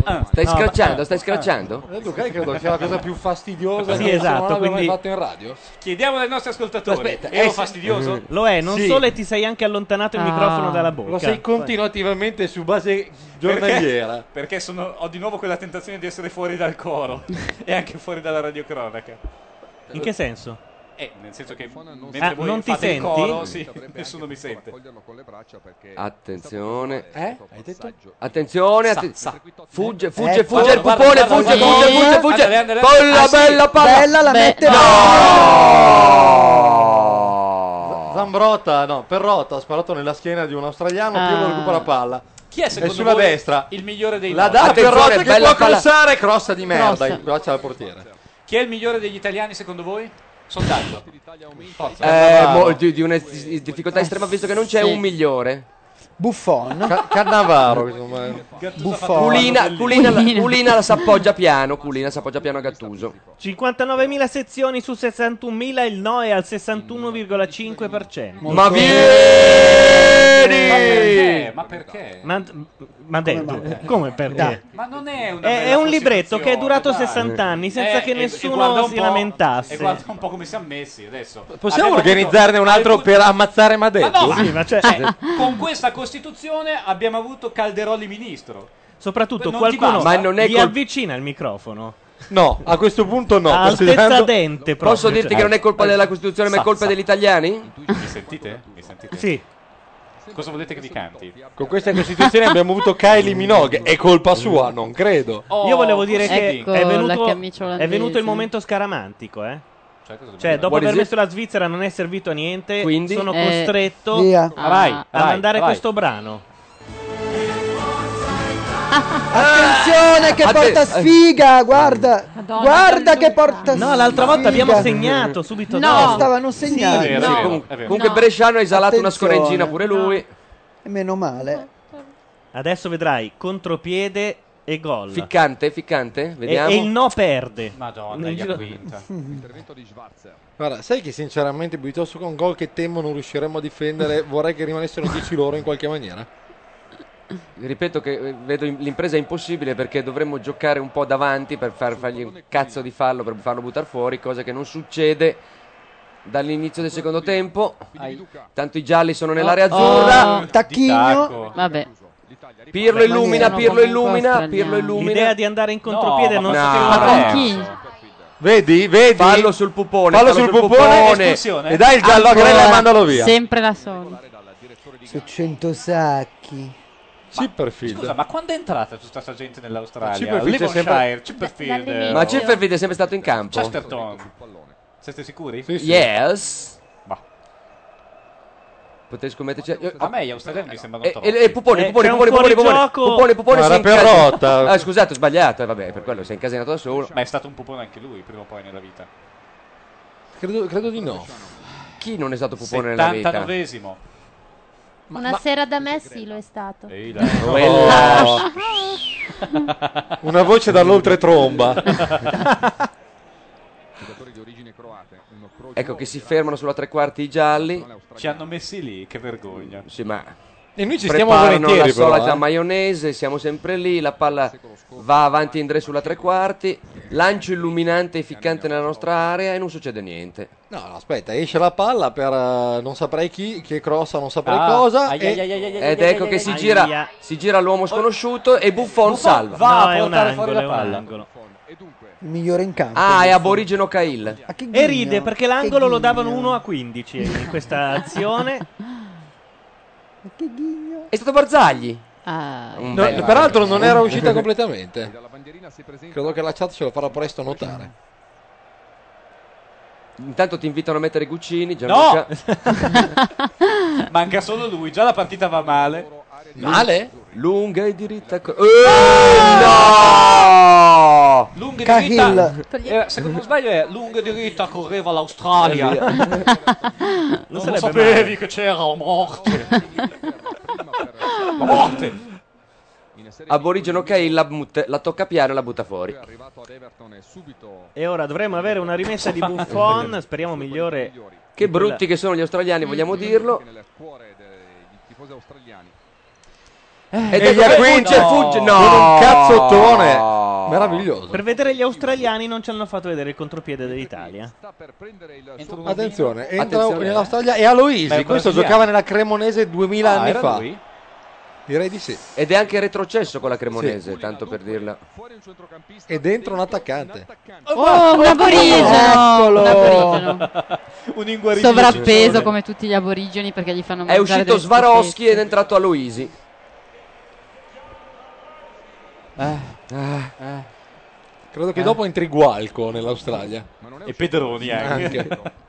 No, scratchando, ma- stai scratchando? Eh, Luca, io credo che sia la cosa più fastidiosa Sì, che esatto, non abbiamo mai quindi- fatto in radio. Chiediamo ai nostri ascoltatori. Aspetta, Ero eh, se- fastidioso? Lo è, non Sì. solo e ti sei anche allontanato il microfono dalla bocca. Lo sei continuativamente su base giornaliera. Perché, perché sono, ho di nuovo quella tentazione di essere fuori dal coro e anche fuori dalla radiocronaca. In che senso? Eh, nel senso che mentre Ah, voi non ti fate il senti? coro, sì, nessuno mi sente. Ah, Attenzione. Eh? Hai detto? Attenzione, atten- Sa, sa. fugge, Eh, fugge, fugge il guarda, guarda, pupone, fugge, guarda, fugge, guarda. fugge, fugge. Andrea, Andrea, Bella, ah, sì. bella palla. Bella la mette- No! Zambrotta, no, Perrotta ha sparato nella schiena di un australiano, Ah. Pirlo recupera la palla. Chi è È secondo sulla voi destra. il migliore dei La nove? dà a Perrotta che bella può palla. crossare, crossa di merda. Crossa. Qua c'è il portiere. Chi è il migliore degli italiani secondo voi? Sondaggio. Forza. Eh, mo- di, di una di- difficoltà Eh, estrema visto che non c'è sì. un migliore. Buffon. Cannavaro, insomma. Buffon. Culina, Culina, la, Culina. Culina la s'appoggia piano, Culina s'appoggia piano a Gattuso. 59.000 sezioni su 61.000, il no è al 61,5%. Ma vieni! Ma perché? Ma perché? Ma, ma detto, come, perché? Ma non è una È, bella è un libretto che è durato dai. 60 anni senza Eh, che e- e guarda nessuno un si po'- lamentasse. E guarda un po' come siamo messi adesso. Possiamo Abbiamo organizzarne un altro per ammazzare Madeddu? Ma no, ma- Sì, ma cioè- avuto- con questa Costituzione abbiamo avuto Calderoli ministro. Soprattutto Non ti qualcuno basta. Ma non è gli col- avvicina il microfono. No, a questo punto no. A altezza considerando- dente proprio. Posso dirti cioè. che non è colpa della Costituzione, ma è Sa- colpa sa- degli italiani? Mi sentite? Mi sentite? Sì. Cosa volete che vi canti? Con questa costituzione abbiamo avuto Kylie Minogue. È colpa sua, non credo. Io volevo dire così. che Oh, Ecco è, la venuto, camicia è olandese. venuto il momento scaramantico, eh. Certo, Cioè, cosa dobbiamo Cioè, dire? dopo What aver is it? messo la Svizzera non è servito a niente, Quindi? sono Eh, costretto via. a, Ah, vai, a vai, mandare vai. questo brano. Attenzione che Atte- porta sfiga, guarda. guarda che porta sfiga. No, l'altra volta abbiamo segnato subito No, dopo. stavano segnando. Sì, No. comunque- comunque Bresciano ha esalato una scorreggina pure lui. E meno male. Adesso vedrai contropiede e gol. Ficcante, ficcante, E- vediamo. E, il no perde. Madonna, Nel giro- Intervento di Schwarzer. Guarda, sai che sinceramente piuttosto con gol che temo non riusciremo a difendere, vorrei che rimanessero 10 loro in qualche maniera. Ripeto che eh, vedo in- l'impresa impossibile perché dovremmo giocare un po' davanti per far fargli un cazzo di fallo, per farlo buttare fuori, cosa che non succede dall'inizio del secondo tempo. Tanto i gialli sono nell'area Oh, azzurra. Tacchino. Oh, Vabbè. Pirlo illumina, Pirlo illumina, Pirlo illumina. L'idea di andare in contropiede No, non ma- sapeva no. fare. Vedi, vedi. Fallo sul pupone. Fallo sul pupone, espulsione. E dai il giallo a Grella e mandalo via. Sempre la solita. Su 100 sacchi. Chipperfield. Scusa, ma quando è entrata tutta questa gente nell'Australia? Chipperfield c'è sempre- Liverpool, Chipperfield. eh, Ma oh. Cifferfield è sempre stato in campo. Chesterton. Siete sicuri? Yes. Potrei cioè, scommetterci. A me gli australiani mi sembrano E, troppi. e, e Pupone, Eh, Pupone, c'è un Pupone, Pupone, Pupone, fuorigioco. Pupone, Pupone, Ma si è era incasinato. Perrotta. Ah, scusate, ho sbagliato, eh, vabbè, per quello si è incasinato da solo. Ma è stato un pupone anche lui, prima o poi nella vita. Credo, credo di no. Chi non è stato Pupone nella vita? 79esimo. Una sera da me sì, lo è stato. Quella- Oh. Una voce dall'oltretromba. Giocatori di origine croate. Uno pro- Ecco che si fermano sulla tre quarti i gialli. Ci hanno messi lì, che vergogna. Sì, ma E noi ci stiamo preparano volentieri la però, solita eh. maionese, siamo sempre lì, la palla va avanti in tre sulla tre quarti. lancio illuminante e ficcante nella nostra area e non succede niente. No, no, aspetta, esce la palla per eh, non saprei chi, che crossa non saprei Ah, cosa. ai, e- ai, ai, ai, ai, Ed ai, ecco ai, che ai, si ai, gira- ai. si gira l'uomo sconosciuto e Buffon, salva. va No, a è un portare fuori angolo, la è un palla. angolo. Il migliore in campo. Ah, è aborigeno Cahill. E ride perché l'angolo lo davano 1 a 15 in questa azione. È stato Barzagli. Ah. No, Un bello. peraltro non era uscita completamente. Credo che la chat ce lo farà presto notare. Intanto ti invitano a mettere i Guccini. No! Gianluca. Manca solo lui, già la partita va male. Male? Lunga e diritta. co- Eh, Eh, no! Lunga Cahill. diritta. Eh, se non sbaglio è lunga diritta correva l'Australia. Eh, via. non Non lo sarebbe sapevi male. che c'era la morte. la morte. Aborigeno Cahill la, mut- la tocca piano e la butta fuori. E ora dovremmo avere una rimessa di Buffon, speriamo migliore. Che brutti che sono gli australiani, Mm. vogliamo dirlo. Ed E ecco che fugge, fugge. No! Meraviglioso. Per vedere gli australiani non ci hanno fatto vedere il contropiede dell'Italia. Attenzione, entra nell'Australia e Aloisi. Questo giocava nella Cremonese 2000 Ah, anni era fa. lui? Direi di sì. Ed è anche retrocesso con la Cremonese, tanto per dirla. E dentro un attaccante. Oh, un aborigeno! Eccolo! Un aborigeno. Un Sovrappeso come tutti gli aborigeni perché gli fanno È mangiare uscito delle Svaroschi schifezze. ed è entrato Aloisi. Eh, Credo che dopo entri Gualco nell'Australia. E Pedroni anche.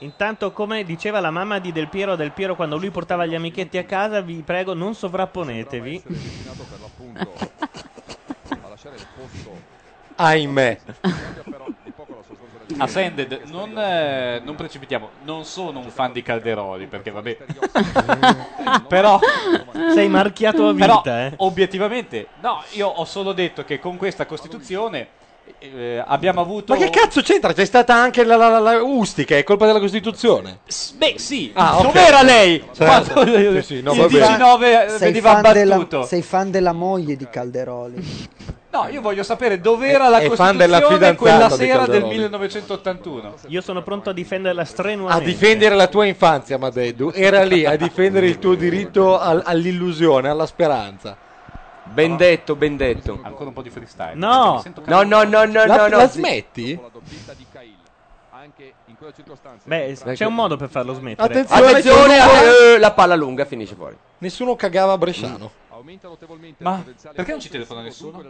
Intanto, come diceva la mamma di Del Piero, Del Piero quando lui portava gli amichetti a casa, vi prego non sovrapponetevi. Ahimè. Ascended, non, eh, non precipitiamo. Non sono un fan di Calderoli perché vabbè. però Sei marchiato a vita, Però, eh. Obiettivamente, no, io ho solo detto che con questa Costituzione eh, abbiamo avuto Ma che cazzo c'entra? C'è stata anche la, la- la- la Ustica, è colpa della Costituzione. Beh, sì. Ah, ok. Dov'era lei? Cioè, Certo. Quando- Sì, sì, no, il va bene. 19 veniva fan della, abbattuto. sei fan della moglie di Calderoli. No, io voglio sapere dov'era la È- è fan Costituzione della quella fidanzata di sera del Calderoli. 1981. Io sono pronto a difenderla A strenuamente. difendere la tua infanzia, Madeddu. Era lì a difendere il tuo diritto al- all'illusione, alla speranza. Ben detto, ben detto. Ancora un po' di freestyle. No. No, no, no, no, La- no, no. la smetti? Beh, c'è un modo per farlo smettere. Attenzione, Attenzione, attenzione. eh, la palla lunga finisce fuori. Nessuno cagava a Bresciano. Ma perché non ci telefona nessuno?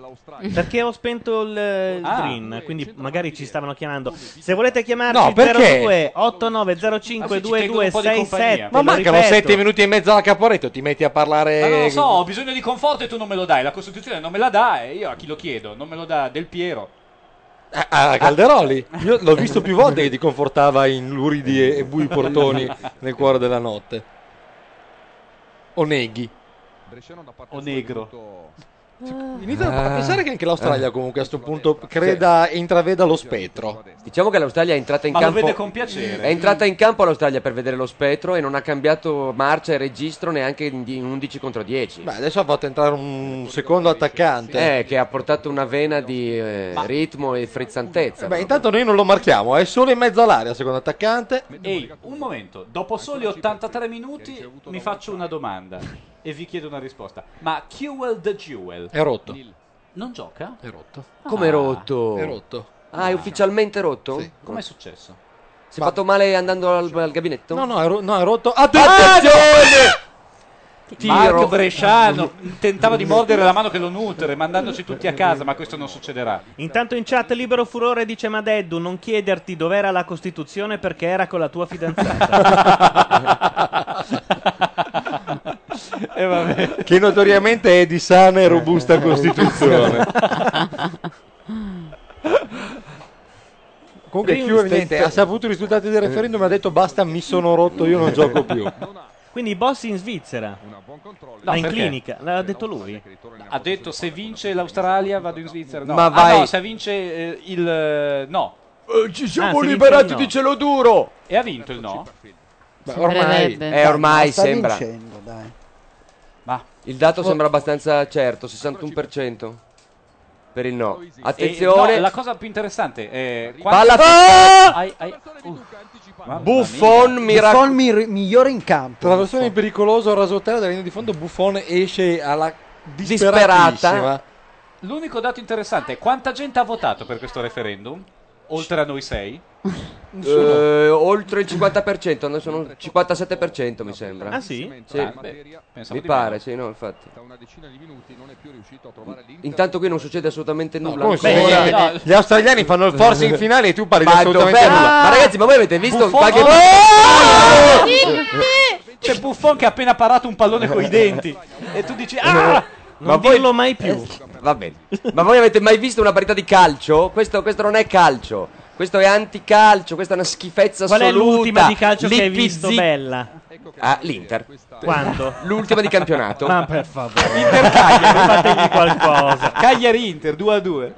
Perché ho spento il, il Ah. green, quindi magari ci stavano chiamando. Se volete chiamarci No, perché? 02 Ah, 8905 2267 Ma lo mancano ripeto. 7 minuti e mezzo alla Caporetto, ti metti a parlare. Ma non lo so, ho bisogno di conforto e tu non me lo dai. La Costituzione non me la dà e io a chi lo chiedo? Non me lo dà Del Piero. Ah, Calderoli. Io l'ho visto più volte che ti confortava in luridi e, e bui portoni nel cuore della notte. O neghi. Cioè, O negro. Inizio a pensare che anche l'Australia comunque a sto punto creda e intraveda lo spettro. Diciamo che l'Australia è entrata in Ma lo campo. vede con piacere. È entrata in campo l'Australia per vedere lo spettro e non ha cambiato marcia e registro neanche in di- in 11 contro 10. Beh, adesso ha fatto entrare un secondo attaccante. Eh, che ha portato una vena di eh, ritmo e frizzantezza. Beh, intanto noi non lo marchiamo, è solo in mezzo all'area il secondo attaccante. Ehi, un momento, dopo soli 83 minuti mi faccio una domanda e vi chiedo una risposta. Ma Kewell the Jewel È rotto. Non gioca? È rotto. Come Ah. rotto? È rotto. Ah, è ufficialmente rotto? Com'è successo? Si è fatto male andando al, al gabinetto? No, no, è, ro- no, è rotto. Attenzione! Marco Bresciano tentava di mordere la mano che lo nutre, mandandoci tutti a casa, ma questo non succederà. Intanto in chat libero furore dice Madeddu non chiederti dov'era la Costituzione perché era con la tua fidanzata. Eh, E vabbè. Che notoriamente è di sana e robusta costituzione. Comunque Ring più niente, state- ha saputo i risultati del referendum e ha detto basta, mi sono rotto, io non gioco più. Quindi i boss in Svizzera. Ma in perché? clinica, l'ha detto lui. Ha detto se vince l'Australia vado in Svizzera. No. Ma Ah, vai. no, se vince eh, il eh, no. ci siamo liberati di cielo duro. E ha vinto il no. Beh, ormai- Eh, ormai sembra. Ma Oh. il dato sembra abbastanza certo, 61%. per il no. Eh, no, Attenzione, la cosa più interessante eh, è Palla Ah! Mamma Buffon, mia. mirac- Buffon mir- migliore in campo. Traversone pericoloso a rasoterra della linea di fondo. Buffon esce alla disperatissima. Disperata. L'unico dato interessante è quanta gente ha votato per questo referendum? Oltre a noi sei? eh, oltre il 50%, adesso sono il 57% mi sembra. Ah, sì? Sì. Ah, beh, pensavo mi di pare, meno. sì, no, infatti. Da una decina di minuti non è più riuscito a trovare l'Inter. Intanto qui non succede assolutamente nulla. come succede? ancora. Gli australiani fanno il forcing in finale e tu parli di Ma assolutamente dov'è? nulla. Ma ragazzi, ma voi avete visto Buffon- qualche... Oh! C'è Buffon che ha appena parato un pallone coi denti. E tu dici, ah! Ma voi... dirlo mai più. va bene. Ma voi avete mai visto una parità di calcio? Questo, questo non è calcio. Questo è anticalcio, questa è una schifezza Qual è assoluta. l'ultima di calcio che hai visto L'IPZ bella? Ah, l'Inter. Quando? L'ultima di campionato. Ma Ah, per favore. Inter-Cagliari, fategli qualcosa. Cagliari-Inter 2 a 2.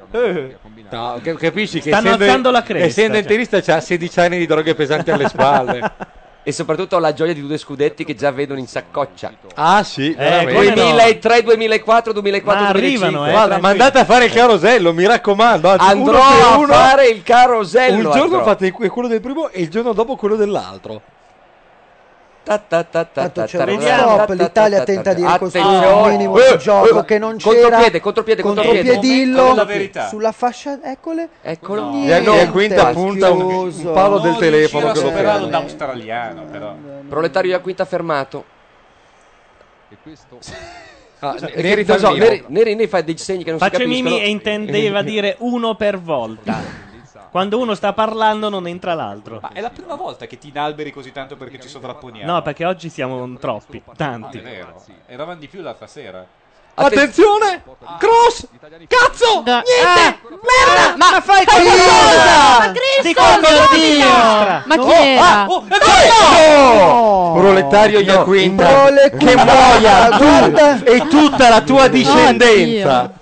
No, cap- capisci che Stanno essendo- alzando la cresta, Essendo cioè. interista c'ha 16 anni di droghe pesanti alle spalle. E soprattutto ho la gioia di due scudetti che già vedono in saccoccia. Ah sì, Eh, veramente. 2003, 2004, 2004, Ma 2005. arrivano, eh, Guarda, ma andate a fare il carosello, mi raccomando. anzi, Andrò uno per a uno. fare il carosello. Un giorno andrò. fate que- quello del primo e il giorno dopo quello dell'altro. Ta, ta, ta, ta, Tanto ta, c'è ta, uno ta, stop, ta, ta, l'Italia ta, ta, tenta di ta. ricostruire un Attenzione. minimo di Eh, gioco eh, che non c'era. Contropiede, contropiede, contropiede. Contropiedillo La verità. sulla fascia, eccole. Eccolo. E a- e a quinta punta un- un palo del telefono che lo superato da prende. australiano, però. Proletario da quinta fermato. E questo... Ah, Scusa, che- Neri non so, Salvini. Neri, Neri, Neri fa dei segni che non Faccio si capiscono. mimi e intendeva dire uno per volta. Quando uno sta parlando non entra l'altro. È la prima volta che ti inalberi così tanto perché ci sovrapponiamo. No, perché oggi siamo in troppi, Ah, è tanti. vero. Eravamo di più l'altra sera. Attenzione! Cross! Cazzo! Niente! Merda! ah, Ma fai qualcosa! Ma Di colpa mia! Ma Oh, ah, chi era? Oh, No! Proletario Iaquinta che muoia tu e tutta la tua discendenza.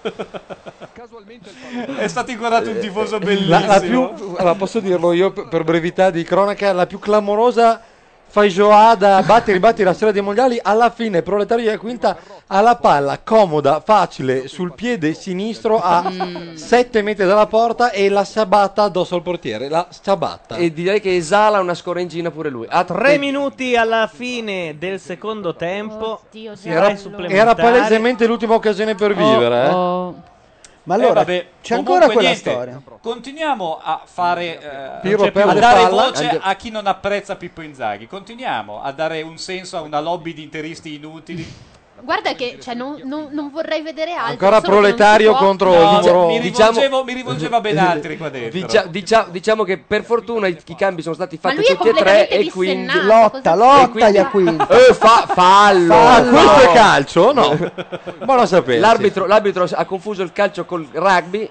È stato inquadrato un tifoso bellissimo. La, la più, allora, posso dirlo io per per brevità di cronaca, la più clamorosa faisoada, batti ribatti la storia dei mondiali, alla fine Proletario della Quinta ha la palla comoda, facile, sul piede sinistro a 7 metri dalla porta e la sabata addosso al portiere, la sabatta. E direi che esala una scorengina pure lui. Ah, eh. A Tre minuti alla fine del secondo tempo. Si era, era supplementare. era palesemente l'ultima occasione per vivere. eh. Ma Eh, vabbè, c'è comunque ancora quella niente. storia. Continuiamo a fare eh, Pirlo non c'è più- perde a dare palla. voce Anche- a chi non apprezza Pippo Inzaghi. Continuiamo a dare un senso a una lobby di interisti inutili. Guarda che cioè, non, non- non vorrei vedere altro. Ancora solo che non si proletario può. contro No, numero- mi, diciamo- rivolgevo, mi rivolgevo a ben altri qua dentro. Dicia- dicia- diciamo che per fortuna i, i cambi sono stati fatti lui è tutti e tre completamente e quindi dissennato, Lotta, lotta Iaquinta. Eh, fa- fallo. Ah, No. questo è calcio? No. Ma lo sapevo. L'arbitro, l'arbitro ha confuso il calcio col rugby.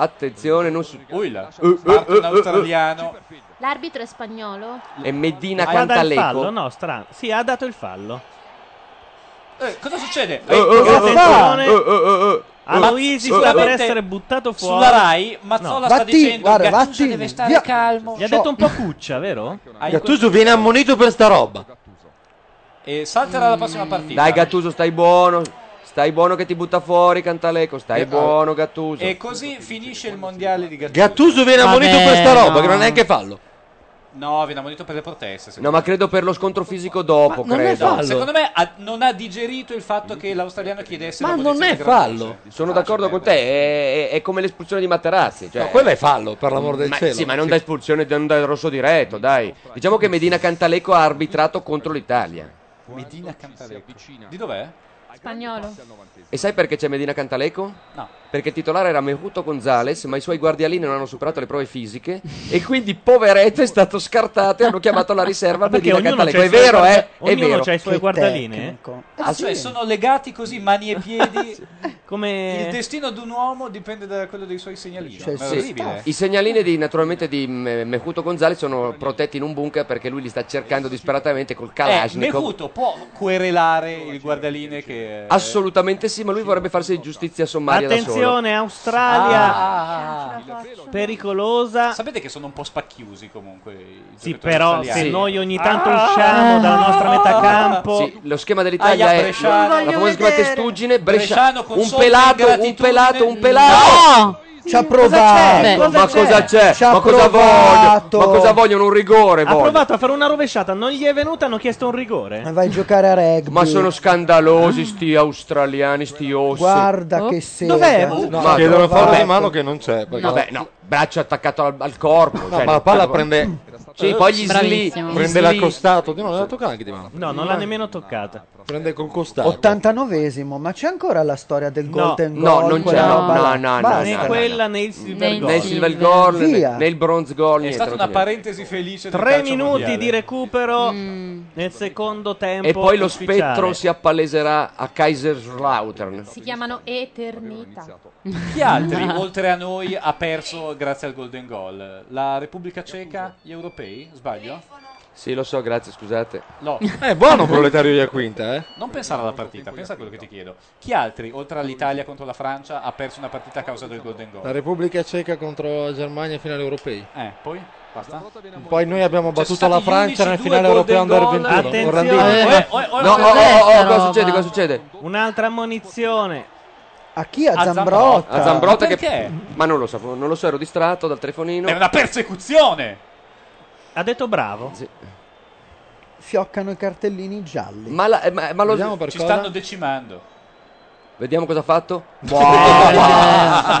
Attenzione, non su... parte un australiano. L'arbitro è spagnolo? E Medina Ah, dà il Cantaleco. fallo? No, strano. Sì, ha dato il fallo. Eh, cosa succede? Eh, cosa attenzione. eh, Aloisi sta per Sicuramente essere buttato fuori. Sulla Rai, Mazzola sta Vattini, dicendo guarda, Gattuso Vattini, deve stare via. calmo. Gli ha detto un po' cuccia, vero? Gattuso viene ammonito per sta roba. E salterà la prossima partita. Dai Gattuso, stai buono. Stai buono che ti butta fuori Cantaleco, stai Eh, buono Gattuso. E così finisce il mondiale di Gattuso. Gattuso viene ammonito per sta roba, che non è neanche fallo. No, viene ammonito per le proteste. secondo No, ma credo per lo scontro fisico dopo, me. credo. No, Secondo me ha- non ha digerito il fatto che l'australiano chiedesse Ma l'abolizione non è di Gattuso. fallo. Sono Ah, d'accordo con te, è, è- è come l'espulsione di Materazzi. Cioè, No, quello è fallo, per l'amor del Ma- cielo. Sì, ma non da espulsione, non da rosso diretto, dai. Diciamo che Medina Cantaleco ha arbitrato contro l'Italia. Medina Cantalecco. Di dov'è? Spagnolo. E sai perché c'è Medina Cantaleco? No. Perché il titolare era Mejuto Gonzales, ma i suoi guardialini non hanno superato le prove fisiche. e quindi, poveretto, è stato scartato e hanno chiamato alla riserva Perché Medina ognuno Cantaleco. c'ha i È suoi vero, guarda- eh? È ognuno vero. c'ha i suoi Che guardialini, tecnico. eh? Ah, sì. cioè, sono legati così mani e piedi. Come Il destino di un uomo dipende da quello dei suoi segnalini. Cioè, È sì. orribile. I segnalini di, naturalmente di Me- Mejuto Gonzales sono protetti in un bunker perché lui li sta cercando disperatamente col Eh, eh. Kalashnikov. Mecuto può querelare il guardaline che Assolutamente sì, ma lui vorrebbe farsi giustizia sommaria Attenzione, Australia Ah, pericolosa. Sapete che sono un po' spacchiusi comunque. i Sì, giocatori Ah! però australiani. se noi ogni tanto usciamo dalla Ah! nostra metà campo Sì, Ah! lo schema dell'Italia Aia, è Bresciano. la famosa Voglio vedere. testuggine Bresciano con un solo pelato, un pelato, un pelato. No! Ci ha provato. Ecco, ma cosa c'è? Ci ha Ma cosa provato. vogliono? Ma cosa vogliono? Un rigore Ha vogliono. provato a fare una rovesciata, non gli è venuta, hanno chiesto un rigore. Ma vai a giocare a rugby. Ma sono scandalosi sti australiani, sti ossi. Guarda Oh. che sega. No, chiedono il fallo vabbè. di mano che non c'è. perché- Vabbè, no, braccio attaccato al, al corpo. cioè, No, ma la palla prende- Sì, poi gli sli. Bravissimo. Prende l'accostato. No, non l'ha toccata anche di mano. No, non l'ha nemmeno toccata. Prende col costato. 89esimo, ma c'è ancora la storia del No, Golden no, Goal? non c'è, quella no, roba là? no, no, no, Basta. no, no, Né no. quella né il silver Né goal. il silver goal, Via. né, né il bronze goal. È niente, stata non una c'è niente. parentesi felice. del Tre calcio minuti mondiale. di recupero nel secondo tempo. E poi lo ufficiale. spettro si appaleserà a Kaiserslautern. Si chiamano Eternita. Chi altri, Ah! oltre a noi, ha perso grazie al Golden Goal? La Repubblica Ceca, gli europei? Sbaglio? Sì, lo so, grazie, scusate. No. È Eh, buono proletario Iaquinta, eh? Non pensare alla partita, pensa a quello che ti chiedo. Chi altri, oltre all'Italia contro la Francia, ha perso una partita a causa del Golden La Goal? Repubblica Ceca contro la Germania finale europei. Eh, poi? Basta? Poi noi abbiamo Cioè, battuto sono la stati gli Francia nel 11-2 finale Golden europeo under Goal. 21. Attenzione. Orlandino. Eh, eh, eh, No, oh, oh, oh, oh, cosa succede? Cosa succede? Un'altra ammonizione. A chi? A, A Zambrotta. A Zambrotta Ma che... perché? Ma non lo so, non lo so, ero distratto dal telefonino. È una persecuzione! Ha detto bravo. Fioccano i cartellini gialli. Ma, la- eh, ma- ma lo Ci stanno decimando. Vediamo cosa ha fatto.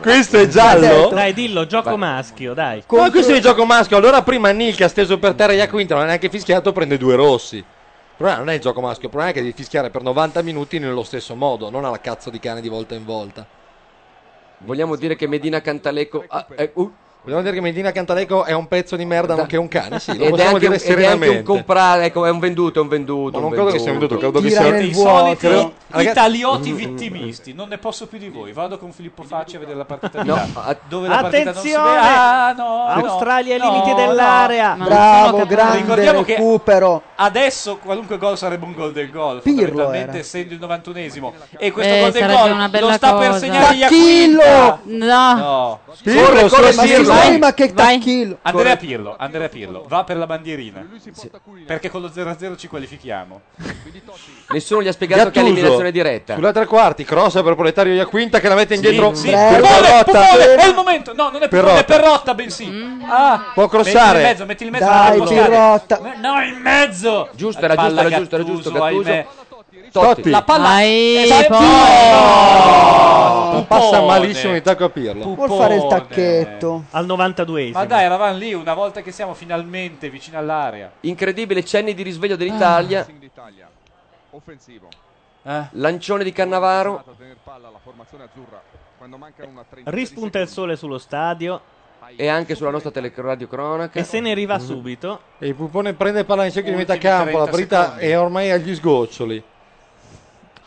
Questo è giallo? certo. Dai, dillo, gioco Vai. maschio, dai. Ma questo è il gioco maschio. Allora prima Nil che ha steso per terra Iaquinta non ha neanche fischiato, prende due rossi. Il problema non è il gioco maschio, il problema è che devi fischiare per 90 minuti nello stesso modo, non alla cazzo di cane di volta in volta. Vogliamo dire che Medina Cantalecco. ah, eh, uh, Vogliamo dire che Medina Cantaleco è un pezzo di merda, ma che è un cane, sì, lo ed è possiamo anche, un- ed dire è anche serenamente. un comprare, ecco, è un venduto, è un venduto. Ma non credo che sia venduto, credo che Tira sia- nel I soliti Credo- Ragazzi- mm, mm. italioti vittimisti, non ne posso più di voi. Vado con Filippo Facci a vedere la partita di No, là, a- dove la partita non si Attenzione! vede. Ah, no, no, Australia ai no, limiti no. dell'area. Ma non Bravo, sono capace. grande Ricordiamo che recupero. adesso qualunque gol sarebbe un gol del gol, Pirlo fondamentalmente era. essendo il 91esimo. E questo Eh, gol del sarebbe gol una lo bella sta per cosa. segnare Tacchillo! Iaquinta. No. Pirlo, Corre, solo corre, ma Ah. Pirlo. sì, Vai. ma che tacchillo. Andrea Pirlo, Andrea Pirlo, va per la bandierina. Perché con lo 0-0 ci qualifichiamo. Nessuno gli ha spiegato che è Gattuso, eliminazione diretta. Sulla tre quarti, crossa per proletario Iaquinta che la mette indietro. Sì, Per Pupone, Perotta. Pupone, è il momento. No, non è Per Pupone, è Rotta. Perrotta, bensì. Mm. Ah, Può crossare. Mettili in mezzo, mettili in mezzo. Dai, non la può Pirrotta. stare. No, in mezzo. Giusto, era giusto, Palla era giusto, era giusto. Gattuso, ahimè. Gattuso. Totti. La palla Ai, Eh, Esatto. No, passa malissimo in tacco a Pirlo. Vuol fare il tacchetto. Al 92 Ma dai, eravamo lì una volta che siamo finalmente vicino all'area. Incredibile, cenni di risveglio dell'Italia. Offensivo. Eh. Lancione di Cannavaro. A tener palla la formazione azzurra quando mancano una trentina di Rispunta il sole sullo stadio E anche sulla nostra teleradio cronaca. e se ne arriva subito. E il Pupone prende palla in cerchio di metà Ultimi campo, la 30 partita secondi. è ormai agli sgoccioli.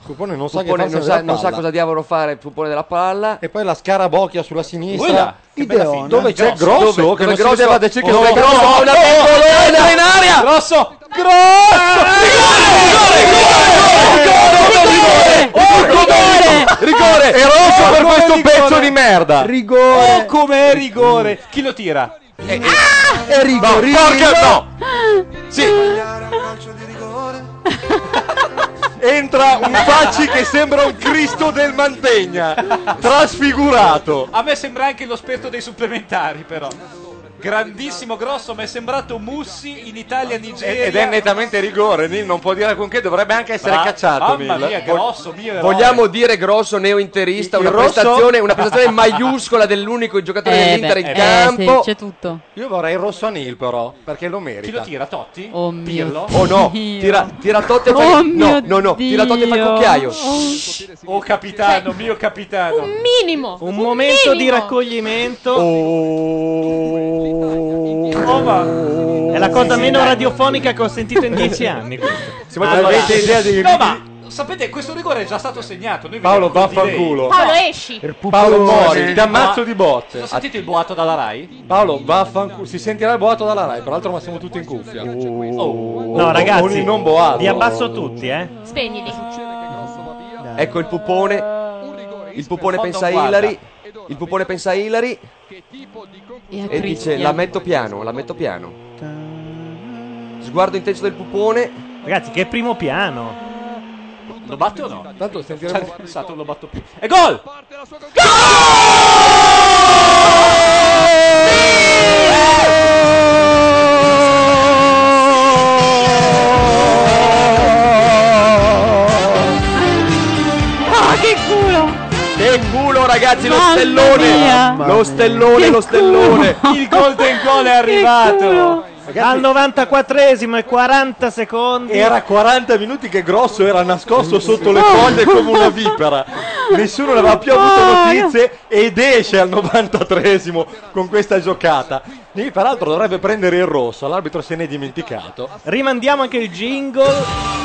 Il Pupone non sa che Pupone farsi non, della sa, non sa palla. cosa diavolo fare il pupone della palla. E poi la scarabocchia sulla sinistra. Ulla, che bella Ideone. finta. Dove c'è Grosso. Grosso? Dove- che dove non si Grosso- vedeva da cerchio Oh, dove Grosso, Grosso una Oh, pallonata in aria! Grosso. Rigore! E rosso per questo pezzo di merda! Rigore Oh, com'è rigore. Mm. Chi lo tira? Eh, Eh. e rigorino. no! Sì! Entra un Facci che sembra un Cristo del Mantegna, trasfigurato. A me sembra anche lo sperto dei supplementari, però. Grandissimo, grosso, mi è sembrato Mussi in Italia, Nigeria. Ed è nettamente rigore, Nil non può dire alcun che, dovrebbe anche essere Ma- cacciato. Mamma Nil. mia, grosso, mio eroe. Vogliamo dire grosso neointerista, Il una rosso- prestazione, una prestazione maiuscola dell'unico giocatore Eh, dell'Inter beh, in eh, campo. sì, c'è tutto. Io vorrei il rosso a Nil però, perché lo Chi lo merita. tira, Totti? Oh mio Pirlo? Oh no, Dio. tira, tira Totti e Oh fa... mio No, no, no, tira Totti e fa il Dio. cucchiaio. Oh capitano, mio capitano. Minimo! Un momento di minimo. raccoglimento. Oh, ma... È la cosa meno radiofonica che ho sentito in dieci anni. questa. Se voi avete idea di... No, ma sapete, questo rigore è già stato segnato. Noi Paolo vediamo tutti vaffanculo. Paolo, esci! Il Paolo Mori, ti ammazzo di dei- botte. Ho sentito il boato dalla Rai? Paolo vaffanculo, si sentirà il boato dalla Rai, peraltro ma siamo tutti in cuffia. Oh. Oh. No, ragazzi, Ogni non boato. vi abbasso tutti, eh. Spegnili. Ecco il pupone. Il pupone pensa a guarda. Hillary. Il pupone pensa a Hillary E, a e dice Christian. la metto piano, la metto piano. Sguardo intenso del pupone. Ragazzi, che primo piano. Lo batte o no? Tanto sentiremo- Ci ha pensato, non lo batto più. E gol! Ah, che culo! Che culo ragazzi, lo Mamma stellone! mia! Lo stellone, lo stellone! Il golden goal è arrivato! Al 94esimo e 40 secondi. Era 40 minuti che grosso era nascosto sotto le Oh. foglie come una vipera. Nessuno ne aveva più avuto notizie ed esce al 93esimo con questa giocata. Lì peraltro dovrebbe prendere il rosso, l'arbitro se n'è dimenticato. Rimandiamo anche il jingle.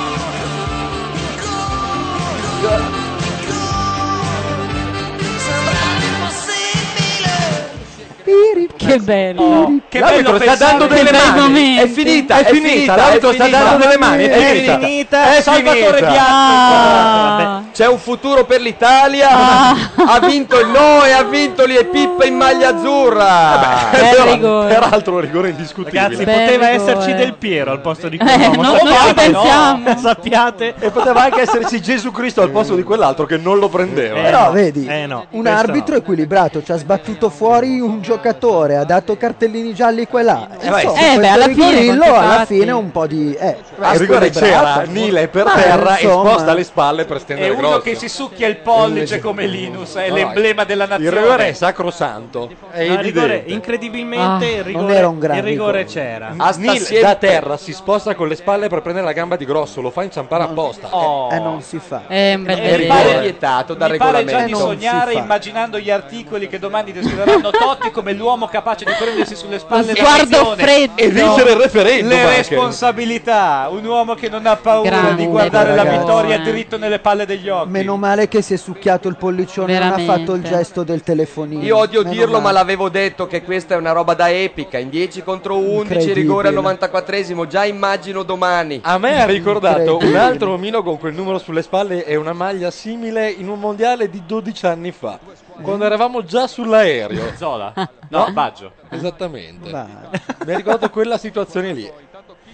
Che bello! Che bello L'arbitro sta dando delle mani. momenti. È finita, È è, finita, finita, l'arbitro è sta finita. dando delle mani, è È finita. finita, È Salvatore finita. Ah, Piazza. Vabbè, C'è un futuro per l'Italia. Ah. Ha vinto il Noe, ha vinto lì e Pippa in maglia azzurra. Però- peraltro un rigore indiscutibile. Ragazzi, poteva esserci Del Piero al posto di Eh, quell'uomo. no, non sappiate, ci pensiamo. no, sappiate. E poteva anche esserci Gesù Cristo al posto di quell'altro che non lo prendeva. Però vedi, Eh, un questo arbitro equilibrato ci ha sbattuto fuori un giocatore, ha dato cartellini gialli qua e là. Eh, vai. Insomma, Eh, beh, questo alla fine, rigorillo, quanti alla fatti. fine un po' di... Eh, Ma il rigore c'era, Nila è per Ma, terra e insomma. sposta le spalle per È stendere uno grosso. che si succhia il pollice come Linus, è No, l'emblema della Il rigore nazione. è sacrosanto. È No, il rigore, evidente. incredibilmente Ah, il non rigore, era un gran il rigore rigore. c'era. Nil da terra si sposta con le spalle per prendere la gamba di grosso, lo fa inciampare apposta. Oh. Eh, non si fa. È un bel È rigore. rigore. Eh, vietato dal Mi pare già di regolamento. sognare Non si fa. immaginando gli articoli che domani descriveranno Totti come l'uomo capace di prendersi sulle Lo spalle la sguardo nazione freddo. E vincere il referendum Le anche. responsabilità, un uomo che non ha paura Grande di guardare la ragazzo. vittoria dritto nelle palle degli occhi. Meno male che si è succhiato il pollicione e non ha Veramente. fatto il gesto del telefonino. Io odio Meno dirlo, ma male. l'avevo detto che questa è una roba da epica. In 10 contro 11, Incredibile. rigore al 94esimo. Già immagino domani. A me ha ricordato un altro omino con quel numero sulle spalle e una maglia simile in un mondiale di 12 anni fa, quando eravamo già sull'aereo. Zola? No, Baggio. Esattamente. Mi ha ricordato quella situazione lì.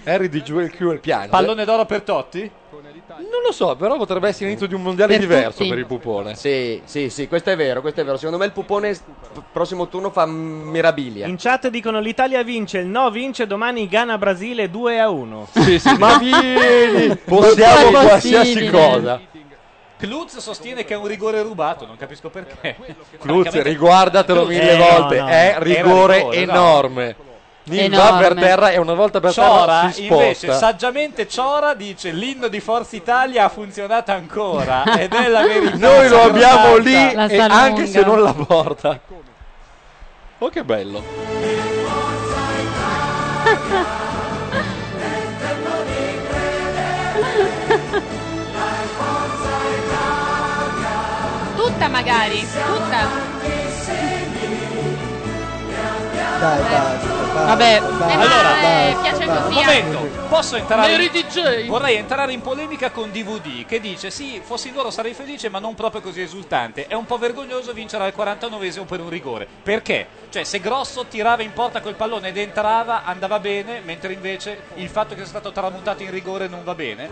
Harry di giù e il Q e il piano. Pallone d'oro per Totti? Non lo so, però potrebbe essere l'inizio di un mondiale Per diverso tutti. per il pupone. Sì, sì, sì, questo è vero, questo è vero. Secondo me il pupone s- p- prossimo turno fa mirabilia. In chat dicono l'Italia vince, il no vince, domani Ghana-Brasile 2 a 1. ma vieni, possiamo Ma è qualsiasi possibile. cosa. Klutz sostiene che è un rigore rubato, non capisco perché. Cruz, Francamente- riguardatelo mille Eh, no, volte, no. è Era rigore, rigore esatto. no. enorme. Nin va per terra e una volta per Ciora terra si invece sposta. saggiamente Ciora dice l'inno di Forza Italia ha funzionato ancora ed è la verità Noi lo abbiamo lì La e salunga. anche se non la porta. Oh che bello. Tutta magari, tutta. Dai, basta, basta, Vabbè, basta, allora, basta, piace basta. così, momento ecco. posso entrare Mary in... vorrei entrare in polemica con DVD che dice sì fossi loro sarei felice ma non proprio così esultante è un po' vergognoso vincere al 49esimo per un rigore perché? cioè se Grosso tirava in porta quel pallone ed entrava andava bene mentre invece il fatto che sia stato tramutato in rigore non va bene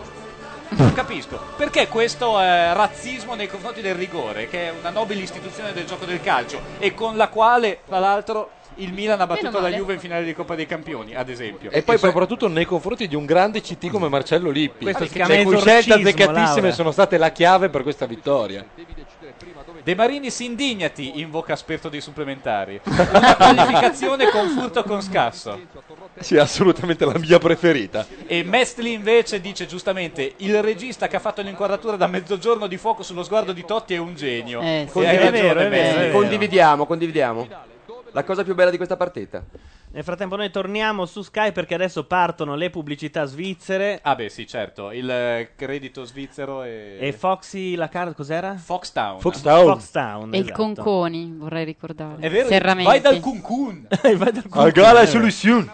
non capisco perché questo eh, razzismo nei confronti del rigore, che è una nobile istituzione del gioco del calcio e con la quale, tra l'altro, il Milan ha battuto Meno la male. Juve in finale di Coppa dei Campioni, ad esempio. E poi soprattutto nei confronti di un grande CT come Marcello Lippi, Questo si chiama le cui scelte esorcismo, azzeccatissime Laura. sono state la chiave per questa vittoria. De Marini si indignati, invoca esperto dei supplementari. Una qualificazione con furto con scasso. Sì, assolutamente la mia preferita. E Mestli invece dice giustamente: il regista che ha fatto l'inquadratura da mezzogiorno di fuoco sullo sguardo di Totti è un genio. Eh, Eh, E hai ragione, Mestli. Condividiamo, condividiamo. La cosa più bella di questa partita. Nel frattempo noi torniamo su Sky perché adesso partono le pubblicità svizzere. Ah beh sì, certo, il eh, credito svizzero e... E Foxy la carta cos'era? Foxtown. Foxtown. Foxtown, E il esatto. Conconi, vorrei ricordare. È vero, Serramenti. vai dal Cuncun. vai dal Al Gala Solution.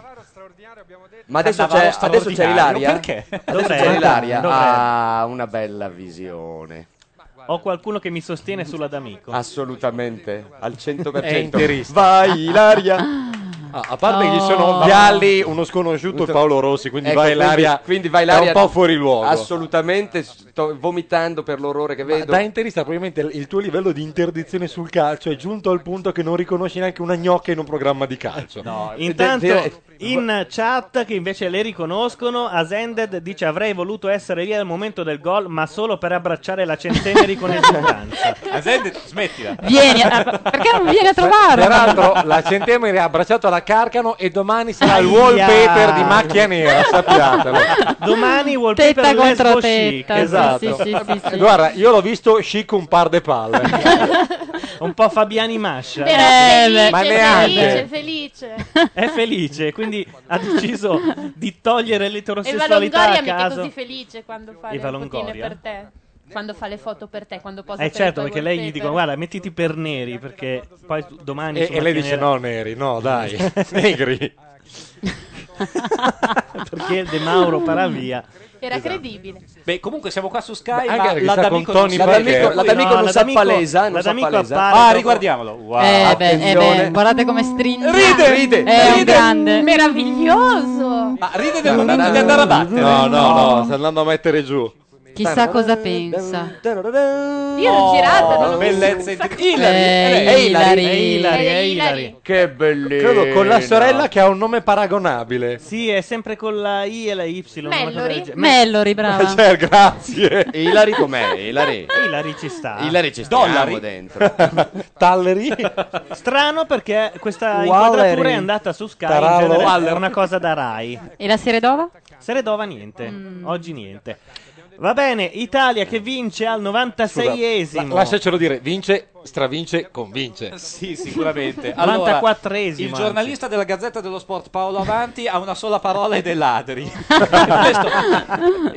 Ma adesso c'è, Cannavaro adesso c'è straordinario, Ilaria. perché? Adesso c'è Dov'è? Ilaria. Dov'è? Ah, una bella visione. Ho qualcuno che mi sostiene sulla D'Amico. Assolutamente, al È 100%. interista. Vai Ilaria. Ah, a parte che gli sono Oh. Vialli, uno sconosciuto e Paolo Rossi, quindi Ecco, vai quindi- l'aria. quindi vai È l'aria un po' fuori luogo. Assolutamente, sto vomitando per l'orrore che vedo. Da interista, probabilmente il tuo livello di interdizione sul calcio è giunto al punto che non riconosci neanche una gnocca in un programma di calcio. No, Intanto in chat che invece le riconoscono, Asended dice avrei voluto essere lì al momento del gol, ma solo per abbracciare la centeneri con esultanza. Asended, Eh, smettila. Vieni, perché non vieni a trovarlo? Peraltro, la Centemeri ha abbracciato la Carcano e domani sarà il Aia. wallpaper di macchia nera, sappiatelo. Domani wallpaper Tetta contro lesbo tetta, chic, sì, esatto. sì, sì, sì, sì. Guarda, io l'ho visto chic un par de palle. Un po' Fabiani Mascia. Però felice, Eh, ma felice, neanche. felice. È felice, quindi ha deciso di togliere E l'eterosessualità Valongoria a mica è caso. così felice quando fa E le fotine Valongoria? per te. Quando fa le foto per te, quando posa Eh per certo, i tuoi perché lei gli wallpaper. dico guarda, mettiti per neri perché poi tu- domani E- su e lei Macchia dice, Nera- "No, neri, no, dai, negri." perché il De Mauro paravia. Era esatto." credibile. Beh, comunque siamo qua su Sky, Ma anche ma perché la sta con D'Amico Tony non- Parker. La D'Amico No, non la sa D'Amico- palesa, non la sa D'Amico palesa. appare Ah, dopo- riguardiamolo. Wow. Eh, beh, eh, Attenzione. beh, guardate come stringe. Ride, ride, È un ride. grande. Meraviglioso. Ma ride del momento di andare a battere. No, no, no, sta andando a mettere giù. Chissà cosa pensa. Io l'ho girata, Oh, non l'ho Bellezza vista. Eh, Ilari. Ilari, eh, Ilari. Che bellino. Credo con la sorella che ha un nome paragonabile. Sì, è sempre con la I e la Y. una cosa del Mellori? genere. Mellori, brava. Cioè, grazie. E Ilari com'è? Ilari. Ilari certo. ci sta. Ilari ci stiamo Dollari? dentro. Talleri. Strano perché questa Wallery. inquadratura è andata su Sky. in Tararo. genere È Waller. una cosa da Rai. E la Seredova? Seredova niente. Mm. Oggi niente. Va bene, Italia che vince al 96esimo. La- lasciacelo dire, vince, stravince, convince. Sì, sicuramente. Allora, 94esimo. il giornalista della Gazzetta dello Sport Paolo Avanti ha una sola parola ed è ladri. Questo-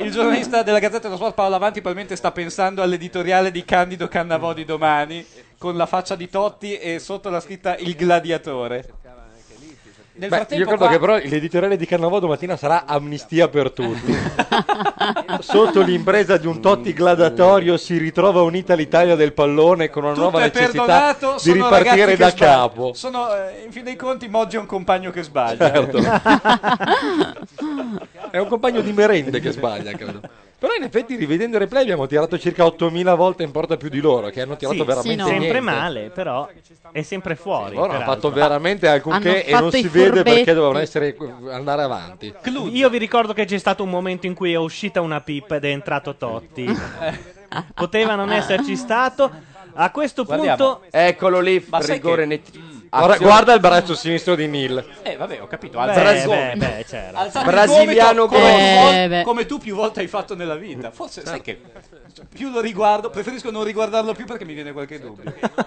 il giornalista della Gazzetta dello Sport Paolo Avanti probabilmente sta pensando all'editoriale di Candido Cannavò di domani con la faccia di Totti e sotto la scritta Il gladiatore. Nel Beh, frattempo io credo qua- che però l'editoriale di Cannavò domattina sarà amnistia per tutti. Sotto l'impresa di un Totti gladatorio si ritrova unita l'Italia del pallone con una nuova Tutto è necessità perdonato, di sono ragazzi ripartire che da sbagliano. capo. Sono, eh, in fin dei conti, Moggi è un compagno che sbaglia. Certo. È un compagno di merende che sbaglia, credo. Però in effetti rivedendo i replay abbiamo tirato circa 8000 volte in porta più di loro, che hanno tirato Sì, veramente sempre niente. male, però è sempre fuori. Loro hanno peraltro. fatto veramente alcunché e non si vede perché dovevano essere, eh, andare avanti. Io vi ricordo che c'è stato un momento in cui è uscita una pippa ed è entrato Totti. Poteva non esserci stato. A questo punto, Eccolo lì, Ma sai rigore che- netti- Ah, Guarda, Azione. Mm. guarda il braccio sinistro di Neil. Eh, vabbè, ho capito. Beh, Alzate il beh, gomito. beh, certo. c'era. Alzate il Brasiliano gomito come, gomito. tu- Eh, beh. come tu più volte hai fatto nella vita. Forse, sai Certo. che più lo riguardo, preferisco non riguardarlo più perché mi viene qualche dubbio. certo.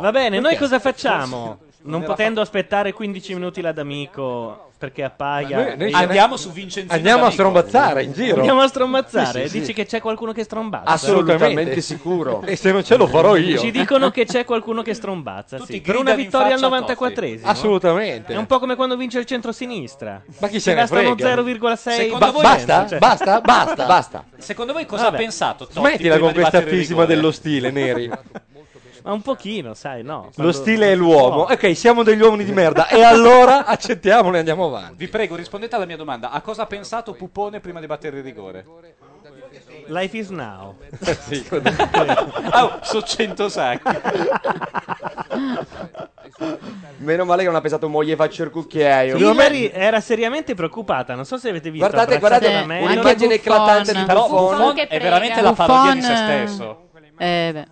va bene. Noi Perché? cosa facciamo? Forse- Non era potendo aspettare 15 minuti la D'Amico perché appaia. Noi- noi- Andiamo su Vincenzino Andiamo a D'Amico. strombazzare in giro. Andiamo a strombazzare. Sì, sì, sì. Dici che c'è qualcuno che strombazza. Assolutamente sicuro. E se non ce lo farò io. Ci dicono che c'è qualcuno che strombazza. Sì. Per gridano una in vittoria al faccia a 94esimo. Totti. Assolutamente. È un po' come quando vince il centrosinistra. Ma chi Ci se ne bastano frega? 0,6 Secondo Ba- voi- basta? Basta? Basta? Basta. Secondo voi cosa ha pensato Totti Smettila prima con di questa battere il fisima rigore? dello stile, Neri. Ma un pochino, sai, no. Lo Quando- stile è l'uomo. Ok, siamo degli uomini di merda. E allora accettiamolo e andiamo avanti. Vi prego, rispondete alla mia domanda. A cosa ha pensato Pupone prima di battere il rigore? Life is now. sì, Ah, so 100 sacchi. Meno male che non ha pensato moglie faccio il Eh, cucchiaio. Ilari era seriamente preoccupata. Non so se avete visto. Guardate, abbracciata da guardate, me. un'immagine Anche Buffon. eclatante di Però Buffon Buffon che è prega. veramente la parodia parodia di se stesso. Eh, beh.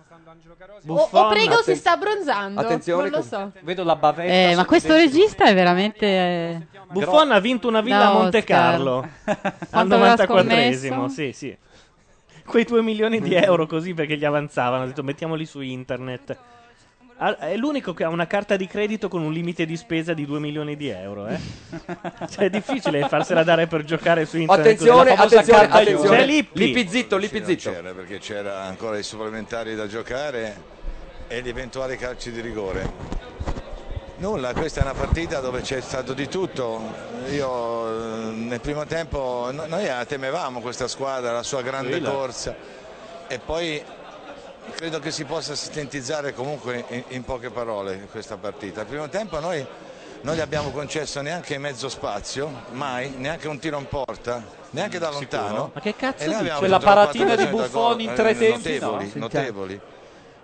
O, o prego si Atten- sta abbronzando. attenzione non lo so. con- Vedo la bavetta. Eh, ma sul questo testo. regista è veramente. eh, Buffon ha vinto una villa Da a Monte Oscar. Carlo al Quanto aveva 94esimo. scommesso? Sì, sì. Quei 2 milioni di euro così perché gli avanzavano. Ho detto mettiamoli su internet. Ah, È l'unico che ha una carta di credito con un limite di spesa di 2 milioni di euro. Eh? cioè, è difficile farsela dare per giocare su internet. Attenzione, così. La famosa attenzione, carta di- attenzione. C'è Lippi. zitto, Lippi zitto. C'era perché c'era ancora i supplementari da giocare e gli eventuali calci di rigore. Nulla, questa è una partita dove c'è stato di tutto. Io eh, nel primo tempo no- noi la temevamo questa squadra, la sua grande Sì, la- corsa e poi credo che si possa sintetizzare comunque in, in poche parole questa partita. Al primo tempo noi Noi gli abbiamo concesso neanche mezzo spazio, mai, neanche un tiro in porta, neanche da lontano. Ma che cazzo E noi abbiamo dici? Quella fatto una paratina di quadratura da Buffon gol, in eh, tre tempi, no? Notevoli, Sì, notevoli.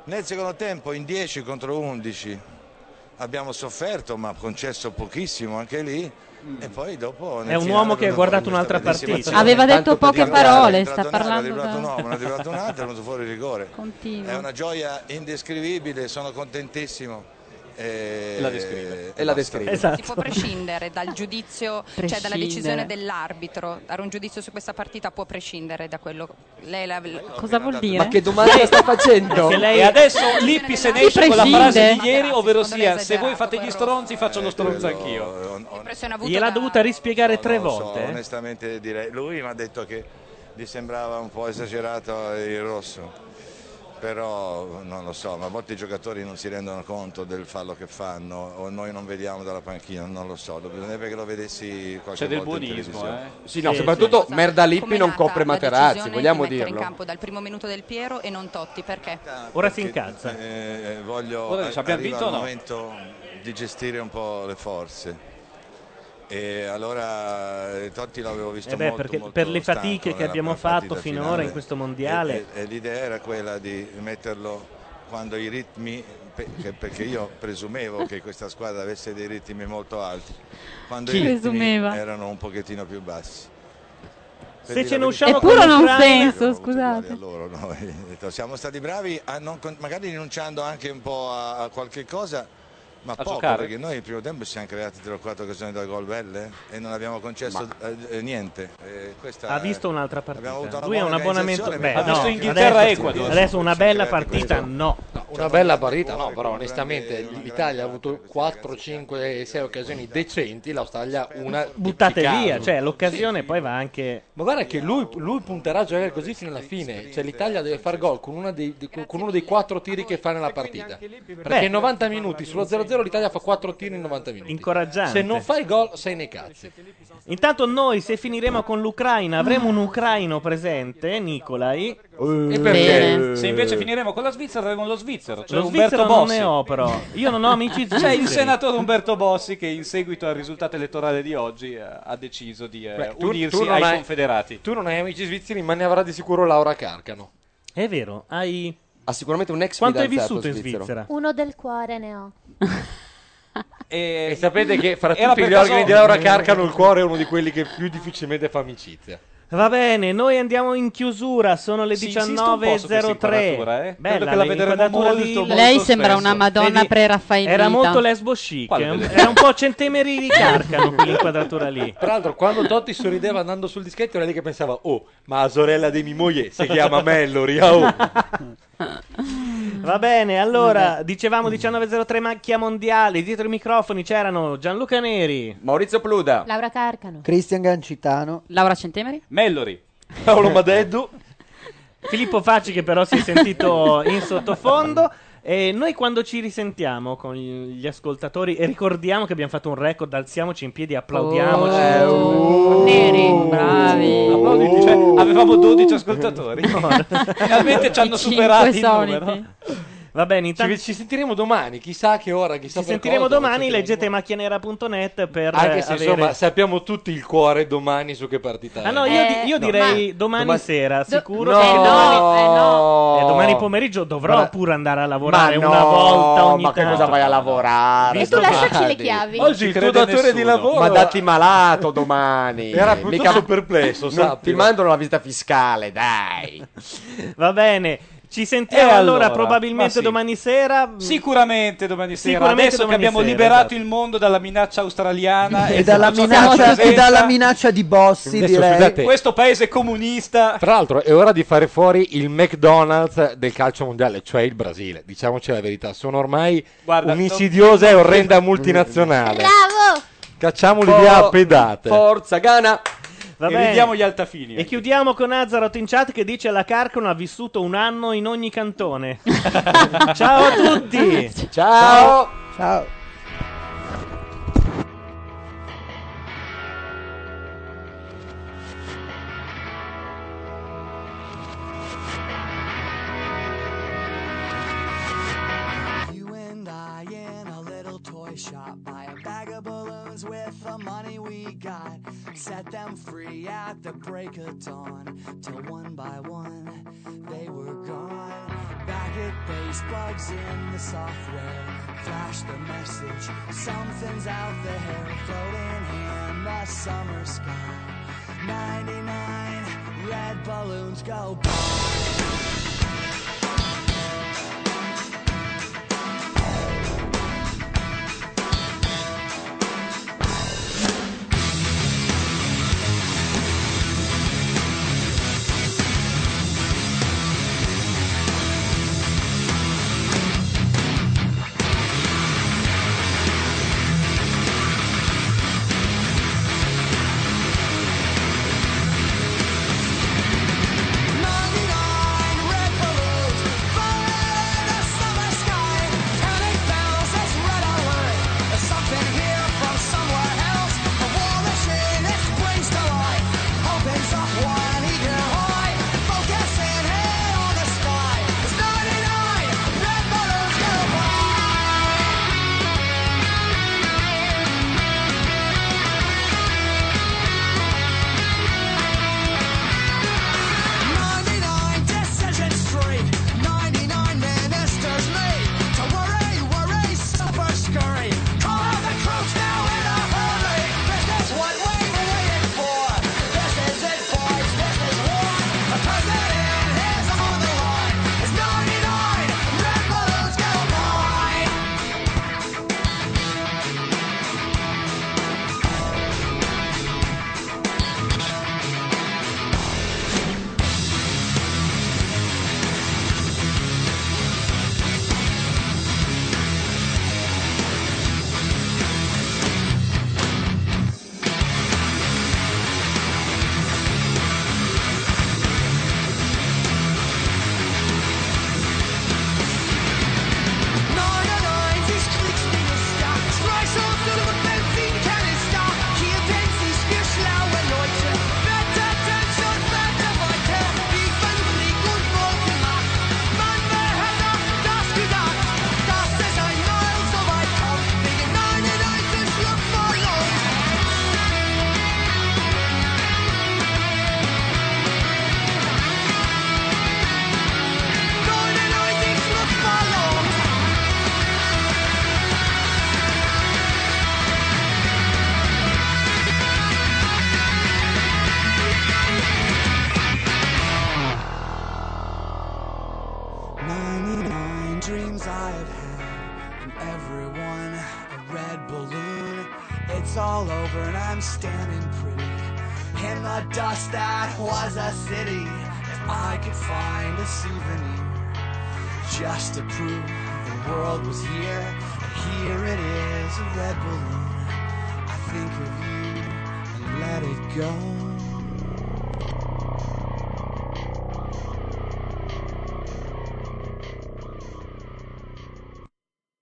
Nel secondo tempo in 10 contro 11 abbiamo sofferto ma concesso pochissimo anche lì e poi dopo nel Mm. È un finale uomo che ha abbiamo fatto questa guardato un'altra bellissima partita. azione. Aveva detto Tanto per poche dire, parole, è sta entrato un altro, parlando è arrivato un da- uomo, è arrivato un altro, è venuto fuori il rigore. Continua. È una gioia indescrivibile, sono contentissimo. E la descrive. e E basta. la descrive. Esatto. Si può prescindere dal giudizio, cioè dalla Prescindere. decisione dell'arbitro. Dare un giudizio su questa partita può prescindere da quello. Lei la- Cosa vuol dire? Ma che domanda sta facendo? Perché lei- E adesso Lippi se ne Si esce con la prescinde. frase di ieri, ovvero sia se voi fate gli stronzi faccio lo stronzo anch'io. L'impressione avuta Gliel'ha da- dovuta rispiegare tre Non lo so, volte. eh. onestamente direi. Lui mi ha detto che gli sembrava un po' esagerato il rosso. Però non lo so, ma a volte i giocatori non si rendono conto del fallo che fanno o noi non vediamo dalla panchina, non lo so, bisognerebbe che lo vedessi qualche C'è del volta in buonismo, televisione. eh. Sì, no, soprattutto merda Lippi non copre Materazzi, decisione vogliamo di mettere in dirlo. campo dal primo minuto del Piero e non Totti, perché? Ora si incazza. eh, voglio Ora dice, abbiamo arriva vinto o il no? momento di gestire un po' le forze. E allora eh, Totti l'avevo visto Eh beh, molto, perché molto per le stanco fatiche che nella abbiamo partita fatto finora finale. in questo mondiale. E, e- e l'idea era quella di metterlo quando i ritmi pe- che- perché io presumevo che questa squadra avesse dei ritmi molto alti quando Chi? i ritmi Presumeva. erano un pochettino più bassi Per Se dire ce ne la usciamo verità- con l'Ucraina- a loro, no? E ho detto, siamo stati bravi, a non con- magari rinunciando anche un po' a, a qualche cosa, ma A poco, giocare. perché noi nel primo tempo ci siamo creati 3 o 4 occasioni da gol belle e non abbiamo concesso eh, eh, niente. Eh, questa Ha è- visto un'altra abbiamo avuto partita. una Lui ha un buona abbonamento. organizzazione, Beh, ma- no, Ha visto adesso- Inghilterra-Ecuador. Adesso una bella partita, no. Una bella partita, no, però onestamente l'Italia ha avuto 4, 5, 6 occasioni decenti, l'Australia una Buttate di caso. via, cioè l'occasione poi va anche. Ma guarda che lui, lui punterà a giocare così fino alla fine, cioè l'Italia deve far gol con, una dei- di- con uno dei 4 tiri che fa nella partita. Perché Beh. in 90 minuti, sullo 0-0 l'Italia fa 4 tiri in 90 minuti. Incoraggiante. Se non fai gol sei nei cazzi. Intanto noi se finiremo con l'Ucraina avremo un ucraino presente, Nicolai. Eh. E perché? Eh, Se invece finiremo con la Svizzera avremo lo svizzero, cioè Lo Umberto svizzero non Bossi. ne ho però. Io non ho amici C'è il svizzeri. senatore Umberto Bossi che in seguito al risultato elettorale di oggi eh, ha deciso di eh, Beh, unirsi non ai hai- confederati. Tu non hai amici svizzeri, ma ne avrà di sicuro Laura Carcano. È vero, hai... Ha sicuramente un ex Quanto hai fidanzato vissuto in svizzero. Svizzera? Uno del cuore ne ho. E, sapete che fra Era tutti per gli caso- organi di Laura Carcano il cuore è uno di quelli che più difficilmente fa amicizia. Va bene, noi andiamo in chiusura, sono le Si insiste un po' su questa 19.03. inquadratura, eh? Bella Credo che la l'inquadratura vedremo di... molto, molto Lei sembra una Madonna Vedi, pre-raffaellita. Era molto lesbo chic, Quale eh, vedete? era un po' centemeri di Carcano quell'inquadratura lì. Tra l'altro, quando Totti sorrideva andando sul dischetto, era lì che pensava: Oh, ma la sorella di Mimoye si chiama Mallory. Oh. Eh, Va bene, allora, dicevamo 19.03 macchia mondiale, dietro i microfoni c'erano Gianluca Neri, Maurizio Pluda, Laura Carcano. Cristian Gancitano. Laura Centemeri. Mellori, Paolo Madeddu, Filippo Facci che però si è sentito in sottofondo. E noi quando ci risentiamo con gli ascoltatori e ricordiamo che abbiamo fatto un record, alziamoci in piedi, applaudiamoci. Oh. Neri, bravi. Oh. Oh. Cioè, avevamo 12 ascoltatori. Finalmente ci hanno I cinque superati il soliti. numero. Va bene, intanto Ci, ci sentiremo domani, chissà che ora, chissà ci per sentiremo cosa, domani. sentiremo Leggete macchianera.net per domani. Anche se eh, avere- insomma sappiamo tutti il cuore domani su che partita Ah, no, è. io, di- io direi domani Domani- sera, Do- sicuro. No. perché domani, Eh, Eh, no. Eh, domani pomeriggio dovrò Ma- pure andare a lavorare Ma una no, volta ogni ma che tanto. cosa vai a lavorare? Visto Tu lasciaci Ah, le Guardi. chiavi. Oggi il tuo datore di lavoro Ma datti malato domani. Era piuttosto perplesso, non- sappilo. Ti mandano la visita fiscale, dai. Va bene, ci sentiamo E allora, allora? probabilmente Ma sì. domani sera. Sicuramente domani sera. Sicuramente Adesso domani che abbiamo sera, liberato esatto. il mondo dalla minaccia australiana E dalla, tutto ciò che ci minaccia, e presenta, dalla minaccia di Bossi, Adesso, direi. scusate. questo paese comunista. Tra l'altro è ora di fare fuori il McDonald's del calcio mondiale, cioè il Brasile. Diciamoci la verità, sono ormai Guarda, un'insidiosa e orrenda multinazionale. Bravo! Cacciamoli via a pedate. Forza, Gana. Va e bene. ridiamo gli altafini. E chiudiamo con Azzarot in chat che dice la Carcano ha vissuto un anno in ogni cantone. Ciao a tutti! Ciao. Ciao. You and I in a little toy shop buy a bag of Cause with the money we got, set them free at the break of dawn. Till one by one, they were gone. Back at base, bugs in the software. Flash the message, something's out there. Floating in the summer sky. 99 red balloons go pop. Ninety-nine dreams I have had, and every one a red balloon. It's all over and I'm standing pretty in the dust that was a city. If I could find a souvenir just to prove the world was here, and here it is, a red balloon. I think of you and let it go.